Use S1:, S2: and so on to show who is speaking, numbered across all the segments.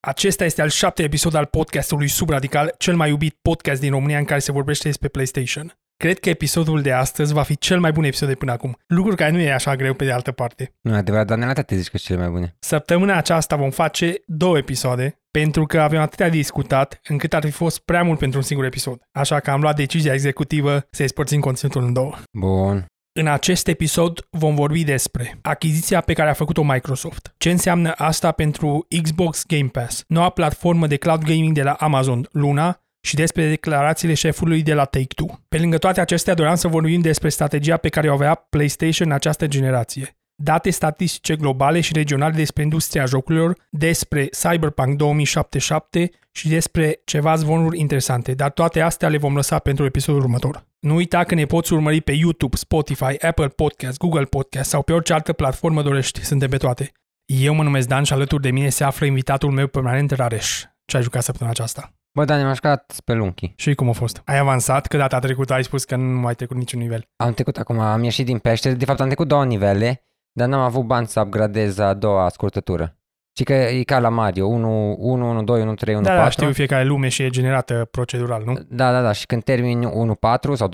S1: Acesta este al șapte episod al podcastului Subradical, cel mai iubit podcast din România în care se vorbește despre PlayStation. Cred că episodul de astăzi va fi cel mai bun episod de până acum, lucru care nu e așa greu pe de altă parte.
S2: Nu, e adevărat, dar la te zici că sunt cele mai bune.
S1: Săptămâna aceasta vom face două episoade, pentru că avem atâtea de discutat încât ar fi fost prea mult pentru un singur episod. Așa că am luat decizia executivă să-i spărțim conținutul în două.
S2: Bun.
S1: În acest episod vom vorbi despre achiziția pe care a făcut-o Microsoft, ce înseamnă asta pentru Xbox Game Pass, noua platformă de cloud gaming de la Amazon, Luna, și despre declarațiile șefului de la Take-Two. Pe lângă toate acestea, doream să vorbim despre strategia pe care o avea PlayStation în această generație, date statistice globale și regionale despre industria jocurilor, despre Cyberpunk 2077 și despre ceva zvonuri interesante, dar toate astea le vom lăsa pentru episodul următor. Nu uita că ne poți urmări pe YouTube, Spotify, Apple Podcast, Google Podcast sau pe orice altă platformă dorești, suntem pe toate. Eu mă numesc Dan și alături de mine se află invitatul meu permanent Rareș. Ce ai jucat săptămâna aceasta?
S2: Bă, dar ne-am jucat pe lunchi.
S1: Și cum a fost? Ai avansat, că data trecută ai spus că nu ai trecut niciun nivel.
S2: Am trecut acum, am ieșit din pește, de fapt am trecut două nivele, dar n-am avut bani să upgradez a doua scurtătură. Și că e ca la Mario, 1, 1, 1, 2, 1, 3, 1,
S1: Da,
S2: 4.
S1: da, știu, fiecare lume și e generată procedural, nu?
S2: Da, da, da, și când termini 1-4 sau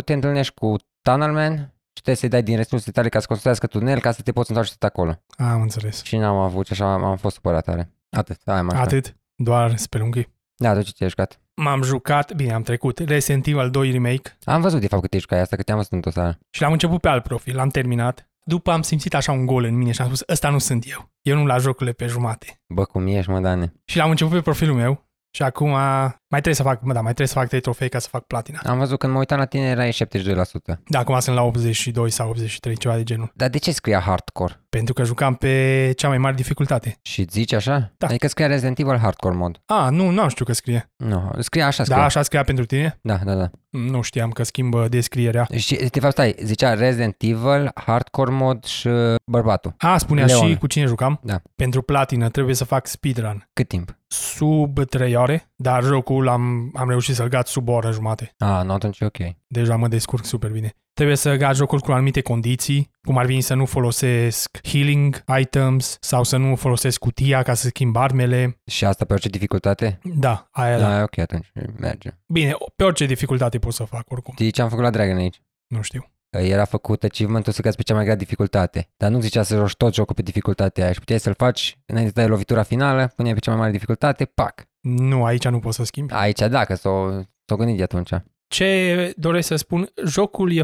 S2: 2-4, te întâlnești cu Tunnelman și trebuie să-i dai din resursele tale ca să construiască tunel ca să te poți întoarce tot acolo.
S1: Am înțeles.
S2: Și n-am avut și așa am am fost supărat tare. Atât, hai mai
S1: Atât, doar spelunghii.
S2: Da, tu ce te-ai jucat?
S1: M-am jucat, bine, am trecut Resident Evil 2 Remake
S2: Am văzut de fapt că te-ai jucat asta, că te-am văzut într-o seară.
S1: și l-am început pe alt profil, l-am terminat. După am simțit așa un gol în mine și am spus, ăsta nu sunt eu. Eu nu la jocurile pe jumate.
S2: Bă, cum ești, mă, Dane?
S1: Și l-am început pe profilul meu și acum mai trebuie să fac, mă, da, mai trebuie să fac 3 trofee ca să fac platina.
S2: Am văzut când mă uitam la tine erai 72%.
S1: Da, acum sunt la 82 sau 83, ceva de genul.
S2: Dar de ce scria hardcore?
S1: Pentru că jucam pe cea mai mare dificultate.
S2: Și zici așa?
S1: Da.
S2: Adică scria Resident Evil hardcore mod.
S1: A, nu, nu am știut că scrie.
S2: Nu, scria așa, scria.
S1: Da, așa scria pentru tine? Mm,
S2: da, da, da.
S1: Nu știam că schimbă descrierea.
S2: Și de fapt stai, zicea Resident Evil, hardcore mod și bărbatul.
S1: A, spunea
S2: Leon.
S1: și cu cine jucam.
S2: Da.
S1: Pentru platină trebuie să fac speedrun
S2: Cât timp?
S1: sub 3 ore, dar jocul am, am reușit să-l gat sub o oră jumate.
S2: A, nu atunci e ok.
S1: Deja mă descurc super bine. Trebuie să gat jocul cu anumite condiții, cum ar veni să nu folosesc healing items sau să nu folosesc cutia ca să schimb armele.
S2: Și asta pe orice dificultate?
S1: Da, aia da.
S2: e ok atunci, merge.
S1: Bine, pe orice dificultate pot să fac oricum.
S2: Știi ce am făcut la Dragon Age?
S1: Nu știu.
S2: Era făcut achievementul să cazi pe cea mai grea dificultate. Dar nu zicea să joci tot jocul pe dificultatea aia și puteai să-l faci înainte de dai lovitura finală, puneai pe cea mai mare dificultate, pac.
S1: Nu, aici nu pot să schimb.
S2: Aici da, că s-o, s-o gândit de atunci.
S1: Ce doresc să spun, jocul e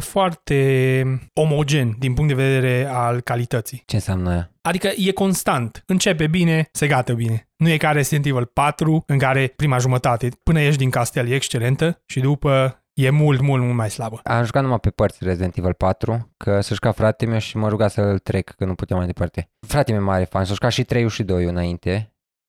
S1: foarte omogen din punct de vedere al calității.
S2: Ce înseamnă aia?
S1: Adică e constant. Începe bine, se gata bine. Nu e ca Resident Evil 4, în care prima jumătate, până ieși din castel, e excelentă și după e mult, mult, mult mai slabă.
S2: Am jucat numai pe părți Resident Evil 4, că s-a jucat frate meu și mă ruga să-l trec, că nu puteam mai departe. Frate meu e mare fan, s-a jucat și 3 și 2 înainte.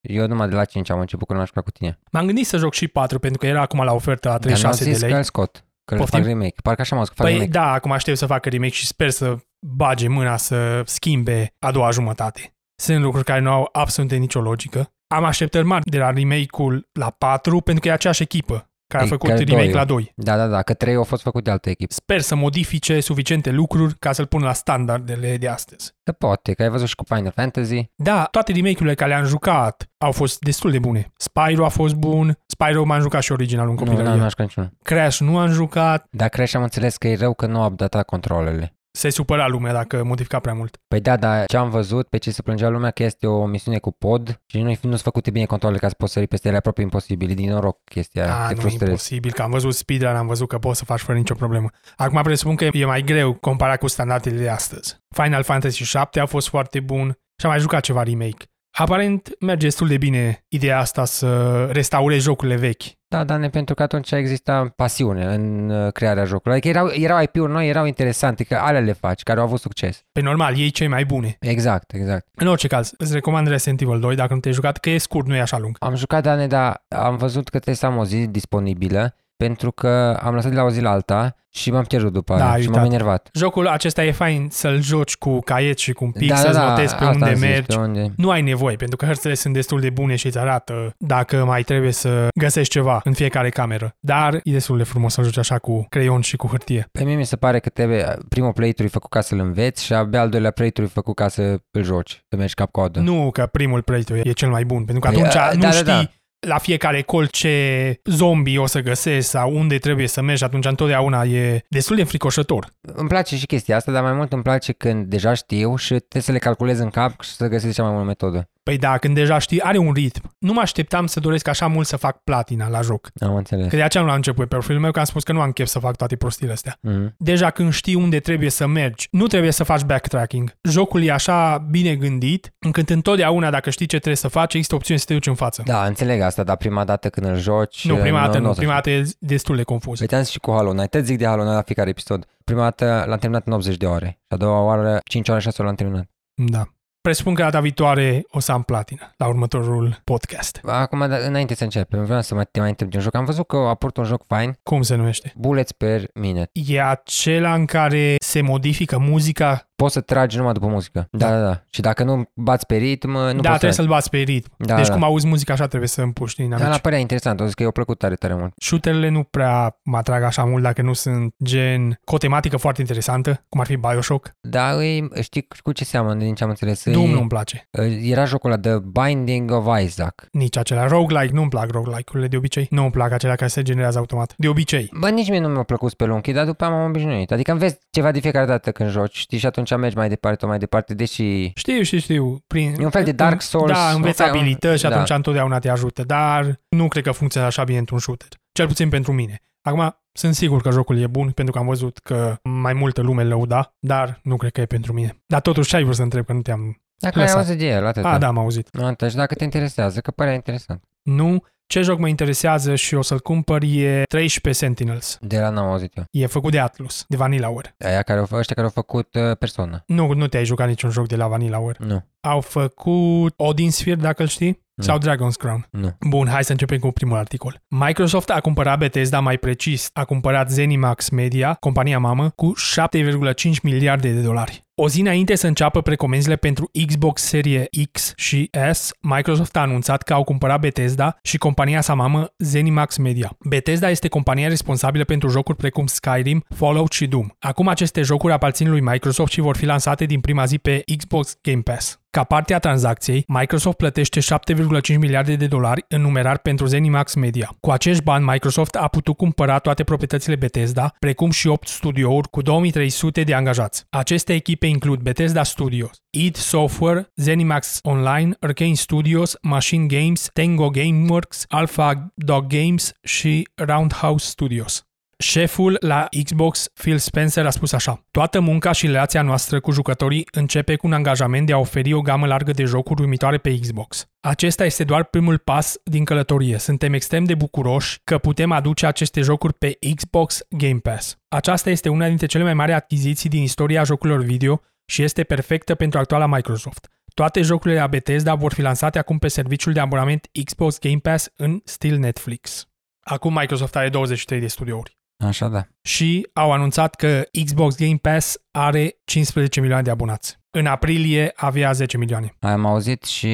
S2: Eu numai de la 5 am început, că nu am jucat cu tine.
S1: M-am gândit să joc și 4, pentru că era acum la ofertă la
S2: Dar nu am
S1: 36
S2: zis
S1: de
S2: că îl
S1: lei.
S2: scot, că îl
S1: Poftim?
S2: fac remake. Parcă așa m-am scos, fac
S1: Păi
S2: remake.
S1: da, acum aștept să facă remake și sper să bage mâna să schimbe a doua jumătate. Sunt lucruri care nu au absolut nicio logică. Am așteptări mari de la remake-ul la 4, pentru că e aceeași echipă care a
S2: E
S1: făcut
S2: chiar
S1: remake
S2: doi.
S1: la 2.
S2: Da, da, da, că 3 au fost făcut de altă echipă.
S1: Sper să modifice suficiente lucruri ca să-l pun la standardele de astăzi.
S2: Să poate, că ai văzut și cu Final Fantasy.
S1: Da, toate remake-urile care le-am jucat au fost destul de bune. Spyro a fost bun, Spyro m-am jucat și originalul în
S2: Nu, nu,
S1: copilărie.
S2: nu aș jucat niciunul.
S1: Crash nu am jucat,
S2: Dar Crash am înțeles că e rău că nu au updatat controlele.
S1: se supăra lumea dacă modifica prea mult.
S2: Păi da, dar ce am văzut, pe ce se plângea lumea, că este o misiune cu pod și nu-i- nu-s făcute bine controlele ca să poți sări peste ele aproape imposibil. E din noroc chestia aia,
S1: Da,
S2: te
S1: nu, e
S2: frustrezi.
S1: imposibil, că am văzut speedrun, am văzut că poți să faci fără nicio problemă. Acum presupun că e mai greu comparat cu standardele de astăzi. Final Fantasy 7 a fost foarte bun și am mai jucat ceva remake. Aparent merge destul de bine ideea asta să restaurezi jocurile vechi.
S2: Da, Dane, pentru că atunci exista pasiune în uh, crearea jocului. Adică erau, erau IP-uri noi, erau interesante, că alea le faci, care au avut succes.
S1: Pe normal, ei cei mai bune.
S2: Exact, exact.
S1: În orice caz, îți recomand Resident Evil 2 dacă nu te-ai jucat, că e scurt, nu e așa lung.
S2: Am jucat, Dane, dar am văzut că trebuie să am o zi disponibilă pentru că am lăsat de la o zi la alta și m-am pierdut după
S1: Da,
S2: aia
S1: ai
S2: și m-am
S1: uitat.
S2: enervat.
S1: Jocul acesta e fain să-l joci cu caiet și cu un pic, să-ți notezi pe
S2: Da, asta
S1: unde
S2: am zis,
S1: mergi.
S2: Pe unde...
S1: Nu ai nevoie, pentru că hărțile sunt destul de bune și îți arată dacă mai trebuie să găsești ceva în fiecare cameră. Dar e destul de frumos să joci așa cu creion și cu hârtie.
S2: Pe mine mi se pare că trebuie, primul playthrough e făcut ca să-l înveți și abia al doilea playthrough e făcut ca să îl joci, să mergi cap-coadă.
S1: Nu că primul playthrough e cel mai bun, pentru că
S2: Da. Păi,
S1: atunci
S2: a,
S1: nu
S2: da, da,
S1: știi
S2: da.
S1: la fiecare col ce zombie o să găsești sau unde trebuie să mergi, atunci întotdeauna e destul de înfricoșător.
S2: Îmi place și chestia asta, dar mai mult îmi place când deja știu și trebuie să le calculez în cap și să găsesc cea mai bună metodă.
S1: Păi da, când deja știi, are un ritm. Nu mă așteptam să doresc așa mult să fac platina la joc.
S2: Am înțeles.
S1: Că de aceea nu l-am început pe profilul meu, că am spus că nu am chef să fac toate prostiile astea.
S2: Mm.
S1: deja când știi unde trebuie să mergi, nu trebuie să faci backtracking. Jocul e așa bine gândit, încât întotdeauna, dacă știi ce trebuie să faci, există opțiune să te duci în față.
S2: Da, înțeleg asta, dar prima dată când îl joci...
S1: nu, prima dată nu,
S2: o să
S1: prima dată e destul de confuz.
S2: Păi te-am zis și cu Hollow Knight, te zic de Hollow Knight la fiecare episod. Prima dată l-am terminat în 80 de ore și a doua oară 5 ore 6 ore l-am terminat.
S1: Da. Presupun că data viitoare o să am platină la următorul podcast.
S2: Acum, da, înainte să începem, vreau să mai, te mai întreb de un joc. Am văzut că a apărut un joc fain,
S1: Cum se numește?
S2: Bullets per Minute.
S1: E acela în care se modifică muzica,
S2: Poți să tragi numai după muzică. Da, da, da. Și dacă nu bați pe ritm, nu
S1: nu da,
S2: poți să
S1: trebuie
S2: tragi.
S1: să-l bați pe ritm.
S2: Da,
S1: deci
S2: da.
S1: cum auzi muzica așa trebuie să împuști din
S2: Da, la
S1: amici.
S2: părea interesant, o zic că eu plăcut tare, tare mult.
S1: Shooterele nu prea mă atrag așa mult dacă nu sunt gen cu o tematică foarte interesantă, cum ar fi Bioshock.
S2: Dar îi, știi cu ce seamănă din ce am înțeles? Îi-
S1: Doom nu-mi place.
S2: Era jocul ăla The Binding of Isaac.
S1: Nici acela. Roguelike, nu-mi plac roguelike-urile de obicei. Nu-mi plac acelea care se generează automat. De obicei.
S2: Bă, nici mie nu mi-a plăcut pe lung, dar după aia m-am obișnuit. Adică înveți ceva de fiecare dată când joci, știi, și atunci mergi mai departe, tot mai departe, deși...
S1: Știu, știu, știu. Prin...
S2: E un fel de Dark Souls,
S1: Da,
S2: un
S1: înveți
S2: fel-
S1: abilități și
S2: da.
S1: atunci întotdeauna te ajută. Dar nu cred că funcționează așa bine într-un shooter. Cel puțin pentru mine. Acum, sunt sigur că jocul e bun, pentru că am văzut că mai multă lume îl lăuda, dar nu cred că e pentru mine. Dar totuși, ce ai vrut să întreb, că nu te-am...
S2: Dacă ai
S1: Lăsa.
S2: auzit de el, atât.
S1: A, da, am auzit.
S2: Atunci, dacă te interesează, că părea interesant.
S1: Nu, ce joc mă interesează și o să-l cumpăr e 13 Sentinels.
S2: De la n-am auzit eu.
S1: E făcut de Atlus, de Vanillaware.
S2: Aia care au, fă- ăștia care au făcut uh, persoană.
S1: Nu, nu te-ai jucat niciun joc de la Vanillaware.
S2: Nu.
S1: au făcut Odin Sphere, dacă îl știi,
S2: Nu.
S1: sau Dragon's Crown.
S2: Nu.
S1: Bun, hai să începem cu primul articol. Microsoft a cumpărat Bethesda, mai precis, a cumpărat Zenimax Media, compania mamă, cu 7,5 miliarde de dolari. O zi înainte să înceapă precomenzile pentru Xbox Serie X și S, Microsoft a anunțat că au cumpărat Bethesda și compania sa mamă Zenimax Media. Bethesda este compania responsabilă pentru jocuri precum Skyrim, Fallout și Doom. Acum aceste jocuri aparțin lui Microsoft și vor fi lansate din prima zi pe Xbox Game Pass. Ca parte a tranzacției, Microsoft plătește 7,5 miliarde de dolari în numerar pentru ZeniMax Media. Cu acești bani, Microsoft a putut cumpăra toate proprietățile Bethesda, precum și 8 studiouri cu 2300 de angajați. Aceste echipe includ Bethesda Studios, id Software, ZeniMax Online, Arcane Studios, Machine Games, Tango Gameworks, Alpha Dog Games și Roundhouse Studios. Șeful la Xbox, Phil Spencer, a spus așa Toată munca și relația noastră cu jucătorii începe cu un angajament de a oferi o gamă largă de jocuri uimitoare pe Xbox. Acesta este doar primul pas din călătorie. Suntem extrem de bucuroși că putem aduce aceste jocuri pe Xbox Game Pass. Aceasta este una dintre cele mai mari achiziții din istoria jocurilor video și este perfectă pentru actuala Microsoft. Toate jocurile la Bethesda vor fi lansate acum pe serviciul de abonament Xbox Game Pass în stil Netflix. Acum Microsoft are 23 de studiouri
S2: Așa, da.
S1: și au anunțat că Xbox Game Pass are 15 milioane de abonați. În aprilie avea 10 milioane.
S2: Am auzit și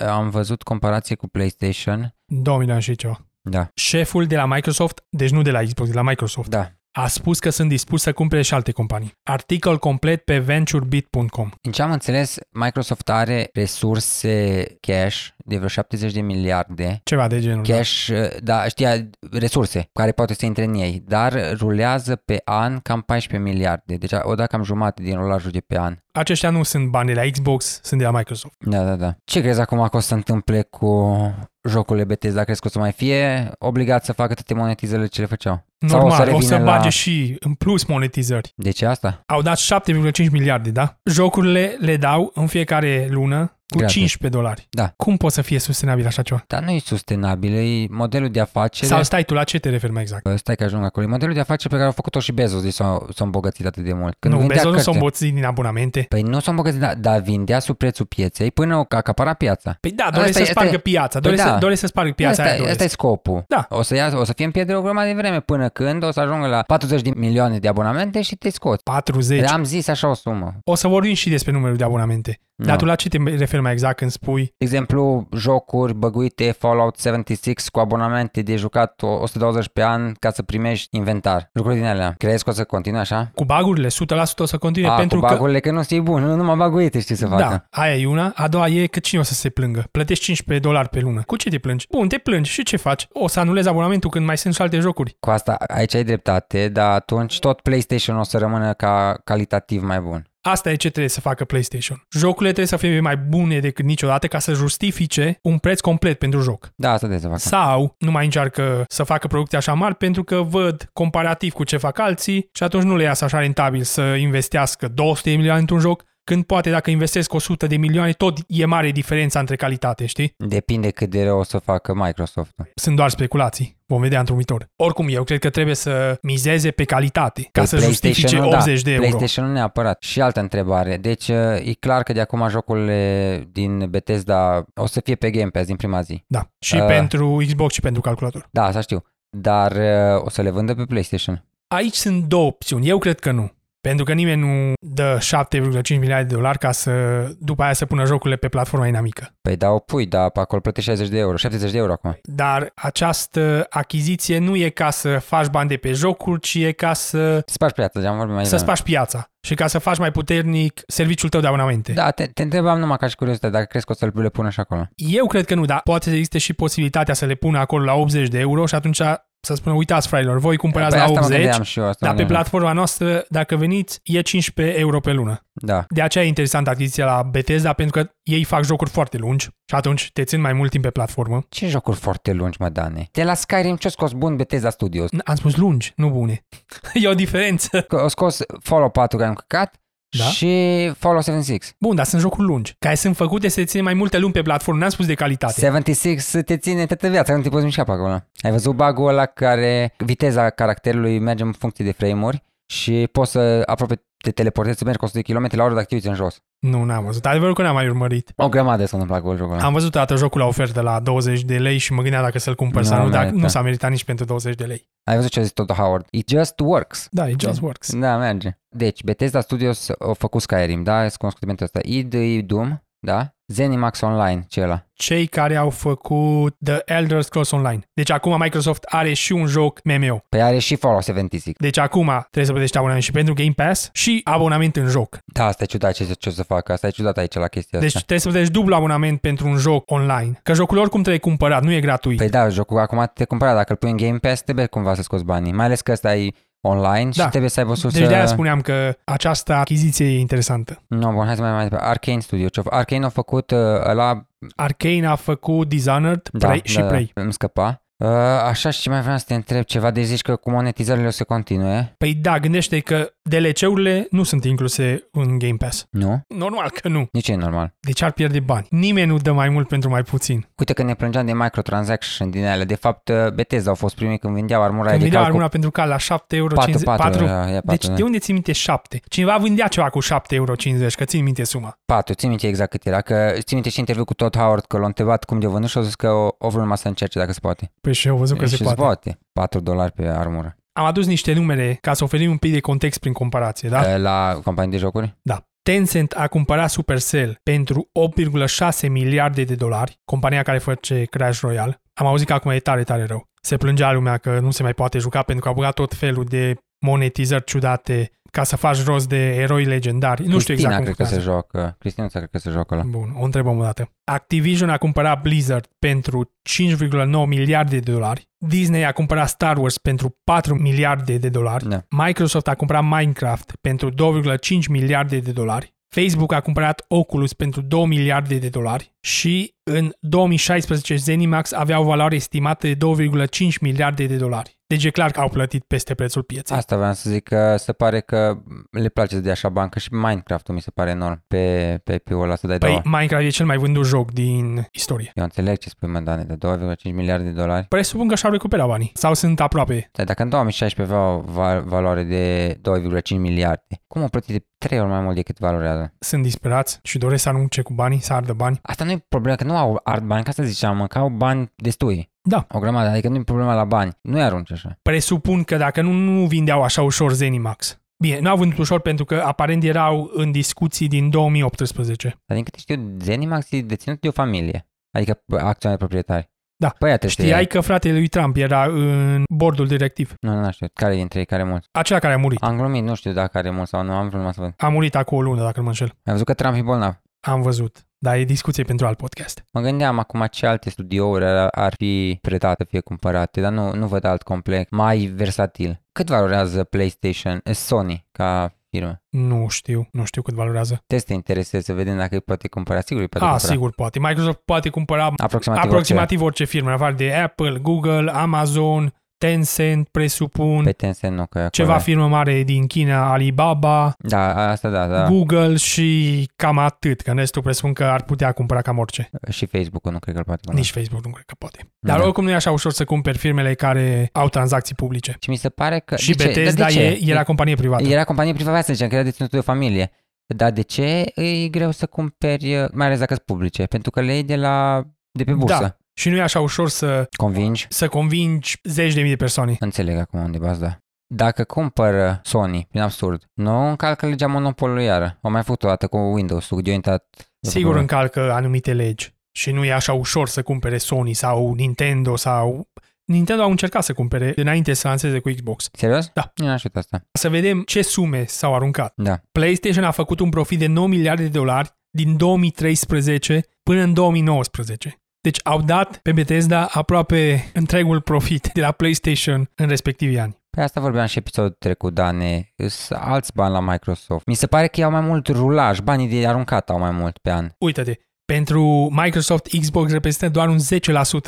S2: uh, am văzut comparație cu PlayStation.
S1: 2 milioane și ceva.
S2: Da.
S1: Șeful de la Microsoft, deci nu de la Xbox, de la Microsoft,
S2: Da.
S1: a spus că sunt dispus să cumpere și alte companii. Articol complet pe venturebit.com.
S2: Din ce am înțeles, Microsoft are resurse cash de vreo 70 de miliarde.
S1: Ceva de genul.
S2: Cash, da, știa, resurse care poate să intre în ei, dar rulează pe an cam 14 miliarde. Deci o dat cam jumate din rulajul de pe an.
S1: Aceștia nu sunt bani de la Xbox, sunt de la Microsoft.
S2: Da, da, da. Ce crezi acum că o să se întâmple cu jocurile Bethesda? Crezi că o să mai fie obligat să facă toate monetizările ce le făceau? Sau o să
S1: Normal, o să
S2: revină
S1: bage
S2: la-
S1: și în plus monetizări.
S2: De ce asta?
S1: Au dat 7,5 miliarde, da? Jocurile le dau în fiecare lună cu
S2: Gratis.
S1: 15 dolari.
S2: Da.
S1: Cum poate să fie sustenabil așa ceva?
S2: Dar nu e sustenabil, e modelul de afacere.
S1: Sau stai tu, la ce te referi mai exact?
S2: Bă, Stai că ajung acolo. E modelul de afaceri pe care au făcut-o și Bezos, deci s-au, s-au îmbogățit atât de mult.
S1: nu,
S2: vindea
S1: Bezos nu
S2: cărți-
S1: s-a îmboțit din abonamente.
S2: Păi nu s-au îmbogățit, dar, dar vindea sub prețul pieței până o acapara piața.
S1: Păi da, doresc
S2: Asta
S1: să
S2: e- asta
S1: spargă
S2: e-
S1: piața,
S2: Păi
S1: doresc,
S2: da.
S1: să, doresc să spargă piața
S2: asta,
S1: aia,
S2: e-
S1: doresc.
S2: asta e scopul.
S1: Da.
S2: O, să ia, o să fie în pierdere o grămadă de vreme până când o să ajungă la 40 de milioane de abonamente și te scoți.
S1: 40.
S2: Am zis așa o sumă.
S1: O să vorbim și despre numărul de abonamente.
S2: Nu.
S1: Dar tu la ce te referi mai exact când spui
S2: De exemplu, jocuri băguite Fallout 76 cu abonamente de jucat 120 pe an ca să primești inventar. Lucruri din alea. Crezi că o să continue așa?
S1: cu bagurile, 100% o să continue
S2: A,
S1: pentru
S2: cu
S1: că...
S2: bagurile că... nu sunt bun, nu numai baguite știi să facă.
S1: Da, aia e una. A doua e că cine o să se plângă? Plătești 15 dolari pe lună. Cu ce te plângi? Bun, te plângi și ce faci? O să anulezi abonamentul când mai sunt și alte jocuri.
S2: Cu asta aici ai dreptate, dar atunci tot PlayStation o să rămână ca calitativ mai bun.
S1: Asta e ce trebuie să facă PlayStation. Jocurile trebuie să fie mai bune decât niciodată ca să justifice un preț complet pentru joc.
S2: Da, asta trebuie să facă.
S1: Sau nu mai încearcă să facă producte așa mari pentru că văd comparativ cu ce fac alții și atunci nu le iasă așa rentabil să investească 200 de milioane într-un joc, când poate dacă investesc 100 de milioane tot e mare diferența între calitate, știi?
S2: Depinde cât de rău o să facă Microsoft-ul.
S1: Sunt doar speculații. Vom vedea într-un viitor. Oricum, eu cred că trebuie să mizeze pe calitate ca
S2: Păi
S1: să justifice
S2: PlayStation-ul,
S1: 80 de euro.
S2: PlayStation nu neapărat. Și altă întrebare. Deci uh, e clar că de acum jocurile din Bethesda o să fie pe Game Pass din prima zi.
S1: Da. Și
S2: Uh.
S1: pentru Xbox și pentru calculator.
S2: Da, asta știu. Dar uh, o să le vândă pe PlayStation.
S1: Aici sunt două opțiuni. Eu cred că nu. Pentru că nimeni nu dă 7,5 miliarde de dolari ca să după aia să pună jocurile pe platforma inamică.
S2: Păi da, o pui, dar pe acolo plătești 60 de euro, 70 de euro acum.
S1: Dar această achiziție nu e ca să faci bani de pe jocuri, ci e ca să,
S2: Spargi piața, am vorbit mai
S1: să
S2: devreme.
S1: spargi piața și ca să faci mai puternic serviciul tău de abonamente.
S2: Da, te, te întrebam numai ca și curiozitate, dacă crezi că o să le pună și acolo.
S1: Eu cred că nu, dar poate să existe și posibilitatea să le pună acolo la 80 de euro și atunci să spună, uitați, frailor, voi cumpărați
S2: Păi
S1: la
S2: asta mă
S1: 80,
S2: gândeam și eu. Asta
S1: deci? dar
S2: mă
S1: pe
S2: gândeam.
S1: platforma noastră, dacă veniți, e 15 euro pe lună.
S2: Da.
S1: De aceea e interesantă achiziția la Bethesda, pentru că ei fac jocuri foarte lungi și atunci te țin mai mult timp pe platformă.
S2: Ce jocuri foarte lungi, mă, Dane? De la Skyrim ce-o scos bun Bethesda Studios?
S1: N- Am spus lungi, nu bune. e o diferență.
S2: Că o scos Fallout 4 care am căcat
S1: Da.
S2: și Fallout 76.
S1: Bun, dar sunt jocuri lungi, care sunt făcute să te ține mai multe luni pe platformă, n-am spus de calitate.
S2: 76 te ține toată viața, nu te poți mișca pe acolo. Ai văzut bug ăla care viteza caracterului merge în funcție de frame-uri și poți să aproape te teleportezi, să mergi cu 100 de km la oră dacă te uiți în jos.
S1: Nu, n-am văzut. Adevărul că n-am mai urmărit.
S2: O grămadă s-a întâmplat cu jocul ăla.
S1: Am văzut toată jocul la ofertă la 20 de lei și mă gândeam dacă să-l cumpăr
S2: Nu
S1: sau nu, dar
S2: merită.
S1: nu s-a meritat nici pentru 20 de lei.
S2: Ai văzut ce a zis tot Howard? It just works.
S1: Da, it just works.
S2: Da, merge. Deci, Bethesda Studios a făcut Skyrim, da? E cunoscut ăsta. id, e Doom, da? Zenimax Online, ce e ăla.
S1: Cei care au făcut The Elder Scrolls Online. Deci acum Microsoft are și un joc MMO.
S2: Păi are și Fallout 76.
S1: Deci acum trebuie să plătești abonament și pentru Game Pass și abonament în joc.
S2: Da, asta e ciudat ce, ce o să facă. Asta e ciudat aici la chestia
S1: Deci
S2: asta.
S1: trebuie să plătești dublu abonament pentru un joc online. Că jocul oricum trebuie cumpărat, nu e gratuit.
S2: Păi da, jocul acum te cumpăra. Dacă îl pui în Game Pass, trebuie cumva să scoți banii. Mai ales că ăsta e online și
S1: Da.
S2: trebuie să ai o sursă...
S1: Deci de-aia spuneam că această achiziție e interesantă.
S2: No, bun, hai să mai mai departe. Arcane Studio. Ce-o... Arcane a făcut uh, ăla...
S1: Arcane a făcut Dishonored
S2: Da,
S1: Prey și
S2: da,
S1: Prey.
S2: da, îmi scăpa. Uh, așa și mai vreau să te întreb ceva. Deci zici că cu monetizările o să continue?
S1: Păi da, gândește că DLC-urile nu sunt incluse în Game Pass.
S2: Nu?
S1: Normal că nu.
S2: Nici nu e normal.
S1: Deci ar pierde bani. Nimeni nu dă mai mult pentru mai puțin.
S2: Uite că ne plângeam de microtransaction din ele. De fapt, uh, Bethesda au fost primii când vindeau armura
S1: Când
S2: de
S1: vindeau
S2: cal cu
S1: armura pentru cal la 7 euro
S2: 4, 4,
S1: 4
S2: da, ia 4,
S1: Deci
S2: deci,
S1: de unde ți minte 7? Cineva vândea ceva cu 7,50 euro, că țin minte suma.
S2: 4, țin minte exact cât era, că țin minte și interviu cu tot Howard că l-a întrebat cum de vândut și a zis că o, o vrut numai să încerce dacă se poate.
S1: Păi și eu am văzut că
S2: și
S1: se poate.
S2: 4 dolari pe armură.
S1: Am adus niște numere ca să oferim un pic de context prin comparație, da?
S2: Uh, La companii de jocuri?
S1: Da. Tencent a cumpărat Supercell pentru 8,6 miliarde de dolari, compania care face Crash Royale. Am auzit că acum e tare, tare rău. Se plângea lumea că nu se mai poate juca pentru că a băgat tot felul de monetizări ciudate ca să faci rost de eroi legendari. Nu știu exact
S2: Cristina
S1: cum
S2: cred că se
S1: funcționează.
S2: jocă. Cristina cred că se jocă la.
S1: Bun, o întrebăm o dată. Activision a cumpărat Blizzard pentru 5,9 miliarde de dolari. Disney a cumpărat Star Wars pentru 4 miliarde de dolari.
S2: Da.
S1: Microsoft a cumpărat Minecraft pentru 2,5 miliarde de dolari, Facebook a cumpărat Oculus pentru 2 miliarde de dolari și în 2016 Zenimax avea o valoare estimată de 2,5 miliarde de dolari. Deci e clar că au plătit peste prețul pieței.
S2: Asta vreau să zic că se pare că le place să dea așa bani, că și Minecraft-ul mi se pare enorm pe, pe IP-ul ăla să dai
S1: Păi
S2: două.
S1: Minecraft e cel mai vândut joc din istorie.
S2: Eu înțeleg ce spui, mă, Dane, de 2,5 miliarde de dolari.
S1: Presupun că și-au recuperat banii. Sau sunt aproape.
S2: Dar dacă în 2016 avea o val- valoare de 2,5 miliarde, cum au plătit de 3 ori mai mult decât valorează?
S1: Sunt disperați și doresc să anunce cu banii, să ardă bani.
S2: Asta nu e problema, că nu au art bani, ca să ziceam, mă, că au bani destui.
S1: Da.
S2: O grămadă, adică nu e problema la bani. Nu-i arunci așa.
S1: Presupun că dacă nu, nu vindeau așa ușor Zenimax. Bine, nu au vândut ușor pentru că aparent erau în discuții din 2018.
S2: Dar din câte știu, Zenimax e deținut de o familie. Adică acțiune proprietari.
S1: Da.
S2: Păi atunci
S1: Știai că fratele lui Trump era în bordul directiv,
S2: Nu, nu știu. Care dintre ei, care mult?
S1: acela care a murit.
S2: Am glumit, nu știu dacă are mult sau nu, am vrut numai să văd.
S1: A murit acum o lună, dacă nu mă înșel.
S2: Am văzut că Trump e bolnav.
S1: Am văzut. Dar e discuție pentru alt podcast.
S2: Mă gândeam acum ce alte studiouri ar, ar fi pretate, fie cumpărate, dar nu, nu văd alt complex mai versatil. Cât valorează PlayStation, eh, Sony ca firmă?
S1: Nu știu, nu știu cât valorează.
S2: Te să te interesezi să vedem dacă îi poate cumpăra. Sigur îi poate
S1: A,
S2: cumpăra.
S1: Ah, sigur, poate. Microsoft poate cumpăra
S2: Aproximativ, aproximativ.
S1: aproximativ orice firmă, în afară de Apple, Google, Amazon, Tencent, presupun,
S2: Pe Tencent nu, că
S1: ceva
S2: acolo-
S1: firmă mare din China, Alibaba,
S2: Da, asta da, da.
S1: Google și cam atât, că în restul presupun că ar putea cumpăra cam orice.
S2: Și Facebook-ul nu cred că îl poate cumpăra.
S1: Nici Facebook nu cred că poate. Dar
S2: Da.
S1: oricum nu e așa ușor să cumperi firmele care au tranzacții publice.
S2: Și mi se pare că...
S1: Și
S2: de ce? Dar de
S1: Bethesda
S2: ce?
S1: e, era companie privată.
S2: Era companie privată, să zicem, că era deținut de o familie. Dar de ce e greu să cumperi, eh, mai ales dacă sunt publice? Pentru că le iei de, la, de pe bursă.
S1: Da. Și nu e așa ușor să,
S2: Convingi?
S1: să convingi zeci de mii de persoane.
S2: Înțeleg acum unde bază, da. Dacă cumpără Sony, prin absurd, nu încalcă legea monopolului iară. Am mai făcut o dată cu Windows, cu intrat...
S1: Sigur încalcă anumite legi. Și nu e așa ușor să cumpere Sony sau Nintendo sau... Nintendo au încercat să cumpere înainte să lanseze cu Xbox.
S2: Serios?
S1: Da.
S2: Nu aș uita asta.
S1: Să vedem ce sume s-au aruncat.
S2: Da.
S1: PlayStation a făcut un profit de 9 miliarde de dolari din 2013 până în 2019. Deci au dat pe Bethesda aproape întregul profit de la PlayStation în respectivii ani.
S2: Pe Păi asta vorbeam și episodul trecut, Dane. Sunt alți bani la Microsoft. Mi se pare că iau mai mult rulaj, banii de aruncat au mai mult pe an.
S1: Uită-te, pentru Microsoft Xbox reprezintă doar un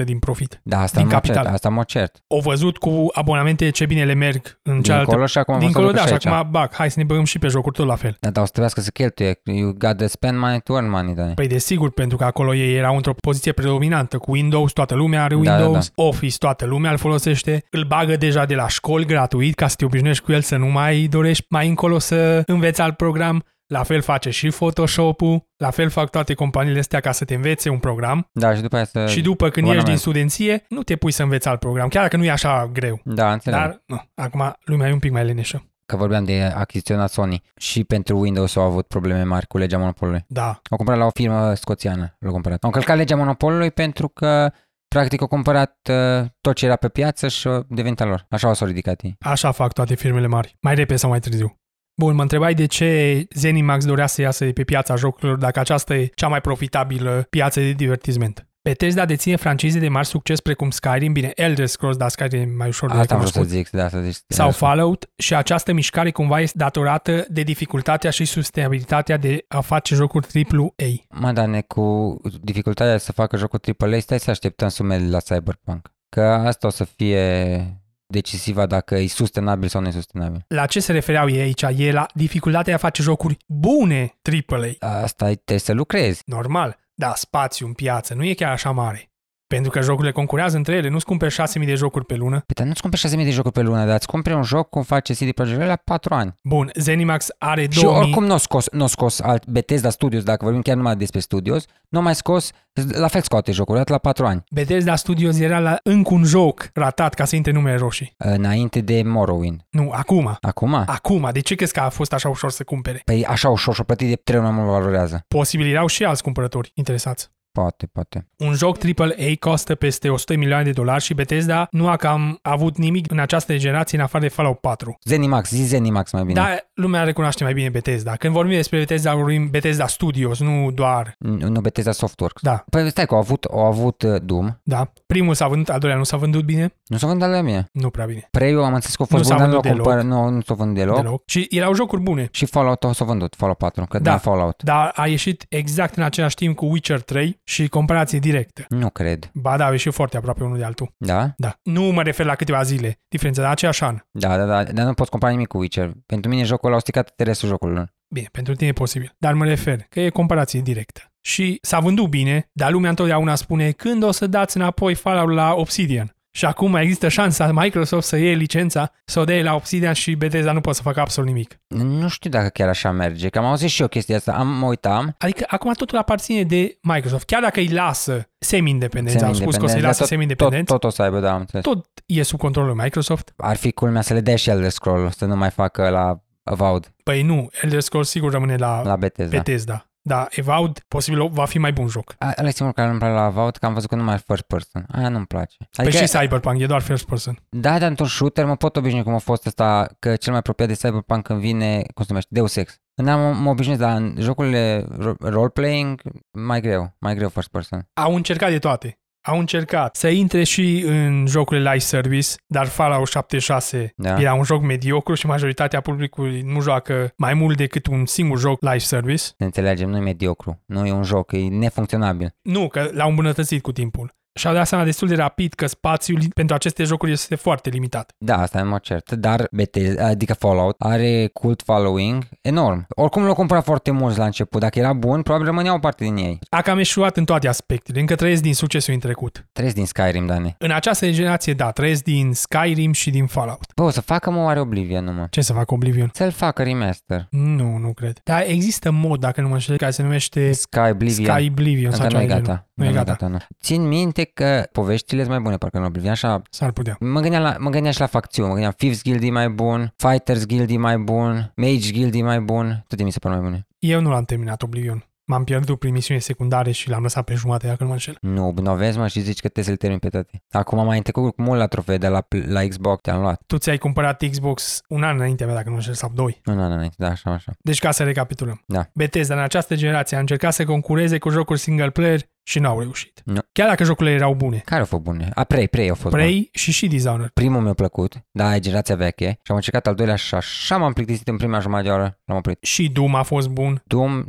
S1: 10% din profit.
S2: Da, asta
S1: Din
S2: mă cert,
S1: capital.
S2: asta mă cert.
S1: Au văzut cu abonamente ce bine le merg în cealaltă...
S2: Dincolo și acum vă să
S1: Dincolo
S2: duc
S1: da,
S2: și
S1: și
S2: aici.
S1: acum, bac, hai să ne băgăm și pe jocuri tot la fel.
S2: Da, dar o să trebuiască să cheltuie. You gotta spend money to earn money, Dani.
S1: Păi desigur, pentru că acolo ei erau într-o poziție predominantă. Cu Windows toată lumea are
S2: Da, da,
S1: Windows, da, da. Office toată lumea îl folosește, îl bagă deja de la școli gratuit ca să te obișnuiești cu el să nu mai dorești mai încolo să înveți alt program. La fel face și Photoshop-ul, la fel fac toate companiile astea ca să te învețe un program
S2: Da, și după aia să...
S1: și după când ești
S2: abonament.
S1: din studenție, nu te pui să înveți alt program, chiar dacă nu e așa greu.
S2: Da, înțeleg. Dar...
S1: Dar, nu, acum lumea e un pic mai leneșă.
S2: Că vorbeam de achiziționat Sony. Și pentru Windows au avut probleme mari cu legea monopolului.
S1: Da,
S2: Au cumpărat la o firmă scoțiană. L-au cumpărat. Au încălcat legea monopolului pentru că practic au cumpărat uh, tot ce era pe piață și uh, devenit al lor. Așa o s-au ridicat ei.
S1: Așa fac toate firmele mari, mai repede sau mai târziu. Bun, mă întrebai de ce Zenimax dorea să iasă de pe piața jocurilor dacă aceasta e cea mai profitabilă piață de divertisment. Bethesda deține francize de mari succes precum Skyrim, bine, Elder Scrolls, dar Skyrim e mai ușor de
S2: Asta am vrut să
S1: recunoscut,
S2: zic, da, să zici.
S1: sau Fallout și această mișcare cumva este datorată de dificultatea și sustenabilitatea de a face jocuri AAA.
S2: Mă, Dane, cu dificultatea să facă jocul AAA, stai să așteptăm sumele la Cyberpunk. Că asta o să fie decisiva dacă e sustenabil sau nu e sustenabil.
S1: La ce se refereau ei aici? E la dificultatea de a face jocuri bune AAA.
S2: Asta e, trebuie să lucrezi.
S1: Normal, dar spațiu în piață nu e chiar așa mare. Pentru că jocurile concurează între ele, nu-ți cumperi 6.000 de jocuri pe lună.
S2: Păi, dar nu-ți cumperi 6.000 de jocuri pe lună, dar îți cumperi un joc cum face CD Projekt Red la 4 ani.
S1: Bun, Zenimax are
S2: Și
S1: 2000...
S2: oricum nu n-o scos, n-o scos alt Bethesda Studios, dacă vorbim chiar numai despre Studios, nu n-o mai scos, la fel scoate jocul, dat la 4 ani,
S1: Bethesda Studios era la încă un joc ratat ca să intre numele roșii.
S2: înainte de Morrowind.
S1: Nu, acum.
S2: Acum? A.
S1: Acum, de ce crezi că a fost așa ușor să cumpere?
S2: Păi așa ușor și-o plătit de 3 ori mai mult valorează.
S1: Posibil erau și alți cumpărători interesați.
S2: Poate, poate.
S1: Un joc AAA costă peste 100 milioane de dolari și Bethesda nu a cam avut nimic în această generație în afară de Fallout 4.
S2: Zenimax, zi Zenimax mai bine.
S1: Dar lumea recunoaște mai bine Bethesda. Când vorbim despre Bethesda, vorbim Bethesda Studios, nu doar...
S2: Nu nu Bethesda Softworks.
S1: Da.
S2: Păi stai că au avut, au avut uh, Doom,
S1: Da. Primul s-a vândut, al doilea nu s-a vândut bine?
S2: nu s-o vând la mie.
S1: Nu prea bine.
S2: Preu am înțeles că a
S1: Nu
S2: fost
S1: s-a
S2: bun, dar nu l-au
S1: vândut deloc.
S2: cumpărat, nu, nu s-o vând deloc.
S1: Deloc. Și erau jocuri bune,
S2: Și Fallout o s-o vândut, Fallout 4, că
S1: Da.
S2: da. Fallout.
S1: dar a ieșit exact în același timp cu Witcher 3 și comparație directă.
S2: Nu cred.
S1: Ba da, au ieșit foarte aproape unul de altul.
S2: Da?
S1: Da. Nu mă refer la câteva zile. Diferența, dar aceeași an.
S2: Da, da, da. Dar nu poți compara nimic cu Witcher. Pentru mine jocul ăla au stricat interesul jocului.
S1: Bine, pentru tine e posibil. Dar mă refer că e comparație directă. Și s-a vândut bine, dar lumea întotdeauna spune când o să dați înapoi Fallout la Obsidian. Și acum mai există șansa Microsoft să iei licența, să o dea la Obsidian și Bethesda nu poate să facă absolut nimic.
S2: Nu știu dacă chiar așa merge, că am auzit și eu chestia asta, am, mă uitam,
S1: Adică acum totul aparține de Microsoft. Chiar dacă îi lasă semi-independenți, am Deci spus că o să-i
S2: Semi-independenți, dar
S1: lasă
S2: tot,
S1: semi-independenți,
S2: tot o să aibă, da, am înțeles.
S1: tot e sub controlul Microsoft.
S2: Ar fi culmea să le dea și el de scroll, să nu mai facă la Avowed,
S1: Păi nu, Elder Scrolls sigur rămâne la,
S2: la Bethesda.
S1: Bethesda. Da, Evaud posibil va fi mai bun joc. Păi
S2: A- Ăla e singurul care nu-mi place la Avowed, că am văzut că nu mai e first person. Aia nu-mi place.
S1: Adică...
S2: Adică,
S1: Păi și Cyberpunk, e doar first person.
S2: da, dar într-un shooter mă pot obișnui cum a fost asta, că cel mai apropiat de Cyberpunk când vine, cum se numește, Deus Ex. N-am, mă obișnuiesc, dar în jocurile ro- role-playing, mai greu, mai greu first person.
S1: Au încercat de toate. Au încercat să intre și în jocurile live service, dar Fallout 76
S2: Da.
S1: era un joc mediocru și majoritatea publicului nu joacă mai mult decât un singur joc live service.
S2: Ne înțelegem, nu e mediocru, nu e un joc, e nefuncționabil.
S1: Nu, că l-au îmbunătățit cu timpul. Și-au dat seama destul de rapid că spațiul pentru aceste jocuri este foarte limitat.
S2: Da, asta e mă cert, dar Bethesda, adică Fallout are cult following enorm. Oricum l-au cumpărat foarte mulți la început, dacă era bun, probabil rămâneau o parte din ei.
S1: A cam eșuat în toate aspectele, încă trăiesc din succesul în trecut.
S2: Trăiesc din Skyrim, Dani.
S1: În această generație, da, trăiesc din Skyrim și din Fallout.
S2: Bă, o să facă mă oare Oblivion numai.
S1: Ce să fac Oblivion?
S2: Să-l facă remaster.
S1: Nu, nu cred. Dar există mod, dacă nu mă înșel, care se numește
S2: Sky Oblivion.
S1: Sky Oblivion sau
S2: Încă nu
S1: ceva
S2: e
S1: de genul.
S2: gata.
S1: Nu e gata.
S2: nu. Țin minte că poveștile sunt mai bune, parcă în Oblivion, așa...
S1: S-ar putea.
S2: Mă gândeam, la, mă gândeam și la facțiuni, mă gândeam Thieves Guild e mai bun, Fighters Guild e mai bun, Mage Guild e mai bun, toate mi se par mai bune.
S1: Eu nu l-am terminat Oblivion. M-am pierdut prin misiune secundare și l-am lăsat pe jumate, dacă nu mă înșel.
S2: Nu, nu vezi mă și zici că te să-l termin pe toate. Acum mai trecut mult la trofee de la, la Xbox, te-am luat.
S1: Tu ți-ai cumpărat Xbox un an înaintea mea, dacă nu mă înșel, sau doi.
S2: Nu, nu, nu, nu, da, așa, așa.
S1: Deci ca să recapitulăm.
S2: Da.
S1: Bethesda în această generație a încercat să concureze cu jocuri single player și n-au reușit.
S2: Nu.
S1: Chiar dacă jocurile erau bune.
S2: Care au fost bune? A, Prey, Prey au fost bun.
S1: Prey și și Dishonored.
S2: Primul mi-a plăcut, da, e generația veche și am încercat al doilea și așa m-am plictisit în prima jumătate de oră, l-am oprit.
S1: Și Doom a fost bun.
S2: Doom,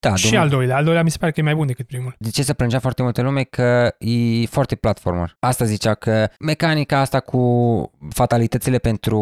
S2: da,
S1: și
S2: Doom,
S1: al doilea. Al doilea mi se pare că e mai bun decât primul.
S2: de ce se plângea foarte multă lume că e foarte platformer. Asta zicea că mecanica asta cu fatalitățile pentru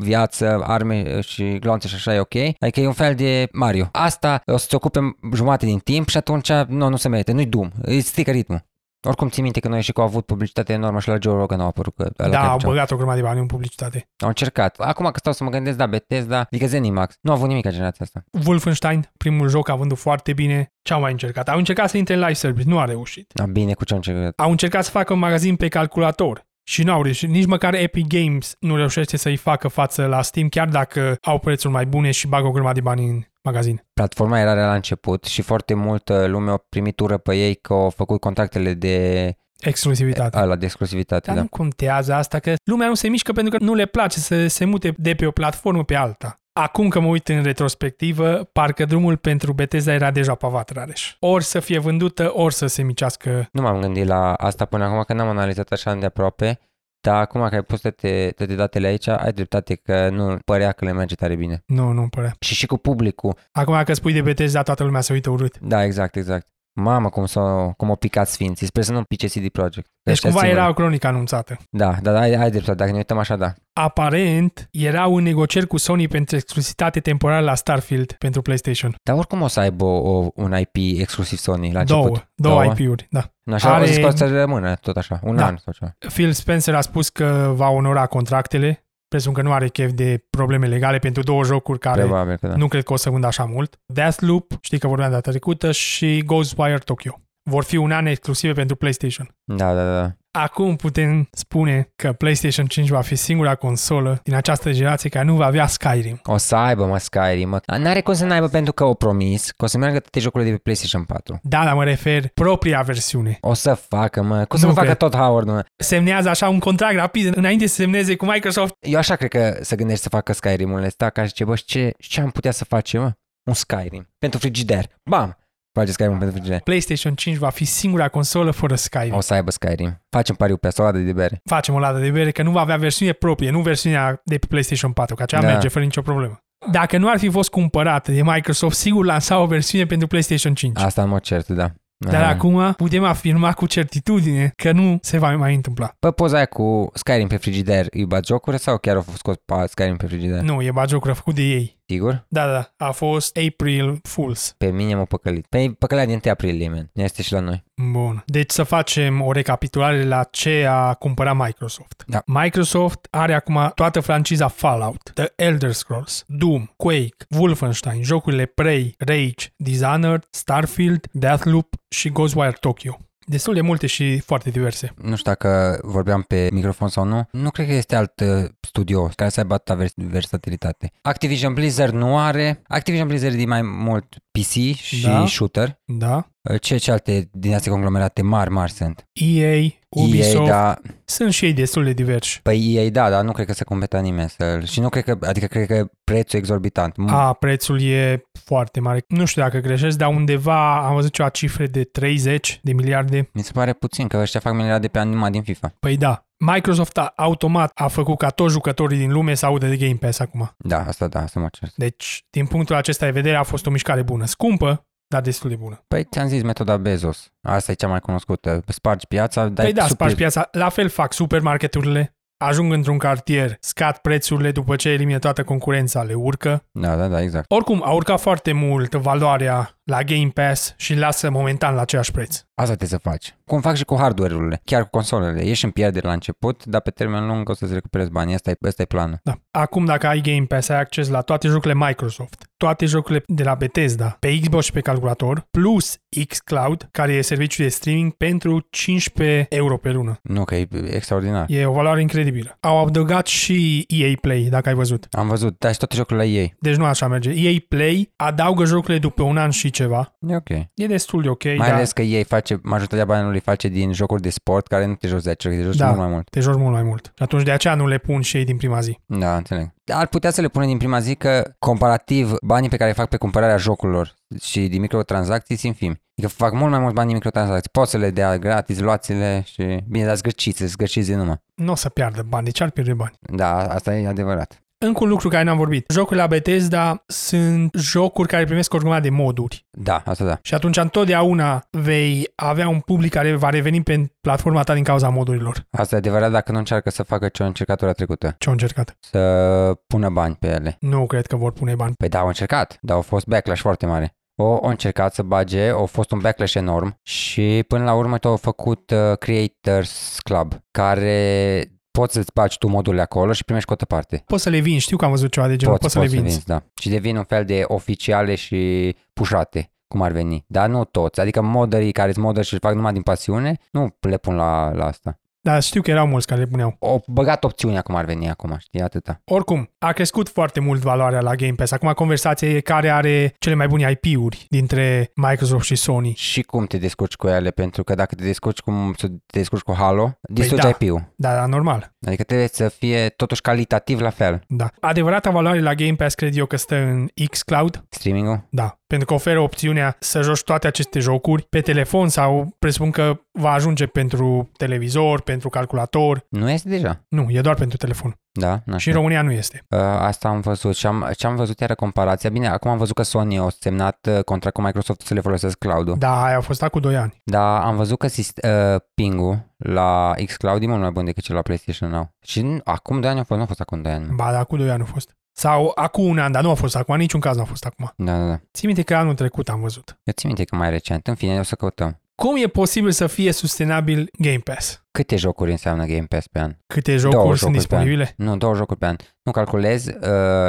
S2: viață, arme și glonțe și așa e ok, adică e un fel de Mario. Asta o să-ți ocupe jumate din timp și atunci nu, nu se merită, nu-i Doom, îi strică ritmul. Oricum ții minte că noi și cu au avut publicitate enormă și la Joe Rogan au apărut că ăla chiar
S1: da, au
S2: făcea-
S1: băgat o grămadă de bani în publicitate.
S2: au încercat. Acum că stau să mă gândesc, da, Bethesda, adică Zenimax, nu a avut nimic la generația asta.
S1: Wolfenstein, primul joc, a vândut foarte bine. Ce au mai încercat? Au încercat să intre în live service, nu a reușit.
S2: Da, bine, cu ce am încercat?
S1: Au încercat să facă un magazin pe calculator și nu au reușit. Nici măcar Epic Games nu reușește să-i facă față la Steam, chiar dacă au prețuri mai bune și bagă o grămadă de bani în magazin.
S2: Platforma era rea la început și foarte multă lume a primit ură pe ei că au făcut contractele de
S1: Exclusivitate.
S2: ala de exclusivitate,
S1: Dar
S2: da.
S1: nu contează asta, că lumea nu se mișcă pentru că nu le place să se mute de pe o platformă pe alta. Acum că mă uit în retrospectivă, parcă drumul pentru Bethesda era deja pavat, Rareș. Ori să fie vândută, ori să se micească.
S2: Nu m-am gândit la asta până acum, că n-am analizat așa de aproape, dar acum că ai pus toate, toate datele aici, ai dreptate că nu părea că le merge tare bine.
S1: Nu, nu părea.
S2: Și și cu publicul.
S1: Acum dacă spui de Bethesda, toată lumea se uită urât.
S2: Da, exact, exact. Mamă, cum s-au cum au picat sfinții. Sper să nu pice CD Projekt.
S1: Deci cumva era o cronică anunțată.
S2: Da, da, da, ai, ai dreptate. Dacă ne uităm așa, da.
S1: Aparent, erau în negocieri cu Sony pentru exclusivitate temporară la Starfield pentru PlayStation.
S2: Dar oricum o să aibă o, o, un IP exclusiv Sony la
S1: Două,
S2: început.
S1: două, două
S2: Două?
S1: IP-uri, da.
S2: Nu, Așa
S1: Are-
S2: Are... zis că o să rămână tot așa, un
S1: Da.
S2: da. an sau ceva.
S1: Phil Spencer a spus că va onora contractele. Presupun că nu are chef de probleme legale pentru două jocuri care
S2: Probabil că da.
S1: nu cred că o să vândă așa mult. Deathloop, știi că vorbeam data trecută, și Ghostwire Tokyo. Vor fi un an exclusive pentru PlayStation.
S2: Da, da, da.
S1: Acum putem spune că PlayStation 5 va fi singura consolă din această generație care nu va avea Skyrim.
S2: O să aibă, mă, Skyrim, mă. N-are cum să n-aibă pentru că o promis că o să meargă toate jocurile de pe PlayStation 4.
S1: Da, dar mă refer propria versiune.
S2: O să facă, mă. Cum să
S1: Nu
S2: nu facă
S1: cred.
S2: tot Howard, mă?
S1: Semnează așa un contract rapid înainte să semneze cu Microsoft.
S2: Eu așa cred că se gândește să facă Skyrim-ul ăsta, ca și ce, bă, și ce, și ce am putea să facem, mă? Un Skyrim. Pentru frigider. Bam! Face Skyrim pentru frigider.
S1: PlayStation 5 va fi singura consolă fără Skyrim.
S2: O să aibă Skyrim. Facem pariu pe asta, o ladă de bere.
S1: facem o ladă de bere, că nu va avea versiune proprie, nu versiunea de pe PlayStation 4, că aceea da.
S2: Da.
S1: merge fără nicio problemă. Dacă nu ar fi fost cumpărată de Microsoft, sigur lansa o versiune pentru PlayStation 5. A.
S2: Asta mă cert, Ah, da.
S1: Dar
S2: Aha.
S1: acum putem afirma cu certitudine că nu se va mai întâmpla.
S2: Pe Păi poza aia cu Skyrim pe frigider, e bagiocură sau chiar a fost scos pa- Skyrim pe frigider?
S1: Nu, e bagiocură făcut de ei.
S2: Sigur?
S1: Da, da, a fost April Fools.
S2: Pe mine m-a păcălit. Pe păcălea din 1 aprilie, man. Este și la noi.
S1: Bun. Deci să facem o recapitulare la ce a cumpărat Microsoft.
S2: Da.
S1: Microsoft are acum toată franciza Fallout, The Elder Scrolls, Doom, Quake, Wolfenstein, jocurile Prey, Rage, Dishonored, Starfield, Deathloop și Ghostwire Tokyo. Destul de multe și foarte diverse.
S2: Nu știu dacă vorbeam pe microfon sau nu. Nu cred că este alt uh, studio care să aibă atâta vers- versatilitate. Activision Blizzard nu are. Activision Blizzard e mai mult PC și
S1: Da.
S2: shooter.
S1: Da?
S2: Uh, Ce, ce alte din astea conglomerate mari, mari sunt?
S1: EA, Ubisoft,
S2: EA, da,
S1: sunt și ei destul de diversi.
S2: Păi ei, da, dar nu cred că se competa nimeni să Și nu cred că, adică cred că prețul e exorbitant. M-
S1: A, prețul e foarte mare. Nu știu dacă greșesc, dar undeva am văzut ceva cifre de 30 de miliarde.
S2: Mi se pare puțin că ăștia fac miliarde pe an numai din FIFA.
S1: Păi da, Microsoft a, automat a făcut ca toți jucătorii din lume să audă de Game Pass acum.
S2: Da, asta da, asta mă cer.
S1: Deci, din punctul acesta de vedere, a fost o mișcare bună. Scumpă, dar destul de bună.
S2: Păi ți-am zis metoda Bezos. Asta e cea mai cunoscută. Spargi piața, dai
S1: Păi da,
S2: supli-
S1: spargi piața. La fel fac supermarketurile. Ajung într-un cartier, scad prețurile după ce elimine toată concurența, le urcă.
S2: Da, da, da, exact.
S1: Oricum, a urcat foarte mult valoarea la Game Pass și lasă momentan la același preț.
S2: Asta trebuie să faci. Cum fac și cu hardware-urile, chiar cu consolele. Ieși în pierdere la început, dar pe termen lung o să-ți recuperezi banii. Asta e, asta e planul.
S1: Da. Acum dacă ai Game Pass, ai acces la toate jocurile Microsoft, toate jocurile de la Bethesda, pe Xbox și pe calculator, plus xCloud, care e serviciul de streaming pentru 15 euro pe lună.
S2: Nu, că e extraordinar.
S1: E o valoare incredibilă. Au adăugat și EA Play, dacă ai văzut.
S2: Am văzut, da, și toate jocurile la ei.
S1: Deci nu așa merge. EA Play adăugă jocurile după un an și ceva.
S2: E ok.
S1: E destul de ok,
S2: Mai
S1: dar
S2: ales că ei face, majoritatea banilor îi face din jocuri de sport care nu te joci de aici, te joci
S1: Da.
S2: da. mult mai mult.
S1: te joci mult mai mult. Și atunci de aceea nu le pun și ei din prima zi.
S2: Da, înțeleg. Ar putea să le pune din prima zi că, comparativ, banii pe care îi fac pe cumpărarea jocurilor și din microtransacții sunt infimi. Adică fac mult mai mult bani din microtransacții. Poți să le dea gratis, luați-le și... Bine, dar zgârciți, zgârciți din numai.
S1: Nu o să piardă bani, de ce ar pierde bani?
S2: Da, asta e adevărat.
S1: Încă un lucru care n-am vorbit. Jocurile la Bethesda sunt jocuri care primesc o grămadă de moduri.
S2: Da, asta da.
S1: Și atunci întotdeauna vei avea un public care va reveni pe platforma ta din cauza modurilor.
S2: Asta e adevărat dacă nu încearcă să facă ce au încercat ora trecută.
S1: Ce au încercat?
S2: Să pună bani pe ele.
S1: Nu cred că vor pune bani.
S2: Păi da, au încercat, dar au fost backlash foarte mare. O, au încercat să bage, au fost un backlash enorm și până la urmă tot au făcut uh, Creators Club, care poți să-ți bagi tu modurile acolo și primești cotă parte.
S1: Poți să le vinzi, știu că am văzut ceva de genul, poți, să le vinzi.
S2: da. Și devin un fel de oficiale și pușate, cum ar veni. Dar nu toți, adică modării care îți modări și îl fac numai din pasiune, nu le pun la, la asta.
S1: Dar știu că erau mulți care le puneau.
S2: O băgat opțiunea cum ar veni acum, știi, atâta.
S1: Oricum, a crescut foarte mult valoarea la Game Pass. Acum conversația e care are cele mai bune IP-uri dintre Microsoft și Sony.
S2: Și cum te descurci cu ele, pentru că dacă te descurci cum să te descurci cu Halo, distrugi
S1: da.
S2: IP-ul.
S1: Da, da, normal.
S2: Adică trebuie să fie totuși calitativ la fel
S1: Da. Adevărata valoare la Game Pass cred eu că stă în xCloud,
S2: streaming-ul.
S1: Da, pentru că oferă opțiunea să joci toate aceste jocuri pe telefon sau presupun că va ajunge pentru televizor, pentru calculator.
S2: Nu este deja.
S1: Nu, e doar pentru telefon.
S2: Da, nu
S1: Și în
S2: știu.
S1: România nu este.
S2: Uh, asta am văzut și am, și am văzut iară comparația. Bine, acum am văzut că Sony a semnat uh, contract cu Microsoft să le folosesc cloud-ul.
S1: Da, aia a fost acum 2 ani.
S2: Dar am văzut că sist- uh, ping-ul la xCloud e mult mai bun decât cel la PlayStation Now. Și n- acum 2 ani a fost, nu a fost acum 2 ani.
S1: Ba, da, acum 2 ani a fost. Sau acum un an, dar nu a fost acum, în niciun caz nu a fost acum.
S2: Da, da, da.
S1: Ții minte că anul trecut am văzut.
S2: Eu țin minte că mai recent. În fine, o să căutăm.
S1: Cum e posibil să fie sustenabil Game Pass?
S2: Câte jocuri înseamnă Game Pass pe an?
S1: Câte jocuri
S2: Două
S1: sunt
S2: jocuri pe an.
S1: disponibile?
S2: Nu, două jocuri pe an. Nu calculez uh,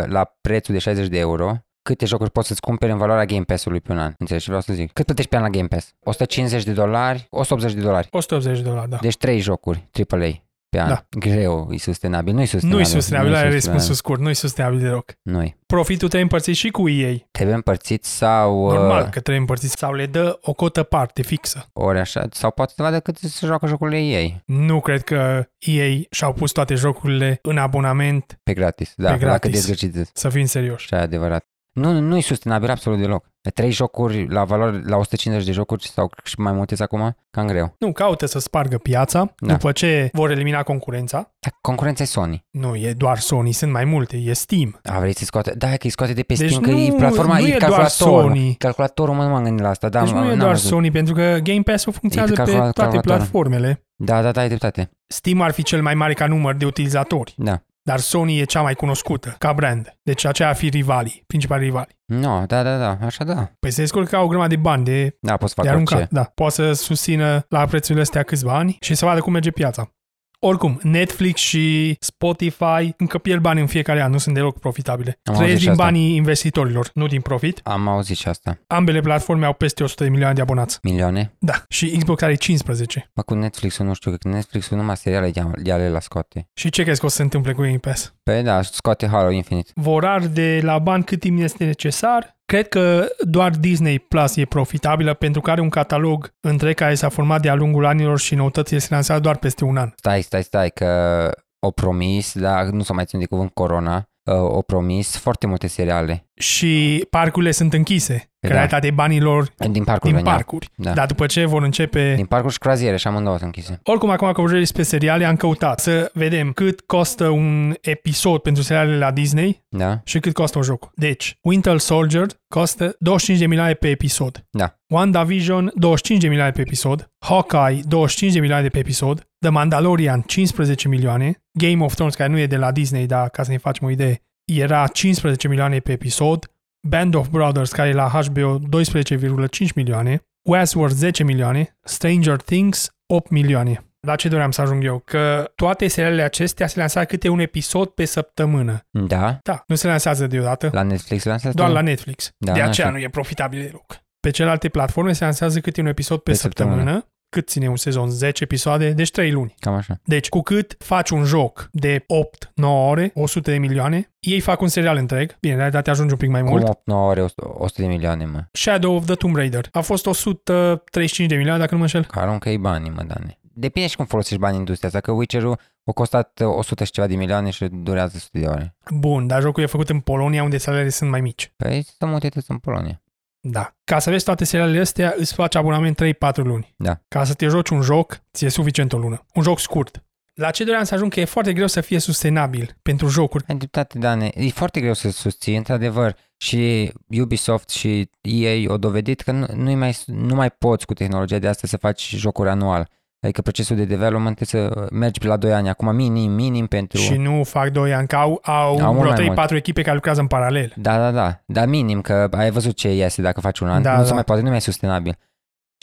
S2: la prețul de 60 de euro câte jocuri poți să-ți cumperi în valoarea Game Pass-ului pe un an. Înțelegi ce vreau să zic? Cât plătești pe an la Game Pass? 150 de dolari, 180 de dolari.
S1: 180 de dolari, da.
S2: Deci 3 jocuri AAA pe an.
S1: Da.
S2: Greu, e sustenabil. Nu e sustenabil.
S1: Nu-i sustenabil,
S2: Nu-i
S1: are răspunsul scurt, nu-i sustenabil deloc.
S2: Nu-i.
S1: Profitul te împărțit și cu ei.
S2: Trebuie împărțit sau
S1: Normal că
S2: uh,
S1: trebuie împărțit sau le dă o cotă parte fixă.
S2: ori așa, sau poate să vadă cât se joacă jocurile ei
S1: Nu cred că ei și-au pus toate jocurile în abonament,
S2: pe gratis. Da,
S1: Pe gratis.
S2: dacă dezgăciți.
S1: să fim serioși.
S2: Și adevărat. Nu, nu e sustenabil absolut deloc. Trei jocuri la valoare, la 150 de jocuri sau și mai multe acum, cam greu.
S1: Nu, caută să spargă piața
S2: Da.
S1: da. după ce vor elimina concurența.
S2: Dar concurența e Sony.
S1: Nu, e doar Sony, sunt mai multe, e Steam.
S2: A, vrei să scoate? Da, că îi scoate de pe
S1: Deci
S2: Steam, că
S1: nu-
S2: e platforma,
S1: nu
S2: e,
S1: e doar
S2: calculatorul.
S1: Sony.
S2: Calculatorul, mă, nu m-am gândit la asta. Da,
S1: Da, deci
S2: m-
S1: nu e
S2: n-am
S1: doar
S2: văzut.
S1: Sony, pentru că Game Pass-ul funcționează
S2: E pe
S1: pe
S2: calcula-
S1: toate
S2: calculatoare.
S1: platformele.
S2: Da, da, da, ai dreptate.
S1: Steam ar fi cel mai mare ca număr de utilizatori,
S2: Da.
S1: dar Sony e cea mai cunoscută ca brand. Deci aceea ar fi rivalii, principalii rivali.
S2: Nu, no, da, da, da, așa da.
S1: Păi se descurcă ca o grămadă de bani de,
S2: Da, poți
S1: de
S2: face
S1: aruncat.
S2: orice.
S1: Da. Poate să susțină la prețurile astea câțiva ani și să vadă cum merge piața. Oricum, Netflix și Spotify încă pierd bani în fiecare an, nu sunt deloc profitabile.
S2: Am auzit
S1: Trăiesc
S2: și
S1: din
S2: asta.
S1: banii investitorilor, nu din profit.
S2: Am auzit și asta.
S1: Ambele platforme au peste 100 de milioane de abonați.
S2: Milioane?
S1: Da. Și Xbox are 15.
S2: Mă, cu Netflix-ul nu știu, că Netflix-ul numai seriale de- de ale la scoate.
S1: Și ce crezi că o să se întâmple cu Game Pass?
S2: Păi da, scoate Halo Infinite.
S1: vor arde la bani cât timp este necesar. Cred că doar Disney Plus e profitabilă pentru că are un catalog întreg care s-a format de-a lungul anilor și noutățile se lansează doar peste un an.
S2: Stai, stai, stai, că o promis, dar nu da, s-o mai țin de cuvânt Corona, uh, o promis foarte multe seriale
S1: Și parcurile sunt închise,
S2: Da.
S1: da. realitatea banilor
S2: din parcul
S1: din
S2: veneau.
S1: parcuri.
S2: Da.
S1: Dar după ce vor începe...
S2: Din parcul și croaziere și amândouă sunt închise.
S1: Oricum, acum că vorbim despre seriale, am căutat să vedem cât costă un episod pentru serialele la Disney
S2: Da?
S1: și cât costă un joc. Deci, Winter Soldier costă 25 de milioane pe episod.
S2: Da.
S1: WandaVision 25 de milioane pe episod, Hawkeye 25 de milioane de pe episod, The Mandalorian 15 milioane, Game of Thrones, care nu e de la Disney, dar ca să ne facem o idee, era 15 milioane pe episod, Band of Brothers, care e la HBO 12,5 milioane, Westworld 10 milioane, Stranger Things 8 milioane. La ce doream să ajung eu? Că toate serialele acestea se lansează câte un episod pe săptămână.
S2: Da?
S1: Da, nu se lansează deodată.
S2: La Netflix lansează?
S1: Doar la Netflix.
S2: Da,
S1: Da, de
S2: n-aș
S1: aceea
S2: fi-
S1: nu e profitabil deloc. Pe celelalte platforme se lansează câte un episod pe,
S2: Pe
S1: pe
S2: săptămână.
S1: săptămână. săptămână. Cât ține un sezon? 10 episoade, deci 3 luni.
S2: Cam așa.
S1: Deci, cu cât faci un joc de 8-9 ore, 100 de milioane, ei fac un serial întreg. Bine, în realitate ajunge un pic mai mult.
S2: Cum 8, 9 ore, 100 100 de milioane, mă.
S1: Shadow of the Tomb Raider. A fost 135 de milioane, dacă nu mă înșel.
S2: Că aruncă ei banii, mă, Dane. Depinde și cum folosești banii în industria asta, că Witcher-ul a costat uh, 100 și ceva de milioane și durează 100 de ore.
S1: Bun, dar jocul e făcut în Polonia, unde salariile sunt mai mici.
S2: Păi să multe tot în Polonia.
S1: Da. Ca să vezi toate serialele astea, îți faci abonament 3-4 luni.
S2: Da.
S1: Ca să te joci un joc, ți-e suficient o lună. Un joc scurt. La ce doream să ajung că e foarte greu să fie sustenabil pentru jocuri.
S2: Ai dreptate, Dane. E foarte greu să susții, într-adevăr. Și Ubisoft și EA au dovedit că nu, nu-i mai, nu mai poți cu tehnologia de asta să faci jocuri anual. Adică procesul de development trebuie să mergi la 2 ani acum, minim, minim pentru...
S1: Și nu fac 2 ani, că au,
S2: Au
S1: au
S2: mult mai
S1: vreo 3-4
S2: mult.
S1: echipe care lucrează în paralel.
S2: Da, da, da. Dar minim, că ai văzut ce iese dacă faci un an.
S1: Da,
S2: nu se
S1: da.
S2: mai poate, nu mai e sustenabil.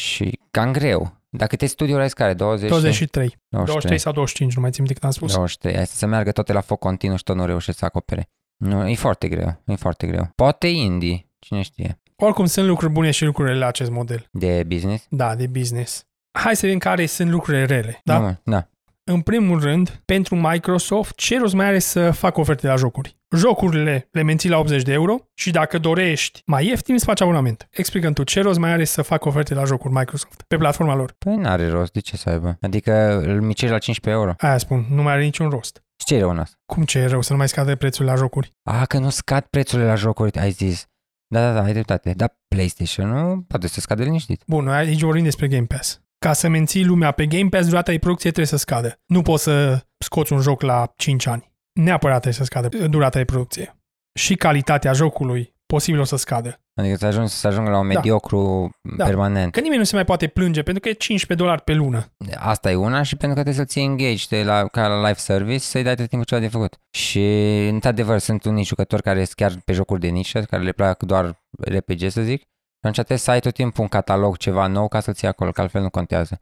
S2: Și cam greu. Dacă te studiul ai care? 20?
S1: 23. 23
S2: 23.
S1: sau 25, nu mai țin minte cât am spus.
S2: 23. Hai să se meargă toate la foc continuu și tot nu reușesc să acopere. Nu, e foarte greu. E foarte greu. Poate indie. Cine știe.
S1: Oricum sunt lucruri bune și lucrurile la acest model.
S2: De business?
S1: Da, de business. Hai să vedem care sunt lucrurile rele. Da?
S2: Nu, mă, da.
S1: În primul rând, pentru Microsoft, ce rost mai are să facă oferte la jocuri? Jocurile le menții la 80 de euro și dacă dorești mai ieftin, îți faci abonament. Explicăm tu, ce rost mai are să facă oferte la jocuri Microsoft pe platforma lor?
S2: Păi n-are rost. De ce să aibă? Adică îl micești la 15 euro.
S1: Aia spun, nu mai are niciun rost.
S2: Și ce e rău în asta?
S1: Cum ce e rău să nu mai scade prețul la jocuri?
S2: A, că nu scad prețurile la jocuri, ai zis. Da, da, da, ai dreptate. Dar PlayStation nu poate să scadă liniștit.
S1: Bun, noi aici vorbim despre Game Pass. Ca să menții lumea pe Game Pass, durata de producție trebuie să scadă. Nu poți să scoți un joc la 5 ani. Neapărat trebuie să scadă durata de producție. Și calitatea jocului posibil o să scadă.
S2: Adică să ajungi, să ajungă la un
S1: Da.
S2: mediocru
S1: Da.
S2: permanent.
S1: Că nimeni nu se mai poate plânge pentru că e 15 dolari pe lună.
S2: Asta e una și pentru că trebuie să-l ții engaged de la, ca la live service să-i dai tot timpul ceva de făcut. Și într-adevăr sunt unii jucători care sunt chiar pe jocuri de nișă, care le plac doar RPG să zic. Și atunci trebuie să ai tot timpul un catalog ceva nou ca să-l ții acolo, că altfel nu contează.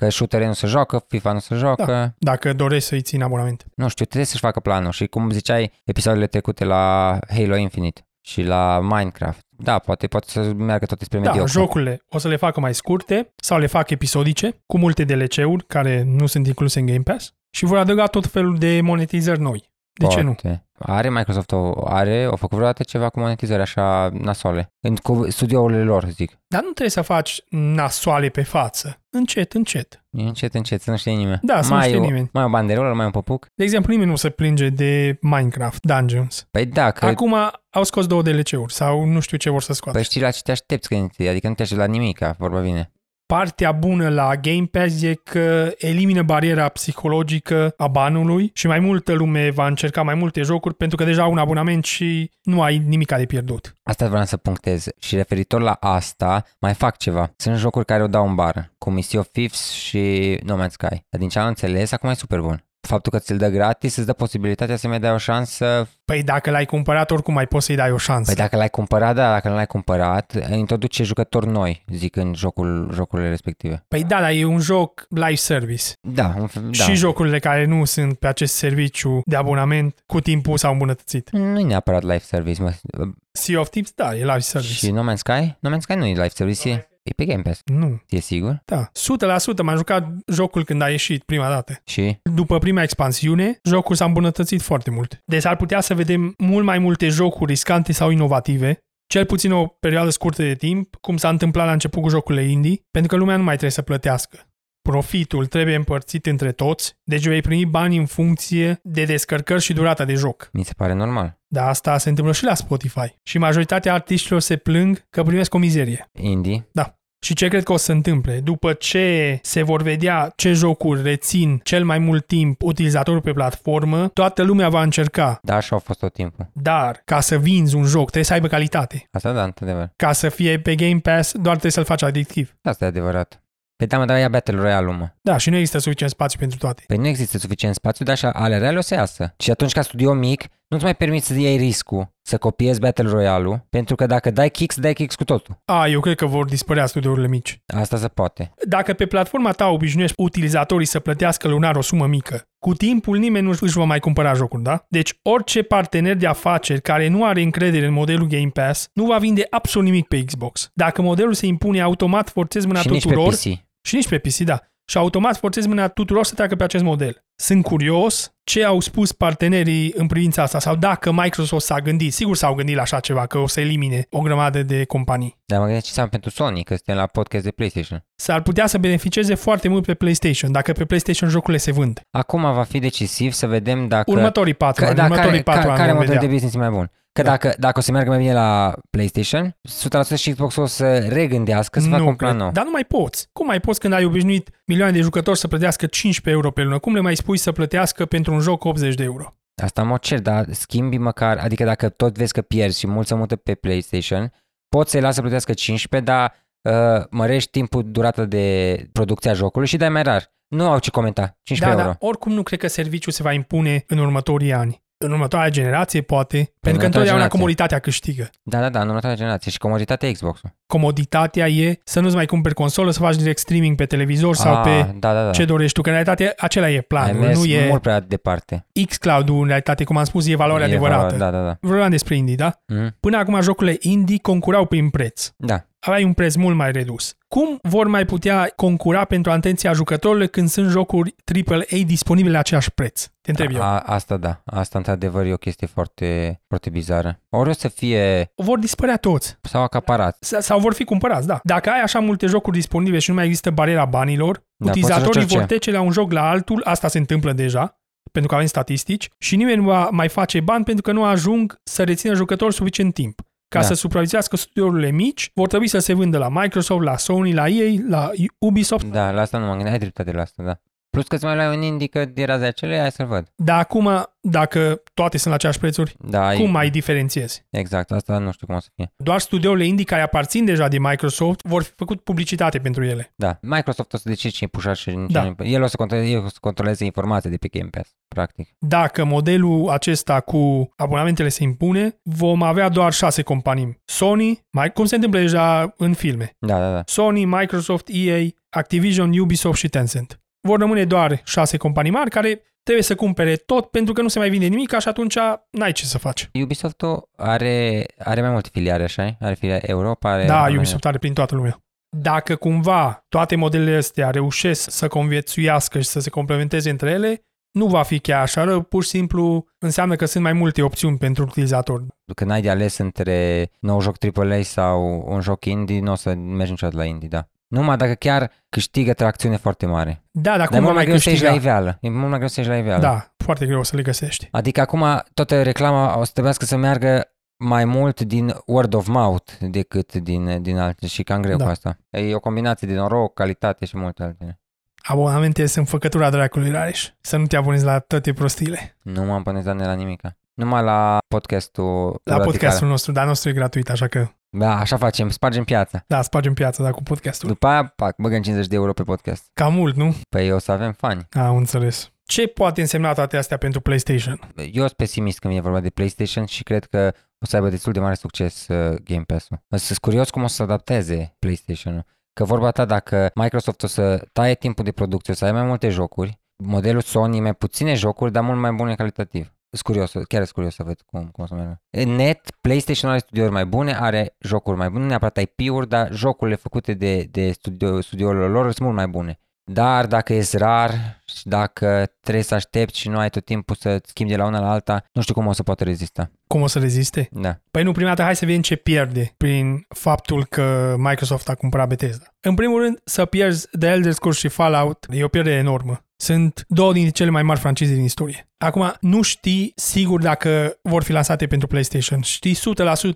S2: Că shooter nu se joacă, FIFA nu se joacă, da.
S1: Dacă dorești să-i țin abonament.
S2: nu știu, trebuie să-și facă planul. Și cum ziceai, episoadele trecute la Halo Infinite și la Minecraft. Da, poate, poate să meargă toate spre
S1: Da,
S2: mediocru.
S1: jocurile o să le facă mai scurte sau le fac episodice cu multe DLC-uri care nu sunt incluse în Game Pass și vor adăuga tot felul de monetizări noi. De ce nu?
S2: Poate. Are Microsoft, o, are, o făcut vreodată ceva cu monetizări așa nasoale. În cu studiourile lor, zic.
S1: Dar nu trebuie să faci nasoale pe față. Încet, încet.
S2: Încet, încet, să nu știe nimeni.
S1: Da, să nu
S2: mai
S1: știe
S2: o-
S1: nimeni.
S2: Mai o banderolă, mai un păpuc.
S1: De exemplu, nimeni nu se plânge de Minecraft Dungeons.
S2: Păi da, că... Acum...
S1: Acum au scos două DLC-uri sau nu știu ce vor să scoată.
S2: Păi știi la ce te aștepți când intri, adică nu te aștepți la nimic, vorba vine.
S1: Partea bună la Game Pass e că elimină bariera psihologică a banului și mai multă lume va încerca mai multe jocuri pentru că deja au un abonament și nu ai nimic de pierdut.
S2: Asta vreau să punctez și referitor la asta, mai fac ceva. Sunt jocuri care o dau în bară, cum e Sea of Thieves și No Man's Sky. Dar din ce am înțeles, acum e super bun. Faptul că ți-l dă gratis îți dă posibilitatea să-mi dai o șansă.
S1: Păi dacă l-ai cumpărat, oricum mai poți să-i dai o șansă.
S2: Păi dacă l-ai cumpărat, da, dacă nu l-ai cumpărat, introduce jucători noi, zic, în jocul, jocurile respective.
S1: Păi da, dar e un joc live service.
S2: Da, un fel, da.
S1: Da. Și jocurile care nu sunt pe acest serviciu de abonament, cu timpul s-au îmbunătățit.
S2: Nu-i neapărat live service, mă.
S1: Sea of Thieves, da, e live service.
S2: Și No Man's Sky? No Man's Sky nu e live service, e, e pe Game Pass.
S1: Nu,
S2: E sigur?
S1: da. 100% m-am jucat jocul când a ieșit prima dată.
S2: Și?
S1: După prima expansiune, jocul s-a îmbunătățit foarte mult. Deci ar putea să vedem mult mai multe jocuri riscante sau inovative, cel puțin o perioadă scurtă de timp, cum s-a întâmplat la început cu jocurile indie, pentru că lumea nu mai trebuie să plătească. Profitul trebuie împărțit între toți, deci vei primi bani în funcție de descărcări și durata de joc.
S2: Mi se pare normal.
S1: Dar asta se întâmplă și la Spotify. Și majoritatea artiștilor se plâng că primesc o mizerie.
S2: Indie?
S1: Da. Și ce cred că o să se întâmple? După ce se vor vedea ce jocuri rețin cel mai mult timp utilizatorul pe platformă, toată lumea va încerca.
S2: Da, așa a fost tot timpul.
S1: Dar ca să vinzi un joc trebuie să aibă calitate.
S2: Asta da, într-adevăr.
S1: Ca să fie pe Game Pass doar trebuie să-l faci adictiv.
S2: Da, Asta e adevărat. Pe da, mă, dar ia Battle Royale, mă.
S1: Da, și nu există suficient spațiu pentru toate.
S2: Păi nu există suficient spațiu, dar și ale reale o să iasă. Și atunci, ca studio mic, nu-ți mai permiți să iei riscul să copiezi Battle Royale-ul, pentru că dacă dai kicks, dai kicks cu totul.
S1: A, eu cred că vor dispărea studiourile mici.
S2: Asta se poate.
S1: Dacă pe platforma ta obișnuiești utilizatorii să plătească lunar o sumă mică, cu timpul nimeni nu își va mai cumpăra jocul, da? Deci orice partener de afaceri care nu are încredere în modelul Game Pass nu va vinde absolut nimic pe Xbox. Dacă modelul se impune, automat forțezi mâna
S2: și
S1: tuturor
S2: nici pe PC.
S1: și nici pe PC, da. Și automat forțezi mâna tuturor să treacă pe acest model. Sunt curios ce au spus partenerii în privința asta sau dacă Microsoft s-a gândit, sigur s-au gândit la așa ceva, că o să elimine o grămadă de companii.
S2: Dar mă gândesc ce înseamnă pentru Sony, că suntem la podcast de PlayStation.
S1: s-ar putea să beneficieze foarte mult pe PlayStation, dacă pe PlayStation jocurile se vând.
S2: Acum va fi decisiv să vedem dacă...
S1: Următorii patru
S2: că,
S1: ani,
S2: da,
S1: următorii
S2: care,
S1: patru
S2: care,
S1: ani
S2: care
S1: vom
S2: motor de
S1: vedea.
S2: business e mai bun? Că
S1: Da.
S2: dacă, dacă o să meargă mai bine la PlayStation, 100% și Xbox o să regândească să facă un plan
S1: cred. Da.
S2: nou.
S1: Dar nu mai poți. Cum mai poți când ai obișnuit milioane de jucători să plătească 15 euro pe lună? Cum le mai spui să plătească pentru un joc 80 de euro?
S2: Asta mă cer, dar schimbi măcar, adică dacă tot vezi că pierzi și mulți se mută pe PlayStation, poți să-i lasă să plătească 15, dar uh, mărești timpul, durata de producție a jocului și dai mai rar. Nu au ce comenta, 15
S1: Da,
S2: euro.
S1: dar oricum nu cred că serviciul se va impune în următorii ani. În următoarea generație, poate, pentru că
S2: Păi, următoarea
S1: întotdeauna
S2: generație.
S1: comoditatea câștigă.
S2: Da, da, da, în următoarea generație și comoditatea Xbox-ul.
S1: Comoditatea e să nu-ți mai cumperi consolă, să faci direct streaming pe televizor sau
S2: Ah,
S1: pe
S2: da, da, da.
S1: ce dorești tu, că în realitate acela e
S2: Ai
S1: planul,
S2: mers
S1: nu e...
S2: mult prea departe.
S1: xCloud-ul, în realitate, cum am spus, e valoarea
S2: E
S1: adevărată.
S2: valoare, Da, da, da.
S1: Vorbeam despre indie, da?
S2: Mm,
S1: Până acum jocurile indie concurau prin preț.
S2: da.
S1: Aveai un preț mult mai redus. Cum vor mai putea concura pentru atenția jucătorilor când sunt jocuri AAA disponibile la același preț? Te întreb eu.
S2: A, asta da, asta într-adevăr e o chestie foarte, foarte bizară. Ori o să fie
S1: Vor dispărea toți.
S2: sau acaparat.
S1: S- Sau vor fi cumpărați, da. Dacă ai așa multe jocuri disponibile și nu mai există bariera banilor,
S2: Da, poți să
S1: utilizatorii
S2: joci
S1: vor
S2: orice.
S1: trece la un joc la altul, asta se întâmplă deja, pentru că avem statistici, și nimeni nu va mai face bani pentru că nu ajung să rețină jucători suficient timp. Ca
S2: Da.
S1: să supraviețuiască studiourile mici, vor trebui să se vândă la Microsoft, la Sony, la EA, la Ubisoft.
S2: Da, la asta nu m-am gândit, ai dreptate la asta, da. Plus că îți mai luai un indică de raza acelea, hai să-l văd.
S1: Dar acum, dacă toate sunt la aceeași prețuri,
S2: Da,
S1: Ai.
S2: e-
S1: cum mai diferențiezi?
S2: Exact, asta nu știu cum o să fie.
S1: Doar studiourile indie care aparțin deja de Microsoft vor fi făcut publicitate pentru ele.
S2: Da, Microsoft o să decide cine e pușat și cine
S1: Da.
S2: da. El o să, controleze, el o să controleze informații de pe Game Pass, practic.
S1: dacă modelul acesta cu abonamentele se impune, vom avea doar șase companii. Sony, mai, cum se întâmplă deja în filme.
S2: Da, da, da.
S1: Sony, Microsoft, EA, Activision, Ubisoft și Tencent. Vor rămâne doar șase companii mari care trebuie să cumpere tot pentru că nu se mai vinde nimic și atunci n-ai ce să faci.
S2: ubisoft are, are mai multe filiare, așa Are filiare Europa, are...
S1: Da, Ubisoft are prin toată lumea. Dacă cumva toate modelele astea reușesc să conviețuiască și să se complementeze între ele, nu va fi chiar așa rău, pur și simplu înseamnă că sunt mai multe opțiuni pentru utilizator.
S2: Când ai de ales între nou joc AAA sau un joc indie, nu o să mergi niciodată la indie, da. Numai dacă chiar câștigă tracțiune foarte mare.
S1: Da, dacă
S2: Dar e
S1: cumva
S2: mult mai
S1: mai
S2: greu să ieși
S1: câștiga.
S2: la iveală. E mult mai greu să ieși la iveală.
S1: Da, foarte greu să le găsești.
S2: Adică acum toată reclama o să trebuiască să meargă mai mult din word of mouth decât din, din alte și cam greu
S1: Da.
S2: da. cu asta. E o combinație de noroc, calitate și multe altele.
S1: Abonamentele sunt făcătura dracului, Rareș. Să nu te abonezi la toate prostiile.
S2: Nu m-am penetrat la nimica. Numai la podcastul
S1: La
S2: Radical.
S1: podcastul nostru, dar nostru e gratuit, așa că
S2: Da, așa facem, spargem piața.
S1: da, spargem piața, dar cu podcastul.
S2: După aia, pac, băgăm 50 de euro pe podcast.
S1: Cam mult, nu?
S2: Păi o să avem fani.
S1: Am înțeles. Ce poate însemna toate astea pentru PlayStation?
S2: Eu sunt pesimist când vine vorba de PlayStation și cred că o să aibă destul de mare succes uh, Game Pass-ul. Sunt curios cum o să se adapteze PlayStation-ul. Că vorba ta, dacă Microsoft o să taie timpul de producție, o să ai mai multe jocuri, modelul Sony e mai puține jocuri, dar mult mai bune calitativ. Sunt curios, chiar sunt curios să văd cum, cum o să meargă. În Net, PlayStation are studiouri mai bune, are jocuri mai bune, nu neapărat IP-uri, dar jocurile făcute de, de studio, studiourile lor sunt mult mai bune. Dar dacă ești rar și dacă trebuie să aștepți și nu ai tot timpul să schimbi de la una la alta, nu știu cum o să poată rezista.
S1: Cum o să reziste?
S2: Da.
S1: Păi nu, prima dată hai să vedem ce pierde prin faptul că Microsoft a cumpărat Bethesda. În primul rând, să pierzi The Elder Scrolls și Fallout e o pierdere enormă. Sunt două dintre cele mai mari francize din istorie. Acum, nu știi sigur dacă vor fi lansate pentru PlayStation. Știi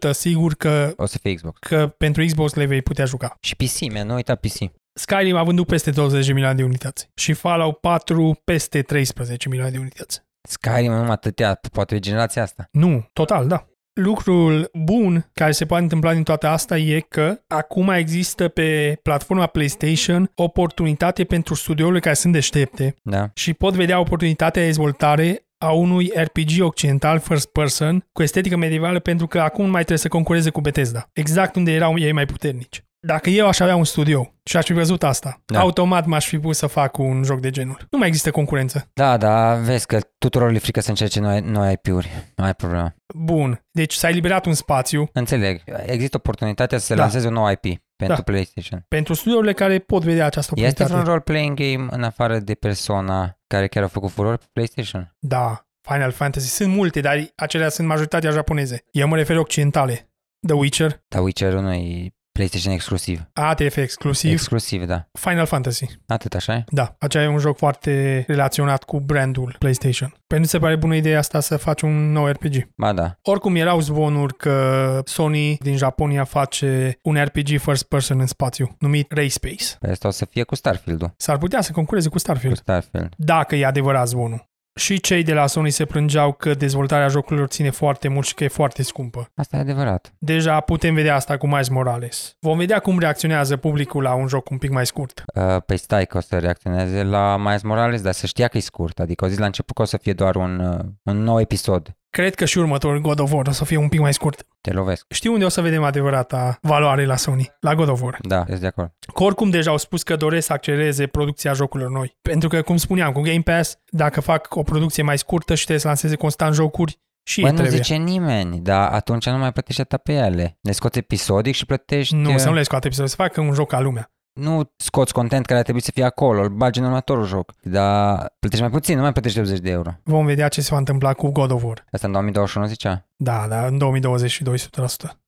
S1: 100% sigur că,
S2: O să fie Xbox.
S1: că pentru Xbox le vei putea juca.
S2: Și PC, mi-a nu uitat PC.
S1: Skyrim a vândut peste 20 de milioane de unități și Fallout 4 peste 13 milioane de unități.
S2: Skyrim nu atâtea, poate e generația asta.
S1: Nu, total, da. Lucrul bun care se poate întâmpla din toată asta e că acum există pe platforma PlayStation oportunitate pentru studiourile care sunt deștepte
S2: Da.
S1: și pot vedea oportunitatea de dezvoltare a unui RPG occidental first person cu estetică medievală pentru că acum nu mai trebuie să concureze cu Bethesda. Exact unde erau ei mai puternici. Dacă eu aș avea un studio și aș fi văzut asta, da.
S2: Da.
S1: automat m-aș fi pus să fac un joc de genul. Nu mai există concurență.
S2: Da, da, vezi că tuturor le frică să încerce noi, noi IP-uri. Nu ai problema.
S1: Bun, deci s-a eliberat un spațiu
S2: Înțeleg. Există oportunitatea să se
S1: Da.
S2: da. lanseze un nou IP pentru
S1: Da.
S2: da. PlayStation.
S1: pentru studiourile care pot vedea această
S2: Este
S1: oportunitate.
S2: un role-playing game în afară de Persona care chiar a făcut furor pe PlayStation.
S1: Da, Final Fantasy sunt multe, dar acelea sunt majoritatea japoneze. Eu mă refer occidentale. The Witcher,
S2: Dar Witcher-ul nu e PlayStation exclusiv.
S1: ATF exclusiv,
S2: Exclusiv, da.
S1: Final Fantasy.
S2: Atât, așa e?
S1: Da, acela e un joc foarte relaționat cu brandul PlayStation. Pentru nu se pare bună ideea asta să faci un nou RPG.
S2: Ba da.
S1: Oricum erau zvonuri că Sony din Japonia face un RPG first person în spațiu, numit Ray Space.
S2: Păi asta o să fie cu Starfield-ul.
S1: S-ar putea să concureze cu
S2: Cu
S1: Starfield,
S2: Starfield.
S1: dacă e adevărat zvonul. Și cei de la Sony se plângeau că dezvoltarea jocurilor ține foarte mult și că e foarte scumpă.
S2: Asta e adevărat.
S1: Deja putem vedea asta cu Miles Morales. Vom vedea cum reacționează publicul la un joc un pic mai scurt.
S2: Uh, păi stai că o să reacționeze la Miles Morales, dar să știa că e scurt. Adică au zis la început că o să fie doar un, uh, un nou episod.
S1: Cred că și următorul God of War o să fie un pic mai scurt.
S2: Te lovesc.
S1: Știu unde o să vedem adevărata valoare la Sony, la God of War.
S2: Da, ești de acord.
S1: Că oricum deja au spus că doresc să accelereze producția jocurilor noi. Pentru că, cum spuneam, cu Game Pass, dacă fac o producție mai scurtă și trebuie să lanseze constant jocuri, și
S2: Bă,
S1: ei
S2: nu
S1: trebuie.
S2: zice nimeni, dar atunci nu mai plătești atâta pe ele. Le scoți episodic și plătești...
S1: Nu,
S2: uh,
S1: să nu le scoate episodul, să facă un joc ca lumea.
S2: nu scoți content care ar trebui să fie acolo, îl bagi în următorul joc. Dar plătești mai puțin, nu mai plătești 80 de euro.
S1: Vom vedea ce se va întâmpla cu God of War.
S2: Asta în 2021 zicea?
S1: Da, da, în 2022, 100%.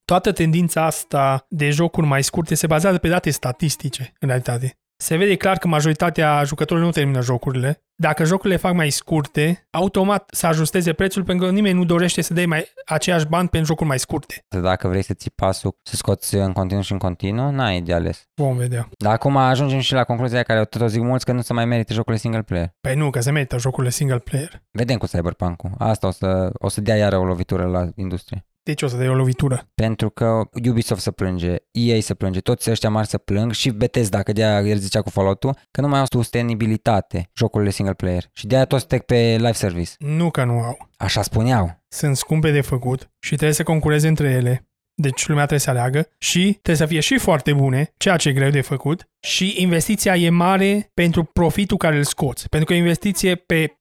S1: Toată tendința asta de jocuri mai scurte se bazează pe date statistice, în realitate. Se vede clar că majoritatea jucătorilor nu termină jocurile. Dacă jocurile fac mai scurte, automat să ajusteze prețul pentru că nimeni nu dorește să dea mai aceiași bani pentru jocuri mai scurte.
S2: Dacă vrei să ții pasul, să scoți în continuu și în continuu, n-ai de ales.
S1: Vom vedea.
S2: Dar acum ajungem și la concluzia care tot o zic mulți că nu se mai merită jocurile single player.
S1: Păi nu, că se merită jocurile single player.
S2: Vedem cu Cyberpunk-ul. Asta o să, o să dea iară o lovitură la industrie.
S1: De ce Deci o să dai o lovitură?
S2: Pentru că Ubisoft se plânge, EA se plânge, toți ăștia mari se plâng și Bethesda, dacă de-aia el zicea cu Fallout-ul, că nu mai au sustenibilitate jocurile single player. Și de-aia toți trec pe live service.
S1: Nu că nu au.
S2: Așa spuneau.
S1: Sunt scumpe de făcut și trebuie să concureze între ele. Deci lumea trebuie să aleagă și trebuie să fie și foarte bune, ceea ce e greu de făcut, și investiția e mare pentru profitul care îl scoți. Pentru că e o investiție pe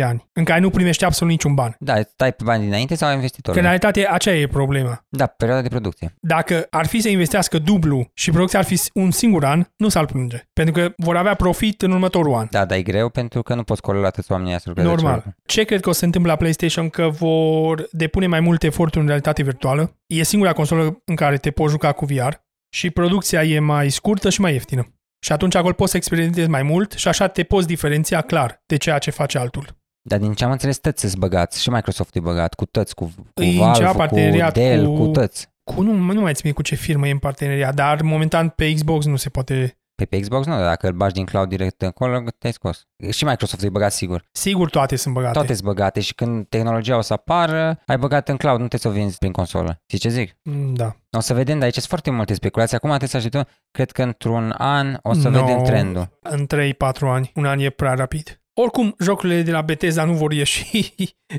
S1: 5-6 ani, în care nu primești absolut niciun ban.
S2: Da, îți dai pe bani dinainte sau
S1: Că în
S2: investitorul?
S1: realitate aceea e problema.
S2: Da, perioada de producție.
S1: Dacă ar fi să investească dublu și producția ar fi un singur an, nu s-ar plânge. Pentru că vor avea profit în următorul an.
S2: Da, dar e greu pentru că nu poți corela atâți oamenii asupra de
S1: Normal.
S2: cealaltă.
S1: Ce cred că o să se întâmple la PlayStation? Că vor depune mai multe eforturi în realitate virtuală. E singura consolă în care te poți juca cu VR și producția e mai scurtă și mai ieftină. Și atunci acolo poți să experimentezi mai mult și așa te poți diferenția clar de ceea ce face altul.
S2: Dar din ce am înțeles, tăți sunt băgați. Și Microsoft e băgat cu tăți, cu, cu
S1: Îi începea
S2: Valve, cu
S1: parteneriat
S2: Dell, cu,
S1: cu-
S2: cu tăți.
S1: Cu, nu, nu mai țin cu ce firmă e în parteneria, dar momentan pe Xbox nu se poate.
S2: Pe, pe Xbox nu, dar dacă îl bagi din cloud direct acolo, te-ai scos. Și Microsoft e băgat sigur.
S1: Sigur toate sunt băgate.
S2: Toate sunt băgate și când tehnologia o să apară, ai băgat în cloud, nu te să o vinzi prin consolă. Știi ce zic?
S1: Mm, Da.
S2: O să vedem, dar aici sunt foarte multe speculații. Acum trebuie să așteptăm, cred că într-un an o să
S1: No.
S2: vedem trendul.
S1: În 3-4 ani. Un an e prea rapid. Oricum, jocurile de la Bethesda nu vor ieși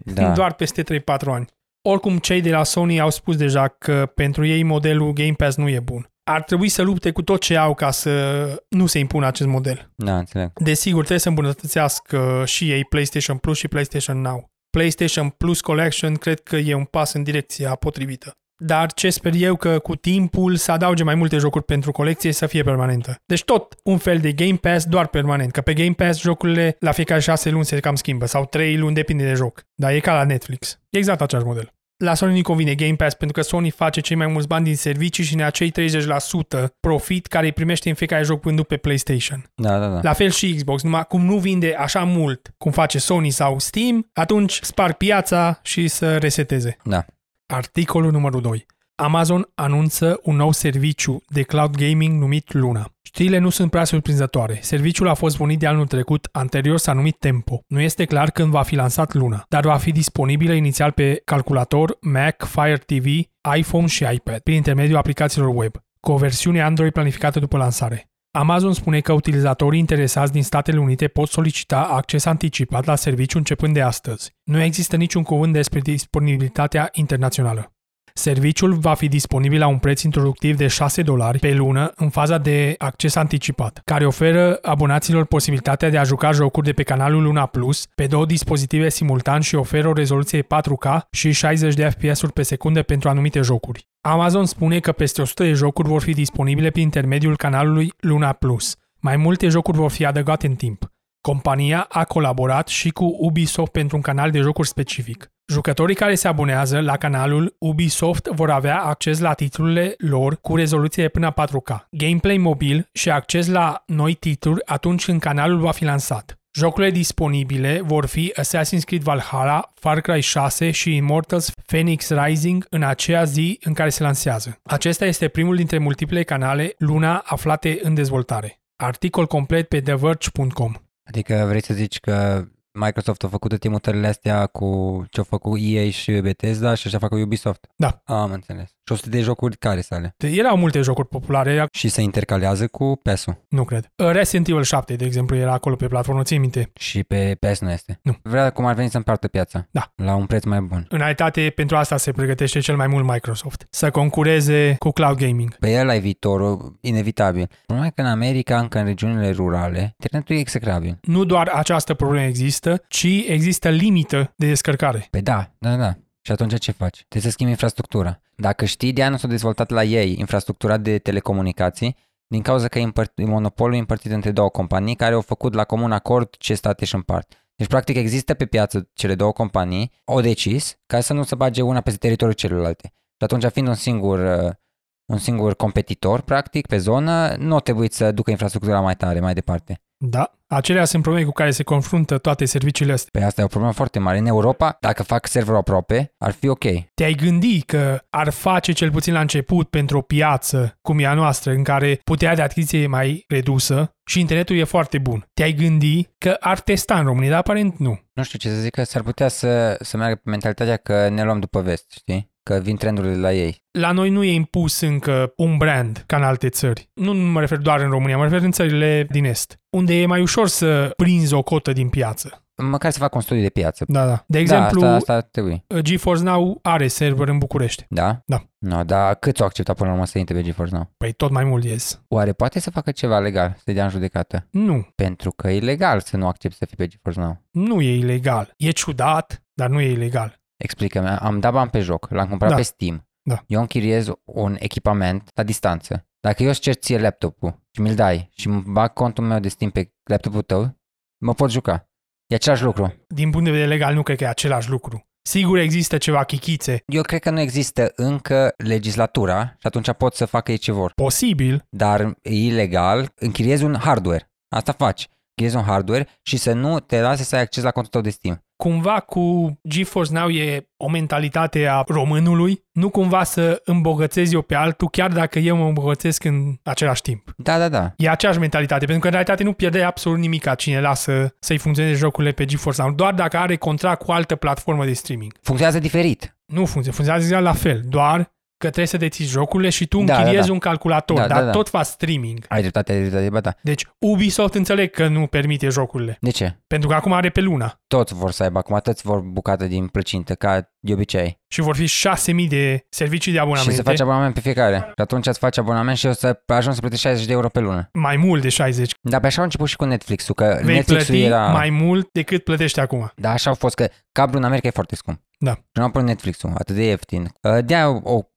S1: da.
S2: Da.
S1: doar peste 3-4 ani. Oricum, cei de la Sony au spus deja că pentru ei modelul Game Pass nu e bun. Ar trebui să lupte cu tot ce au ca să nu se impună acest model.
S2: Da, înțeleg.
S1: Desigur, trebuie să îmbunătățească și ei PlayStation Plus și PlayStation Now. PlayStation Plus Collection cred că e un pas în direcția potrivită. Dar ce sper eu că cu timpul să adauge mai multe jocuri pentru colecție să fie permanentă. Deci tot un fel de Game Pass doar permanent, că pe Game Pass jocurile la fiecare 6 luni se cam schimbă sau 3 luni depinde de joc. Dar e ca la Netflix. E exact același model. La Sony nu convine Game Pass pentru că Sony face cei mai mulți bani din servicii și în acei 30% profit care îi primește în fiecare joc vândut pe PlayStation.
S2: Da, da, da.
S1: La fel și Xbox, numai cum nu vinde așa mult cum face Sony sau Steam, atunci spar piața și să reseteze.
S2: Da.
S1: Articolul numărul 2. Amazon anunță un nou serviciu de cloud gaming numit Luna. Știrile nu sunt prea surprinzătoare. Serviciul a fost pornit de anul trecut, anterior s-a numit Tempo. Nu este clar când va fi lansat Luna, dar va fi disponibilă inițial pe calculator, Mac, Fire TV, iPhone și iPad, prin intermediul aplicațiilor web, cu o versiune Android planificată după lansare. Amazon spune că utilizatorii interesați din Statele Unite pot solicita acces anticipat la serviciu începând de astăzi. Nu există niciun cuvânt despre disponibilitatea internațională. Serviciul va fi disponibil la un preț introductiv de 6 dolari pe lună în faza de acces anticipat, care oferă abonaților posibilitatea de a juca jocuri de pe canalul Luna Plus pe două dispozitive simultan și oferă o rezoluție 4K și 60 de FPS-uri pe secundă pentru anumite jocuri. Amazon spune că peste 100 de jocuri vor fi disponibile prin intermediul canalului Luna Plus. Mai multe jocuri vor fi adăugate în timp. Compania a colaborat și cu Ubisoft pentru un canal de jocuri specific. Jucătorii care se abonează la canalul Ubisoft vor avea acces la titlurile lor cu rezoluție până 4K, gameplay mobil și acces la noi titluri atunci când canalul va fi lansat. Jocurile disponibile vor fi Assassin's Creed Valhalla, Far Cry 6 și Immortals Phoenix Rising în aceea zi în care se lansează. Acesta este primul dintre multiplele canale Luna aflate în dezvoltare. Articol complet pe TheVerge.com
S2: Adică vrei să zici că Microsoft a făcut toate mutările astea cu ce a făcut EA și Bethesda și așa fac cu Ubisoft.
S1: Da.
S2: Am înțeles. Și 100 de jocuri care sale.
S1: De- Erau multe jocuri populare, ac-
S2: Și se intercalează cu PES-ul.
S1: nu cred. Uh, Resident Evil 7, de exemplu, era acolo pe platformă, ții minte.
S2: Și pe PES nu este.
S1: Nu.
S2: Vrea cum ar veni să împartă piața.
S1: Da.
S2: La un preț mai bun.
S1: În realitate, pentru asta se pregătește cel mai mult Microsoft, să concureze cu cloud gaming.
S2: Pe el ai viitorul, inevitabil. Problema e că în America, încă în regiunile rurale, internetul e execrabil.
S1: Nu doar această problemă există, ci există limită de descărcare.
S2: Pe da, da, da. Și atunci ce faci? Trebuie să schimbi infrastructura. Dacă știi, de anul s-a dezvoltat la ei infrastructura de telecomunicații din cauza că e împăr- monopolul e împărțit între două companii care au făcut la comun acord ce state își împart. Deci, practic, există pe piață cele două companii, au decis ca să nu se bage una peste teritoriul celelalte. Și atunci, fiind un singur, uh, un singur competitor, practic, pe zonă, nu a trebuit să ducă infrastructura mai tare, mai departe.
S1: Da, acelea sunt probleme cu care se confruntă toate serviciile astea.
S2: Pe Păi asta e o problemă foarte mare. În Europa, dacă fac serverul aproape, ar fi ok.
S1: Te-ai gândi că ar face cel puțin la început pentru o piață cum e a noastră, în care puterea de achiziție e mai redusă și internetul e foarte bun. Te-ai gândi că ar testa în România, dar aparent nu.
S2: Nu știu ce să zic, că s-ar putea să, să meargă pe mentalitatea că ne luăm după vest, știi? Că vin trendurile de la ei.
S1: la noi nu e impus încă un brand ca în alte țări. Nu mă refer doar în România, mă refer în țările din Est, unde e mai ușor să prinzi o cotă din piață.
S2: măcar să facă un studiu de piață.
S1: Da, da. De exemplu,
S2: da,
S1: da,
S2: asta, asta trebuie.
S1: GeForce Now are server în București.
S2: Da?
S1: Da.
S2: No, dar cât o accepta până la urmă să intre pe GeForce Now?
S1: Păi tot mai mult ies.
S2: Oare poate să facă ceva legal, să dea în judecată?
S1: Nu,
S2: Pentru că e legal să nu accepti să fii pe GeForce Now.
S1: nu e ilegal. E ciudat, dar nu e ilegal.
S2: Explică-mi, am dat bani pe joc, l-am cumpărat
S1: Da.
S2: pe Steam.
S1: Da.
S2: Eu închiriez un echipament la distanță. Dacă eu îți cer ție laptopul și mi-l dai și îmi bag contul meu de Steam pe laptopul tău, mă pot juca. E același lucru.
S1: Din punct de vedere legal, nu cred că e același lucru. Sigur există ceva chichițe,
S2: Eu cred că nu există încă legislatura și atunci pot să facă ei ce vor.
S1: posibil,
S2: Dar e ilegal, închiriezi un hardware. Asta faci. Închiriezi un hardware și să nu te lase să ai acces la contul tău de Steam.
S1: cumva cu GeForce Now e o mentalitate a românului, nu cumva să îmbogățezi eu pe altul, chiar dacă eu mă îmbogățesc în același timp.
S2: Da, da, da.
S1: E aceeași mentalitate, pentru că în realitate nu pierde absolut nimic ca cine lasă să-i funcționeze jocurile pe GeForce Now, doar dacă are contract cu altă platformă de streaming.
S2: Funcționează diferit.
S1: Nu funcționează, funcționează exact la fel, doar că trebuie să deții jocurile și tu
S2: Da, da,
S1: închiriezi
S2: da.
S1: un calculator,
S2: Da,
S1: dar
S2: da, da.
S1: tot faci streaming.
S2: Ai dreptate, ai dreptate, ba da.
S1: Deci Ubisoft înțeleg că nu permite jocurile,
S2: De ce?
S1: pentru că acum are pe luna
S2: Toți vor să aibă acum, toți vor bucată din plăcintă, ca de obicei.
S1: și vor fi 6000 de servicii de abonamente.
S2: Și să faci abonament pe fiecare. Și atunci îți faci abonament și o să ajungi să plătești 60 de euro pe lună.
S1: mai mult de 60.
S2: Dar pe așa au început și cu Netflix-ul, că
S1: Vei
S2: Netflix-ul
S1: plăti
S2: era...
S1: mai mult decât plătești acum.
S2: Da, așa au fost, că cablul în America e foarte scump.
S1: Da.
S2: Și nu apărut Netflix-ul, atât de ieftin. Uh, De-aia au au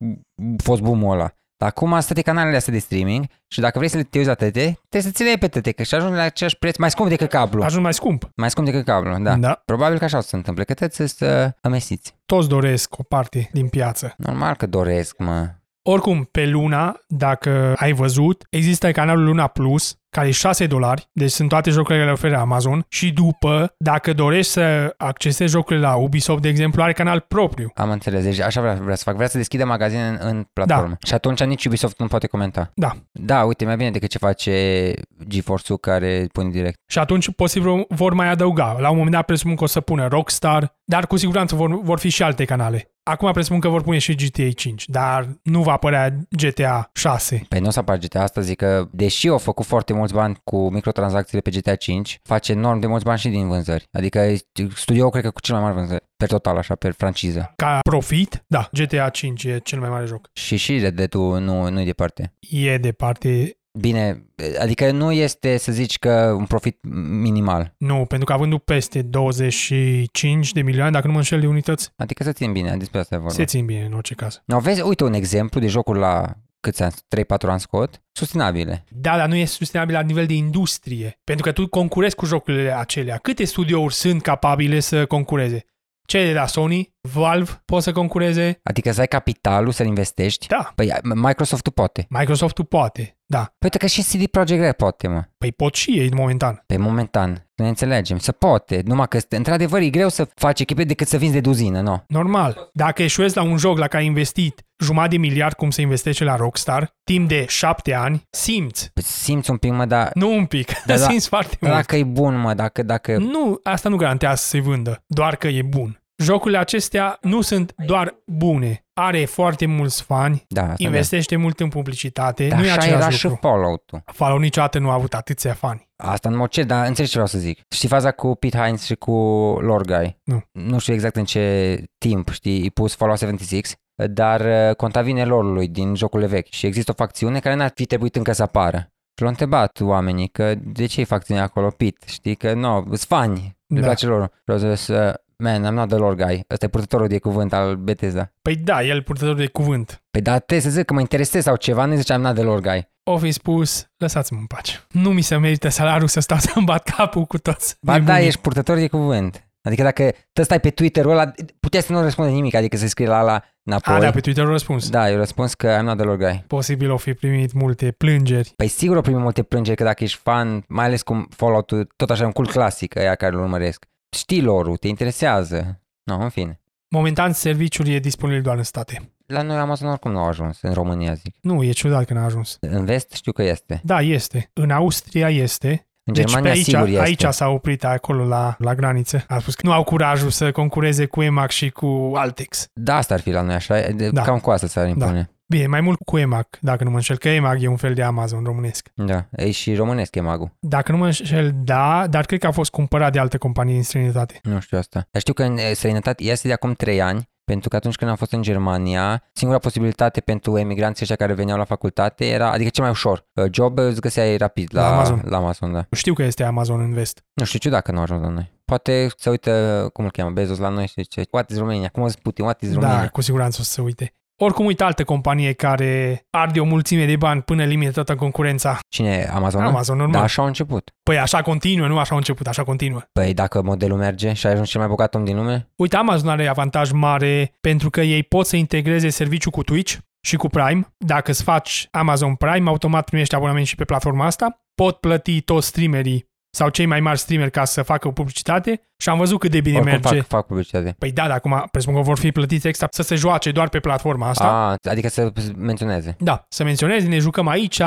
S2: fost boom-ul ăla. Dar acum sunt toate canalele astea de streaming și dacă vrei să le te uiți la TT, trebuie să ți le iei pe TT, că și ajungi la același preț, mai scump decât cablu.
S1: Ajung mai scump.
S2: Mai scump decât cablu, da.
S1: da.
S2: Probabil că așa o să se întâmple, că trebuie să să amesiți.
S1: Toți doresc o parte din piață.
S2: Normal că doresc, mă.
S1: Oricum, pe Luna, dacă ai văzut, există canalul Luna Plus, care e 6 dolari, deci sunt toate jocurile care le oferă Amazon și după, dacă dorești să accesezi jocurile la Ubisoft, de exemplu, are canal propriu.
S2: Am înțeles, deci așa vrea, vrea să fac, vrea să deschidă magazin în, în platformă. Da. Și atunci nici Ubisoft nu poate comenta.
S1: Da.
S2: Da, uite, mai bine decât ce face GeForce-ul care pune direct.
S1: Și atunci posibil vor mai adăuga. La un moment dat presupun că o să pună Rockstar, dar cu siguranță vor, vor fi și alte canale. Acum presupun că vor pune și GTA 5, dar nu va apărea GTA 6.
S2: Păi nu o să apară GTA asta, zic că deși au făcut foarte mulți bani cu microtransacțiile pe GTA 5, face enorm de mulți bani și din vânzări. Adică e studioul cred că cu cel mai mare vânzări, per total așa, per franciză.
S1: Ca profit, da, GTA 5 e cel mai mare joc.
S2: Și și Red Dead-ul nu, nu e departe.
S1: E departe,
S2: Bine, adică nu este să zici că un profit minimal.
S1: nu, pentru că avându peste 25 de milioane, dacă nu mă înșel de unități,
S2: Adică să țin bine, despre asta e vorba.
S1: se țin bine în orice caz.
S2: No, vezi, uite un exemplu de jocuri la câți ani, 3-4 ani scot, sustenabile.
S1: Da, dar nu e sustenabil la nivel de industrie, pentru că tu concurezi cu jocurile acelea. Câte studiouri sunt capabile să concureze? Cele de la Sony, Valve pot să concureze,
S2: Adică să ai capitalul să-l investești.
S1: Da,
S2: Păi Microsoft poate.
S1: Microsoft-ul poate, da.
S2: Păi uite că și CD Projekt Red poate, mă.
S1: Păi pot și ei momentan.
S2: Pe momentan, ne înțelegem, se poate, numai că este- într-adevăr e greu să faci echipe decât să vinzi de duzină, nu?
S1: Normal. Dacă eșuezi la un joc la care ai investit jumătate de miliard cum se investește la Rockstar, timp de șapte ani, simți.
S2: Simți un pic, mă, dar
S1: Nu un pic,
S2: Da,
S1: da,
S2: da.
S1: simți foarte mult.
S2: dacă e bun, mă, dacă, dacă...
S1: Nu, asta nu garantează să se vândă, doar că e bun. Jocurile acestea nu sunt doar bune. Are foarte mulți fani,
S2: Da, asta
S1: investește mult în publicitate,
S2: da.
S1: nu e
S2: Dar așa era
S1: același
S2: și
S1: lucru.
S2: Fallout-ul.
S1: Fallout niciodată nu a avut atâția fani.
S2: Asta în mod cer, dar înțelegi ce vreau să zic. Știi faza cu Pete Hines și cu Lorgai?
S1: Nu.
S2: Nu știu exact în ce timp, știi, i pus Fallout 76, dar uh, contravine lorului din jocurile vechi și există o facțiune care n-ar fi trebuit încă să apară. Și l-au întrebat oamenii că de ce e facțiunea acolo, Pete, știi, că nu, no, fani, le
S1: Da.
S2: place lorul. Și au zis, uh, man, I'm not the lore guy, ăsta e purtătorul de cuvânt al Bethesda.
S1: Păi da, el purtător de cuvânt.
S2: Păi dar trebuie să zic că mă interesez sau ceva, nu ziceam not the lore guy.
S1: O fi spus, lăsați-mă în pace. Nu mi se merită salariul să stau să-mi bat capul cu toți.
S2: Ba da,
S1: nebunii.
S2: ești purtător de cuvânt. Adică dacă te stai pe Twitter-ul ăla, puteai să nu răspunde nimic, adică să scrii la la înapoi.
S1: A, da, pe Twitter au răspuns. Da.
S2: da, eu răspuns că I'm not the lore guy.
S1: Posibil o fi primit multe plângeri.
S2: Păi sigur o primi multe plângeri că dacă ești fan, mai ales cum Fallout-ul, tot așa un cult clasic, aia care îl urmăresc. Știi lorul, te interesează. No, în fine.
S1: Momentan, serviciul e disponibil doar în state.
S2: La noi Amazon oricum nu a ajuns, în România zic.
S1: Nu, e ciudat că n-a ajuns.
S2: În vest știu că este.
S1: Da, este. În Austria este.
S2: În
S1: Deci
S2: Germania
S1: pe aici,
S2: sigur este.
S1: aici s-a oprit acolo la, la graniță. A spus că nu au curajul să concureze cu EMAC și cu Altex.
S2: Da, asta ar fi la noi așa, de,
S1: Da.
S2: cam cu asta s-ar impune.
S1: Bine, mai mult cu EMAG, dacă nu mă înșel, că EMAG e un fel de Amazon românesc.
S2: Da, e și românesc e magul.
S1: Dacă nu mă înșel, da, dar cred că a fost cumpărat de alte companii din străinătate.
S2: Nu știu asta. Dar știu că în eh, străinătate este de acum 3 ani, pentru că atunci când am fost în Germania, singura posibilitate pentru emigranții ăștia care veneau la facultate era, adică cel mai ușor, eh, job eh, îți găseai rapid la,
S1: La Amazon.
S2: La Amazon da.
S1: Știu că este Amazon în vest.
S2: Nu știu, ciudat că nu a ajuns la noi. Poate se uită, cum îl cheamă, Bezos la noi și zice, what is Romania? Cum is Putin? What is Romania?
S1: Da, cu siguranță o să se uite. Oricum, uite altă companie care arde o mulțime de bani până limită toată concurența.
S2: Cine e? Amazon?
S1: Amazon,
S2: Da,
S1: normal.
S2: așa a început.
S1: Păi așa continuă, nu așa a început, așa continuă.
S2: Păi dacă modelul merge și ai ajuns cel mai bogat om din lume,
S1: Uite, Amazon are avantaj mare pentru că ei pot să integreze serviciul cu Twitch și cu Prime. Dacă îți faci Amazon Prime, automat primești abonament și pe platforma asta. Pot plăti toți streamerii sau cei mai mari streameri ca să facă publicitate și am văzut cât de bine
S2: oricum
S1: merge.
S2: fac, fac publicitate.
S1: Păi da, dar acum presupun că vor fi plătiți extra să se joace doar pe platforma asta.
S2: A, adică să menționeze.
S1: Da, să menționez, ne jucăm aici,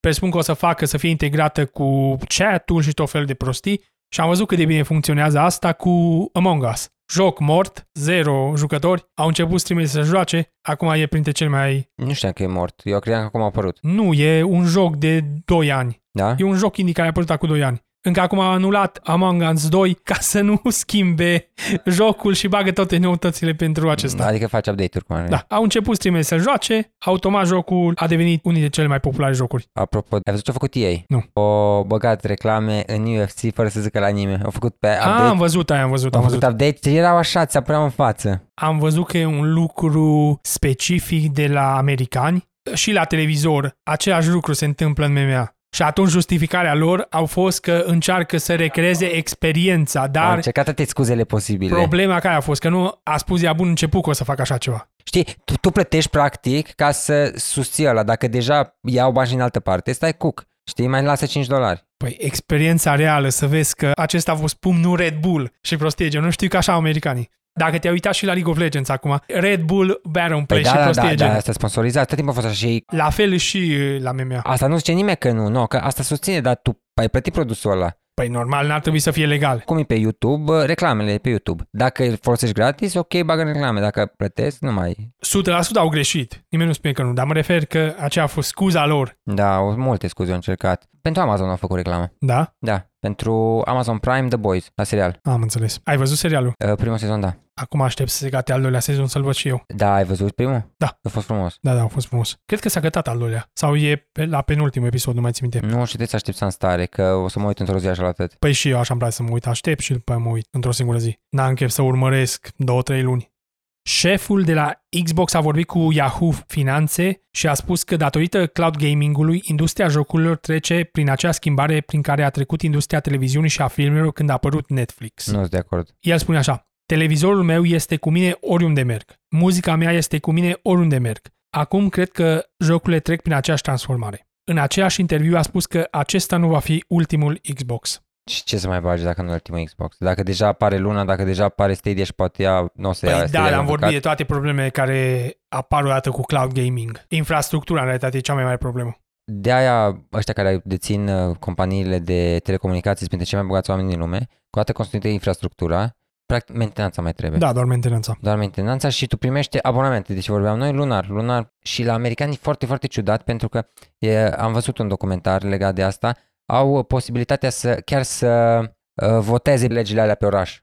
S1: presupun că o să facă să fie integrată cu chat-ul și tot fel de prostii și am văzut cât de bine funcționează asta cu Among Us. Joc mort, zero jucători, au început streamerii să joace, acum e printre cel mai...
S2: Nu știam că e mort. Eu credeam că acum a apărut.
S1: Nu, e un joc de 2 ani.
S2: Da?
S1: E un joc indie care a apărut acum 2 ani. Încă acum a anulat Among Us 2 ca să nu schimbe jocul și bagă toate noutățile pentru acesta.
S2: Adică faci update-uri cum ar veni.
S1: Da, au început streamerii să joace, automat jocul a devenit unul dintre cele mai populare jocuri.
S2: Apropo, ai văzut ce a făcut ei?
S1: Nu.
S2: O băgat reclame în UFC fără să zică la nimeni. Au făcut pe
S1: Ah,
S2: update.
S1: am văzut aia, am văzut,
S2: Au
S1: am
S2: făcut
S1: văzut.
S2: update și erau așa, ți apăreau în față.
S1: Am văzut că e un lucru specific de la americani și la televizor. Același lucru se întâmplă în MMA. Și atunci justificarea lor au fost că încearcă să recreeze experiența,
S2: Au
S1: dar
S2: încercat toate scuzele posibile.
S1: problema care a fost că nu a spus de la bun început că o să fac așa ceva.
S2: Știi, tu, tu plătești practic ca să susții ăla. Dacă deja iau bani și în altă parte, stai cuc. Știi, mai lasă 5 dolari.
S1: Păi experiența reală, să vezi că acesta a fost pumn, nu Red Bull și prostie, gen, nu știu că așa au americanii. Dacă te-ai uitat și la League of Legends acum, Red Bull, Baron Play
S2: Păi
S1: și
S2: da, da,
S1: prostie,
S2: da,
S1: gen.
S2: da, asta sponsorizat. Tot timpul a fost așa și
S1: La fel și uh, la MMA.
S2: asta nu zice nimeni că nu, nu, că asta susține, dar tu ai plătit produsul ăla.
S1: Păi normal, n-ar trebui să fie legal.
S2: Cum e pe YouTube, uh, reclamele e pe YouTube. Dacă îl folosești gratis, ok, bagă în reclame. Dacă plătesc, nu mai...
S1: 100% au greșit. Nimeni nu spune că nu, dar mă refer că aceea a fost scuza lor,
S2: Da, au- multe scuze au încercat. Pentru Amazon au făcut reclamă.
S1: da?
S2: Da, pentru Amazon Prime The Boys, la serial.
S1: Am înțeles. Ai văzut serialul?
S2: Uh, Primul sezon, da.
S1: Acum aștept să se gate al doilea sezon să-l văd și eu.
S2: Da, ai văzut primul?
S1: Da.
S2: A fost frumos.
S1: Da, da, a fost frumos. Cred că s-a gătat al doilea. Sau e pe, la penultimul episod, nu mai țin minte.
S2: Nu știu de ce așteptam în stare, că o să mă uit într-o zi așa la tot.
S1: Păi și eu așa îmi place să mă uit, aștept și după aia mă uit într-o singură zi. N-am chef să urmăresc două, trei luni. Șeful de la Xbox a vorbit cu Yahoo Finanțe și a spus că datorită cloud gaming-ului, industria jocurilor trece prin acea schimbare prin care a trecut industria televiziunii și a filmelor când a apărut Netflix.
S2: Nu sunt de acord.
S1: El spune așa, televizorul meu este cu mine oriunde merg, muzica mea este cu mine oriunde merg. Acum cred că jocurile trec prin aceeași transformare. În aceeași interviu a spus că acesta nu va fi ultimul Xbox.
S2: Și ce să mai bagi dacă nu e ultimul Xbox? Dacă deja apare Luna, dacă deja apare Stadia și poate ea nu o să ia
S1: Păi
S2: Stadia
S1: da,
S2: la
S1: am vorbit
S2: bucată.
S1: de toate problemele care apar odată cu cloud gaming. Infrastructura, în realitate, e cea mai mare problemă.
S2: De aia ăștia care dețin uh, companiile de telecomunicații sunt printre cei mai bogați oameni din lume, cu toată construită infrastructura, practic mentenanța mai trebuie.
S1: Da, doar mentenanța.
S2: Doar mentenanța și tu primești abonamente. Deci vorbeam noi lunar, lunar și la americani e foarte, foarte ciudat pentru că e, am văzut un documentar legat de asta, au uh, posibilitatea să chiar să uh, voteze legile alea pe oraș.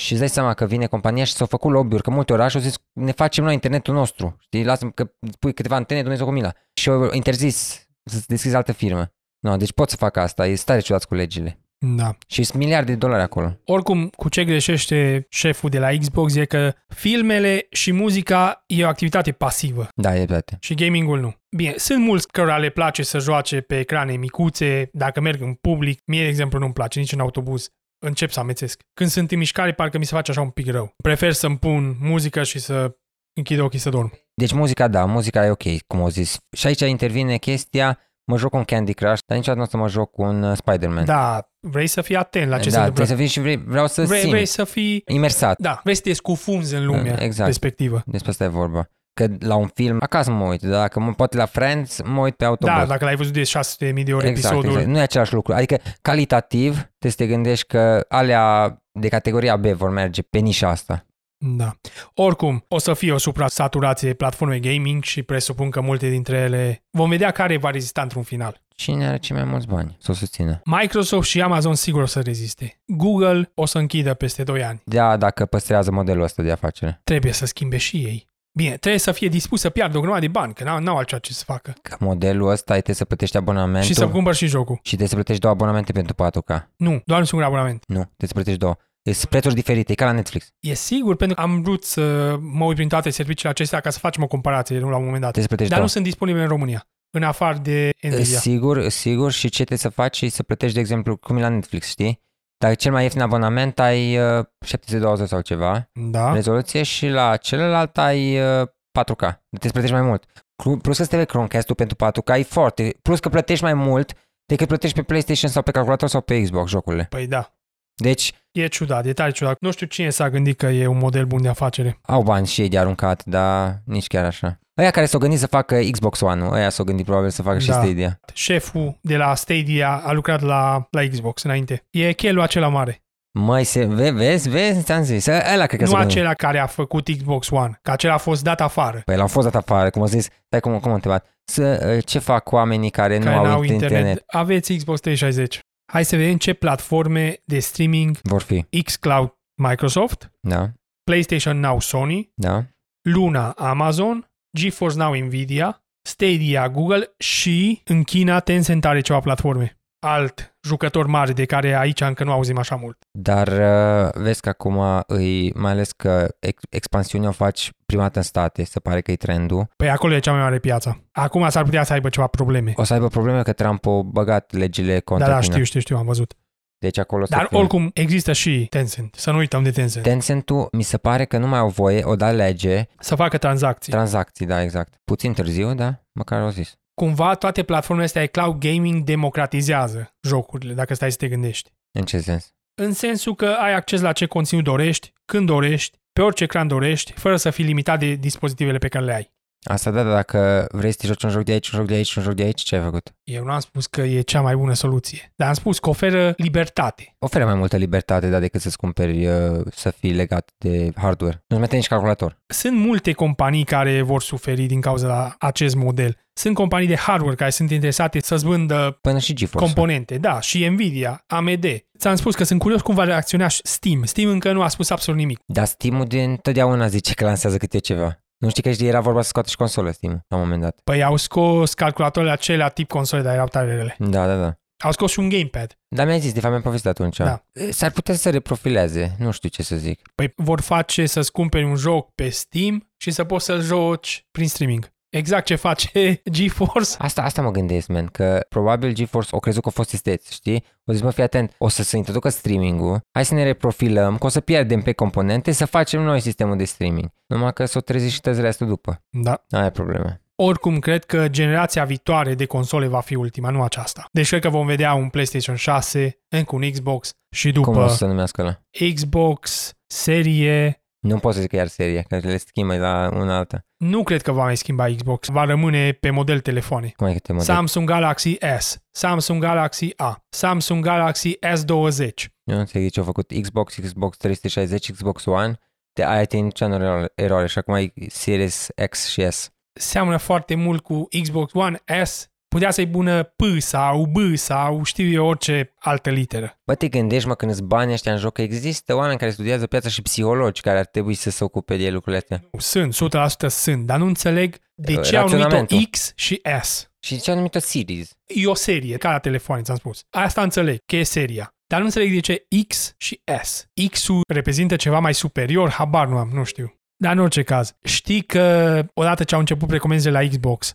S2: Și îți dai seama că vine compania și s-au făcut lobby-uri, că multe orașe au zis ne facem noi internetul nostru, știi, lasă că pui câteva antene, Dumnezeu cu mila. Și au interzis să-ți deschizi altă firmă. No, deci pot să fac asta, e stare ciudat cu legile.
S1: Da.
S2: Și sunt miliarde de dolari acolo.
S1: Oricum, cu ce greșește șeful de la Xbox e că filmele și muzica e o activitate pasivă.
S2: Da, e dreptate.
S1: Și gamingul nu. Bine, sunt mulți cărora le place să joace pe ecrane micuțe, dacă merg în public. Mie, de exemplu, nu-mi place nici în autobuz. Încep să amețesc. Când sunt în mișcare, parcă mi se face așa un pic rău. Prefer să-mi pun muzică și să închid ochii să dorm.
S2: Deci muzica, da, muzica e ok, cum au zis. Și aici intervine chestia, mă joc un Candy Crush, dar niciodată nu o să mă joc un uh, Spider-Man.
S1: Da, vrei să fii atent la ce se
S2: da
S1: întâmplă.
S2: trebuie să vii și vrei, vreau să
S1: vrei,
S2: simt,
S1: vrei să fii...
S2: imersat.
S1: Da, vrei să te scufunzi în lumea
S2: Exact.
S1: exact. respectivă.
S2: Despre asta e vorba. Că la un film, acasă mă uit, dar dacă mă, poate la Friends, mă uit pe autobuz.
S1: Da, dacă l-ai văzut de 600.000 de ori
S2: exact,
S1: episodul,
S2: exact. Nu e același lucru. Adică, calitativ, trebuie să te gândești că alea de categoria B vor merge pe nișa asta.
S1: Da. Oricum, o să fie o supra-saturație de platforme gaming și presupun că multe dintre ele vom vedea care va rezista într-un final.
S2: Cine are cei mai mulți bani să o susțină?
S1: Microsoft și Amazon sigur o să reziste. Google o să închidă peste 2 ani.
S2: Da, dacă păstrează modelul ăsta de afacere.
S1: Trebuie să schimbe și ei. Bine, trebuie să fie dispus să piardă o grămadă de bani, că n-au, n-au altceva ce să facă.
S2: Că modelul ăsta ai trebuie să plătești abonamentul
S1: Și să cumpăr și jocul.
S2: și trebuie să plătești două abonamente pentru 4K.
S1: Nu, doar un singur abonament.
S2: Nu, trebuie să plătești două. Sunt prețuri diferite, e ca la Netflix.
S1: E sigur, pentru că am vrut să mă uit prin toate serviciile acestea ca să facem o comparație la un moment dat.
S2: Trebuie să plătești
S1: Dar nu
S2: două.
S1: sunt disponibile în România, în afară de Nvidia.
S2: Sigur, sigur și ce trebuie să faci e să plătești, de exemplu, cum e la Netflix, știi? Dacă cel mai ieftin abonament ai uh, 720 sau ceva
S1: Da,
S2: rezoluție și la celălalt ai uh, 4K. Deci trebuie să plătești mai mult. Cru- Plus că este Chromecast-ul pentru 4K e foarte... Plus că plătești mai mult decât plătești pe PlayStation sau pe calculator sau pe Xbox jocurile.
S1: păi da.
S2: Deci
S1: E ciudat, e tare ciudat. Nu știu cine s-a gândit că e un model bun de afacere.
S2: au bani și ei de aruncat, dar nici chiar așa. Aia care s-au gândit să facă Xbox One-ul, aia s-au gândit probabil să facă și
S1: Da.
S2: Stadia.
S1: Șeful de la Stadia a lucrat la, la Xbox înainte. E chelul acela mare.
S2: Măi, se, ve, vezi, vezi, ți-am zis, ă- ăla cred că
S1: nu
S2: s-a gândit.
S1: acela care a făcut Xbox One, că acela a fost dat afară.
S2: Păi l-au fost dat afară, cum a zis, stai cum, cum am întrebat, să, uh, ce fac oamenii care,
S1: care
S2: nu au internet? internet?
S1: Aveți Xbox 360. Hai să vedem ce platforme de streaming
S2: Vor fi,
S1: xCloud Microsoft,
S2: da,
S1: PlayStation Now Sony,
S2: da.
S1: Luna Amazon, GeForce Now Nvidia, Stadia Google și în China Tencent are ceva platforme. Alt jucător mare de care aici încă nu auzim așa mult.
S2: Dar uh, vezi că acum îi, mai ales că ex- expansiunea o faci prima dată în state, se pare că e trendul.
S1: Păi acolo e cea mai mare piață. Acum s-ar putea să aibă ceva probleme.
S2: O să aibă probleme că Trump a băgat legile
S1: Da,
S2: contra
S1: da,
S2: China.
S1: știu, știu, știu, am văzut.
S2: Deci acolo o să
S1: Dar
S2: fie.
S1: oricum există și Tencent. Să nu uităm de Tencent.
S2: Tencent-ul mi se pare că nu mai au voie, o da lege,
S1: Să facă tranzacții.
S2: tranzacții, da, exact. Puțin târziu, da, măcar au zis.
S1: Cumva toate platformele astea de cloud gaming democratizează jocurile, dacă stai să te gândești.
S2: În ce sens?
S1: În sensul că ai acces la ce conținut dorești, când dorești, pe orice ecran dorești, fără să fii limitat de dispozitivele pe care le ai.
S2: Asta da, dar dacă vrei să te joci un joc de aici, un joc de aici, un joc de aici, ce ai făcut?
S1: Eu nu am spus că e cea mai bună soluție, dar am spus că oferă libertate.
S2: Oferă mai multă libertate, da, decât să-ți cumperi uh, să fii legat de hardware. Nu-ți mai nici calculator.
S1: Sunt multe companii care vor suferi din cauza la acest model. Sunt companii de hardware care sunt interesate să-ți vândă
S2: Până și GeForce.
S1: componente, da, și Nvidia, AMD. Ți-am spus că sunt curios cum va reacționa și Steam. Steam încă nu a spus absolut nimic.
S2: dar Steam-ul de întotdeauna zice că lansează câte ceva. Nu știi că și era vorba să scoată și console Steam la un moment dat.
S1: Păi au scos calculatoarele acelea tip console, dar erau tare rele.
S2: Da, da, da.
S1: Au scos și un gamepad.
S2: Dar mi-ai zis, de fapt mi-am povestit atunci.
S1: Da.
S2: S-ar putea să se reprofileze, nu știu ce să zic.
S1: Păi vor face să-ți cumperi un joc pe Steam și să poți să-l joci prin streaming. Exact ce face GeForce.
S2: Asta, asta mă gândesc, man, că probabil GeForce o crezut că a fost esteți, știi? O zis, mă, fii atent, o să se introducă streaming-ul, hai să ne reprofilăm, că o să pierdem pe componente, să facem noi sistemul de streaming. Numai că s-o trezit și tăzi restul după.
S1: Da.
S2: N-ai probleme.
S1: Oricum, cred că generația viitoare de console va fi ultima, nu aceasta. Deci cred că vom vedea un PlayStation 6, încă un Xbox și după
S2: Cum o să se numească la?
S1: Xbox, serie...
S2: Nu pot să zic că iar serie, că le schimbă la una alta.
S1: Nu cred că va mai schimba Xbox, va rămâne pe model telefoane.
S2: Cum ai câte model?
S1: Samsung Galaxy S, Samsung Galaxy A, Samsung Galaxy S20,
S2: Eu nu înțeleg ce au făcut Xbox, Xbox 360, Xbox One, de aia te nicio eroare, eroare și acum ai Series X și S.
S1: seamănă foarte mult cu Xbox One S, putea să-i pună P sau B sau știu eu orice altă literă.
S2: Bă, te gândești, mă, când îți bani ăștia în joc, că există oameni care studiază piața și psihologi care ar trebui să se ocupe de lucrurile astea.
S1: Sunt, 100% sunt, dar nu înțeleg de ce au numit-o
S2: Raționamentul.
S1: X și S.
S2: Și ce au numit-o series?
S1: E o serie, ca la telefoane, ți-am spus. Asta înțeleg, că e seria. Dar nu înțeleg de ce X și S. X-ul reprezintă ceva mai superior, habar nu am, nu știu. Dar în orice caz, știi că odată ce au început precomenzile la Xbox,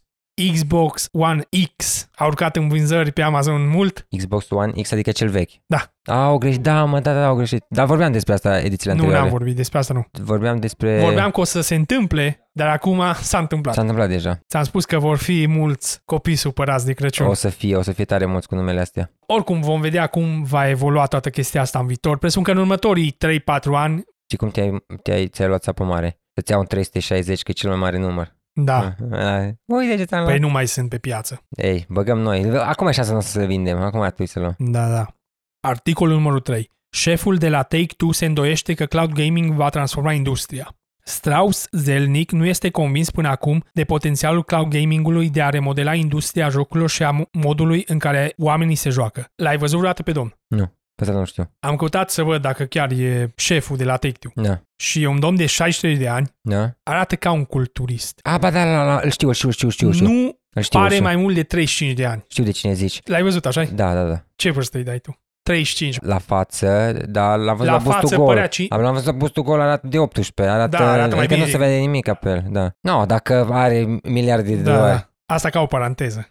S1: Xbox One X a urcat în vânzări pe Amazon mult?
S2: Xbox One X, adică cel vechi.
S1: Da.
S2: A, au greșit, da, mă, da, da, au greșit. Dar vorbeam despre asta edițiile
S1: nu,
S2: anterioare.
S1: n-am vorbit despre asta, nu.
S2: Vorbeam despre...
S1: Vorbeam că o să se întâmple, dar acum s-a întâmplat.
S2: S-a întâmplat deja.
S1: Ți-am spus că vor fi mulți copii supărați de Crăciun.
S2: O să fie, o să fie tare mulți cu numele astea.
S1: Oricum vom vedea cum va evolua toată chestia asta în viitor. Presupun că în următorii 3-4 ani,
S2: Și cum te-ai, te-ai, ți-ai luat sapă mare? Să-ți iau un 360, că e cel mai mare număr.
S1: da,
S2: Ah, Uite ce ți-am luat.
S1: Păi nu mai sunt pe piață.
S2: Ei, băgăm noi. Acum e șansa noastră să le vindem. Acum ar trebui să luăm.
S1: Da, da. Articolul numărul 3. Șeful de la Take-Two se îndoiește că cloud gaming va transforma industria. Strauss Zelnick nu este convins până acum de potențialul cloud gamingului de a remodela industria jocurilor și a modului în care oamenii se joacă. L-ai văzut vreodată pe domn?
S2: Nu, pe asta nu știu.
S1: Am căutat să văd dacă chiar e șeful de la Take-Two.
S2: Da.
S1: Și e un domn de 63 de ani,
S2: Da?
S1: arată ca un culturist.
S2: A, ba da, la, la, îl știu, îl știu, îl știu, îl știu. îl știu.
S1: nu
S2: îl știu, îl
S1: pare
S2: știu.
S1: mai mult de 35 de ani.
S2: Știu de cine zici.
S1: L-ai văzut, așa
S2: Da, da, da.
S1: Ce vârstă îi dai tu? 35.
S2: La față, dar l-am văzut
S1: La
S2: la, bustul
S1: față
S2: gol.
S1: părea ci-
S2: L-am văzut la bustul gol, arată de 18. Arată,
S1: Da, arată mai
S2: adică nu
S1: bine.
S2: se vede nimic pe el. Da. No, dacă are miliarde de
S1: Da,
S2: dolari.
S1: da. Asta ca o paranteză.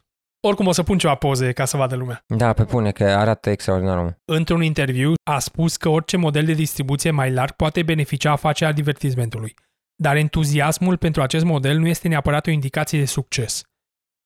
S1: Oricum o să pun ceva poze ca să vadă lumea.
S2: Da, pe pune că arată extraordinar omul.
S1: Într-un interviu a spus că orice model de distribuție mai larg poate beneficia afacerea divertismentului, dar entuziasmul pentru acest model nu este neapărat o indicație de succes.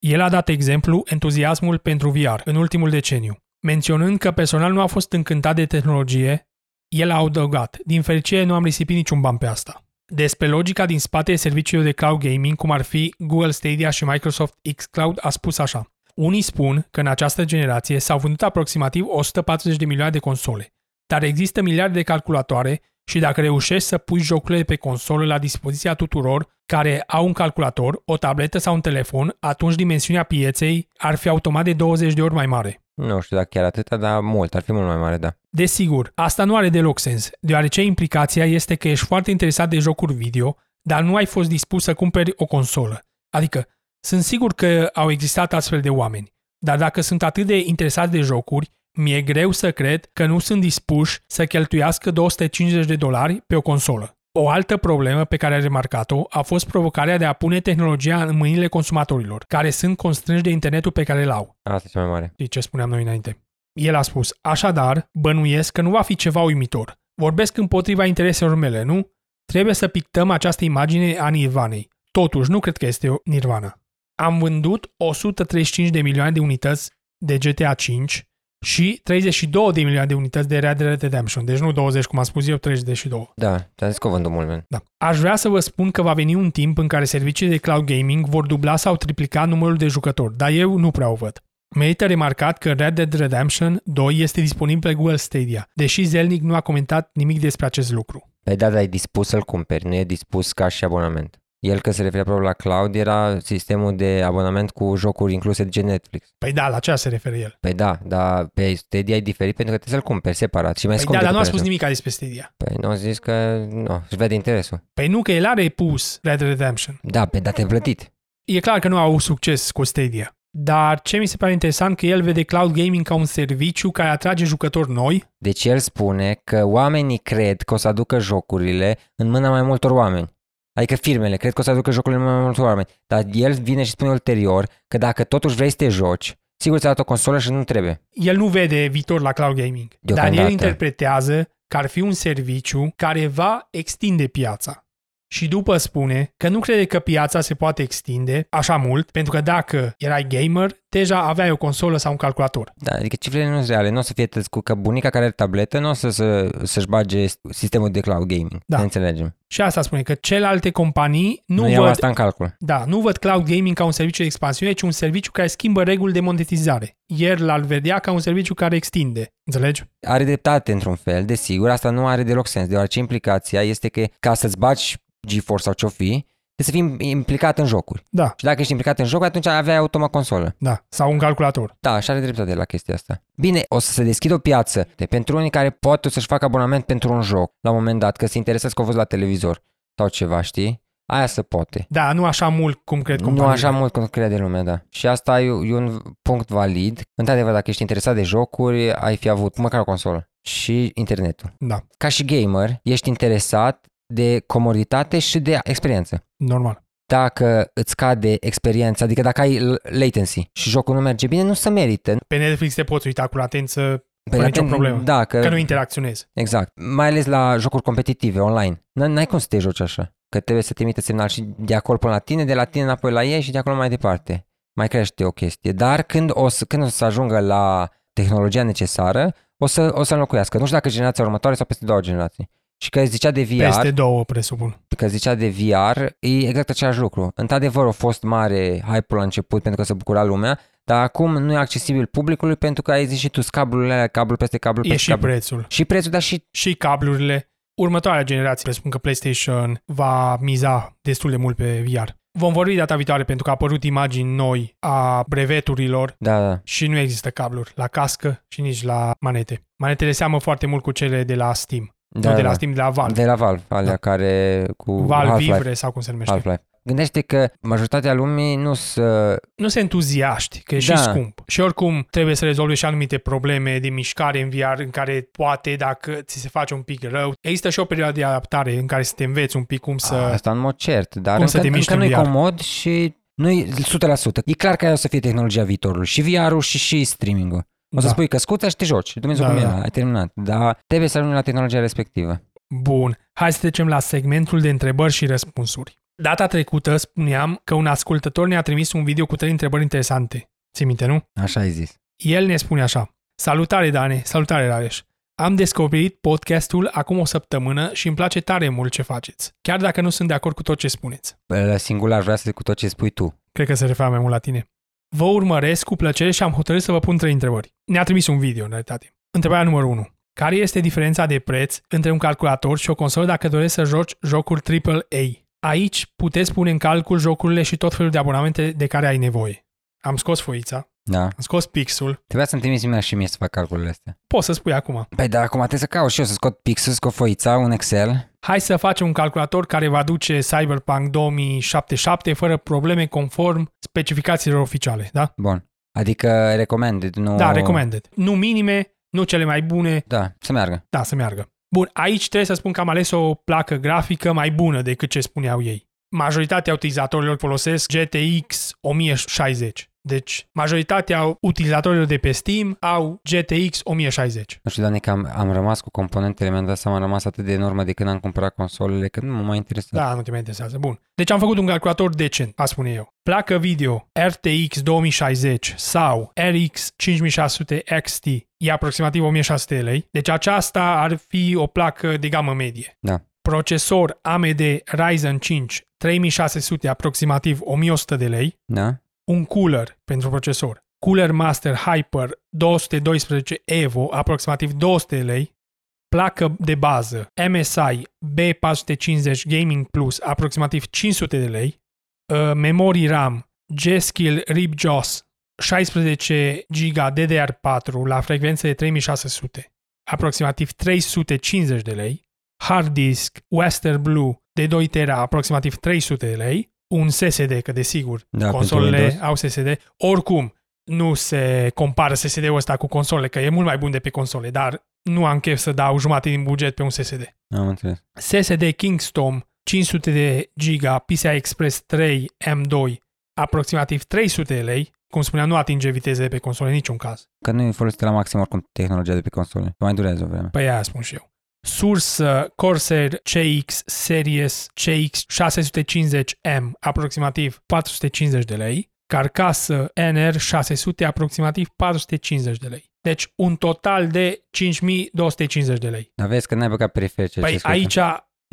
S1: El a dat exemplu entuziasmul pentru VR în ultimul deceniu. Menționând că personal nu a fost încântat de tehnologie, el a adăugat, din fericire nu am risipit niciun ban pe asta. Despre logica din spatele serviciilor de cloud gaming, cum ar fi Google Stadia și Microsoft xCloud, a spus așa. Unii spun că în această generație s-au vândut aproximativ 140 de milioane de console, dar există miliarde de calculatoare și dacă reușești să pui jocurile pe console la dispoziția tuturor care au un calculator, o tabletă sau un telefon, atunci dimensiunea pieței ar fi automat de 20 de ori mai mare.
S2: Nu știu dacă chiar atâta, dar mult. Ar fi mult mai mare, da.
S1: Desigur, asta nu are deloc sens, deoarece implicația este că ești foarte interesat de jocuri video, dar nu ai fost dispus să cumperi o consolă. Adică, sunt sigur că au existat astfel de oameni, dar dacă sunt atât de interesați de jocuri, mi-e greu să cred că nu sunt dispuși să cheltuiască 250 de dolari pe o consolă. O altă problemă pe care a remarcat-o a fost provocarea de a pune tehnologia în mâinile consumatorilor, care sunt constrânși de internetul pe care îl au.
S2: Asta e cea mai mare.
S1: Știi ce spuneam noi înainte. El a spus, așadar, bănuiesc că nu va fi ceva uimitor. Vorbesc împotriva intereselor mele, nu? Trebuie să pictăm această imagine a Nirvanei. Totuși, nu cred că este o Nirvana. Am vândut 135 de milioane de unități de GTA 5 și 32 de milioane de unități de Red Dead Redemption. Deci nu 20, cum am spus eu, 32.
S2: Da, ți-am zis că o vând mult, man.
S1: Da. Aș vrea să vă spun că va veni un timp în care serviciile de cloud gaming vor dubla sau triplica numărul de jucători, dar eu nu prea o văd. Merită remarcat că Red Dead Redemption 2 este disponibil pe Google Stadia, deși Zelnick nu a comentat nimic despre acest lucru.
S2: Păi da, dar e dispus să-l cumperi, nu e dispus ca și abonament. El că se referea probabil la cloud era sistemul de abonament cu jocuri incluse de Netflix.
S1: Păi da, la ce se referă el?
S2: Păi da, dar pe Stadia e diferit pentru că trebuie să-l cumperi separat și mai
S1: Păi
S2: scump.
S1: da, dar nu a
S2: decât
S1: spus
S2: pe
S1: nimic despre Stadia.
S2: Păi nu a zis că nu, își vede interesul.
S1: Păi nu, că el are pus Red Dead Redemption.
S2: Da, pe date plătit.
S1: E clar că nu au avut succes cu Stadia. Dar ce mi se pare interesant că el vede cloud gaming ca un serviciu care atrage jucători noi,
S2: Deci el spune că oamenii cred că o să aducă jocurile în mâna mai multor oameni. Adică firmele cred că o să aducă jocurile în mâna mai multor oameni. Dar el vine și spune ulterior că dacă totuși vrei să te joci, sigur ți-a dat o consolă și nu trebuie.
S1: el nu vede viitor la cloud gaming, dar el
S2: Deocamdată.
S1: interpretează că ar fi un serviciu care va extinde piața. Și după spune că nu crede că piața se poate extinde așa mult, pentru că dacă erai gamer, deja aveai o consolă sau un calculator.
S2: Da, adică cifrele nu sunt reale, nu o să fie tăți cu că bunica care are tabletă nu o să, să, să-și bage sistemul de cloud gaming.
S1: Da.
S2: Ne înțelegem.
S1: Și asta spune că celelalte companii nu,
S2: Nu,
S1: nu
S2: iau
S1: văd
S2: asta în calcul.
S1: Da, nu văd cloud gaming ca un serviciu de expansiune, ci un serviciu care schimbă reguli de monetizare. Ieri l-ar vedea ca un serviciu care extinde. Înțelegi?
S2: Are dreptate într-un fel, desigur, asta nu are deloc sens, deoarece implicația este că ca să-ți bagi GeForce sau ce-o fi, trebuie să fii implicat în jocuri.
S1: Da,
S2: Și dacă ești implicat în joc, atunci aveai automat consolă.
S1: da. Sau un calculator.
S2: Da, și are dreptate la chestia asta. Bine, o să se deschidă o piață de pentru unii care pot să-și facă abonament pentru un joc la un moment dat, că se interesează că au fost la televizor sau ceva, știi? Aia se poate.
S1: Da, nu așa mult cum cred
S2: Nu
S1: companiile.
S2: așa mult cum crede lumea, da. Și asta e, e un punct valid. Într-adevăr, dacă ești interesat de jocuri, ai fi avut măcar o consolă și internetul.
S1: Da,
S2: Ca și gamer, ești interesat de comoditate și de experiență
S1: normal.
S2: dacă îți cade experiența, adică dacă ai l- latency și jocul nu merge bine, nu se merită.
S1: Pe Netflix te poți uita cu latență,
S2: Păi
S1: nicio
S2: laten-
S1: problemă.
S2: Da, că,
S1: că nu interacționezi.
S2: exact. Mai ales la jocuri competitive, online. N- N-ai cum să te joci așa. Că trebuie să trimită semnal și de acolo până la tine, de la tine înapoi la ei și de acolo mai departe. Mai crește o chestie. Dar când o să, când o să ajungă la tehnologia necesară, o să, o să înlocuiască. Nu știu dacă generația următoare sau peste două generații. Și că zicea de VR,
S1: Peste două, presupun.
S2: că zicea de VR, e exact același lucru. Într-adevăr, a fost mare hype-ul la început pentru că se bucura lumea, Dar acum nu e accesibil publicului pentru că ai zis și tu cablurile alea, cablu peste cablu
S1: E
S2: peste
S1: și
S2: cablu.
S1: prețul.
S2: și prețul, dar și
S1: Și cablurile. Următoarea generație, presupun că PlayStation va miza destul de mult pe VR. Vom vorbi data viitoare pentru că a apărut imagini noi a breveturilor
S2: da, da.
S1: și nu există cabluri la cască și nici la manete. Manetele seamă foarte mult cu cele de la Steam.
S2: Da,
S1: nu de
S2: da.
S1: la Steam, de la Valve.
S2: De la Valve, alea
S1: Da.
S2: care cu
S1: Valve
S2: Half-Life.
S1: Vivre sau cum se numește.
S2: Half-Life. Gândește că majoritatea lumii nu să...
S1: nu se entuziaști, că e și
S2: Da.
S1: scump. Și oricum trebuie să rezolvi și anumite probleme de mișcare în VR în care poate dacă ți se face un pic rău. Există și o perioadă de adaptare în care să te înveți un pic cum să...
S2: Asta în mod cert, dar
S1: Cum să
S2: încă,
S1: te miști
S2: încă nu
S1: în
S2: e
S1: VR.
S2: comod și nu e 100%. E clar că aia o să fie tehnologia viitorului. Și VR-ul și, și streaming-ul. O să
S1: Da.
S2: spui că scuța și te joci. Dumnezeu
S1: Da,
S2: da, cum
S1: da.
S2: era, ai terminat. Dar trebuie să ajungi la tehnologia respectivă.
S1: Bun, hai să trecem la segmentul de întrebări și răspunsuri. Data trecută spuneam că un ascultător ne-a trimis un video cu trei întrebări interesante. Ții minte, nu?
S2: Așa ai zis.
S1: El ne spune așa. Salutare, Dane! Salutare, Rareș! Am descoperit podcastul acum o săptămână și îmi place tare mult ce faceți, chiar dacă nu sunt de acord cu tot ce spuneți.
S2: La singular vrea să zic cu tot ce spui tu.
S1: Cred că se referă mai mult la tine. Vă urmăresc cu plăcere și am hotărât să vă pun trei întrebări. Ne-a trimis un video, în realitate. Întrebarea numărul 1. Care este diferența de preț între un calculator și o consolă dacă dorești să joci jocuri AAA? Aici puteți pune în calcul jocurile și tot felul de abonamente de care ai nevoie. Am scos foița,
S2: Da.
S1: am scos pixul,
S2: Trebuia să-mi trimiți mine și mie să fac calculele astea.
S1: poți să spui acum.
S2: Păi da, acum trebuie să caut și eu să scot pixul, scot foița, un Excel.
S1: Hai să facem un calculator care va duce Cyberpunk 2077 fără probleme conform specificațiilor oficiale, da?
S2: Bun. Adică recomand, nu...
S1: Da, recommended. Nu minime, nu cele mai bune,
S2: Da, să meargă.
S1: Da, să meargă. Bun, aici trebuie să spun că am ales o placă grafică mai bună decât ce spuneau ei. Majoritatea utilizatorilor folosesc GTX 1060. Deci, majoritatea utilizatorilor de pe Steam au GTX 1060.
S2: Nu știu, Dani, că am, am rămas cu componentele, mi-am dat seama, am rămas atât de în urmă de când am cumpărat consolele, că nu mă mai interesează.
S1: Da, nu te mai interesează. Bun. Deci am făcut un calculator decent, a spune eu. Placă video RTX 2060 sau RX 5600 XT e aproximativ 1600 lei. Deci aceasta ar fi o placă de gamă medie.
S2: Da.
S1: Procesor AMD Ryzen 5 3600 aproximativ 1100 de lei.
S2: Da?
S1: Un cooler pentru procesor. Cooler Master Hyper 212 EVO aproximativ 200 de lei placă de bază MSI B450 Gaming Plus aproximativ 500 de lei, uh, memorii RAM G-Skill RipJOS 16 GB DDR4 la frecvență de 3600, aproximativ 350 de lei, hard disk Western Blue de 2 tera aproximativ 300 de lei, un SSD, că desigur
S2: Da, pentru
S1: consolele
S2: Windows.
S1: au SSD, oricum nu se compară SSD-ul ăsta cu console, că e mult mai bun de pe console, dar nu am chef să dau jumate din buget pe un SSD.
S2: Am înțeles.
S1: SSD Kingston 500 de giga PCI Express 3 M2 aproximativ 300 de lei, cum spuneam, nu atinge viteze de pe console în niciun caz.
S2: Că nu e folosită la maxim oricum tehnologia de pe console. Că Mai durează o vreme.
S1: Păi aia spun și eu. Sursă Corsair CX Series CX 650M aproximativ 450 de lei, carcasă NR 600 aproximativ 450 de lei. Deci un total de 5250 de lei.
S2: Dar vezi că n-ai băgat periferice.
S1: Păi
S2: ce scrie.
S1: aici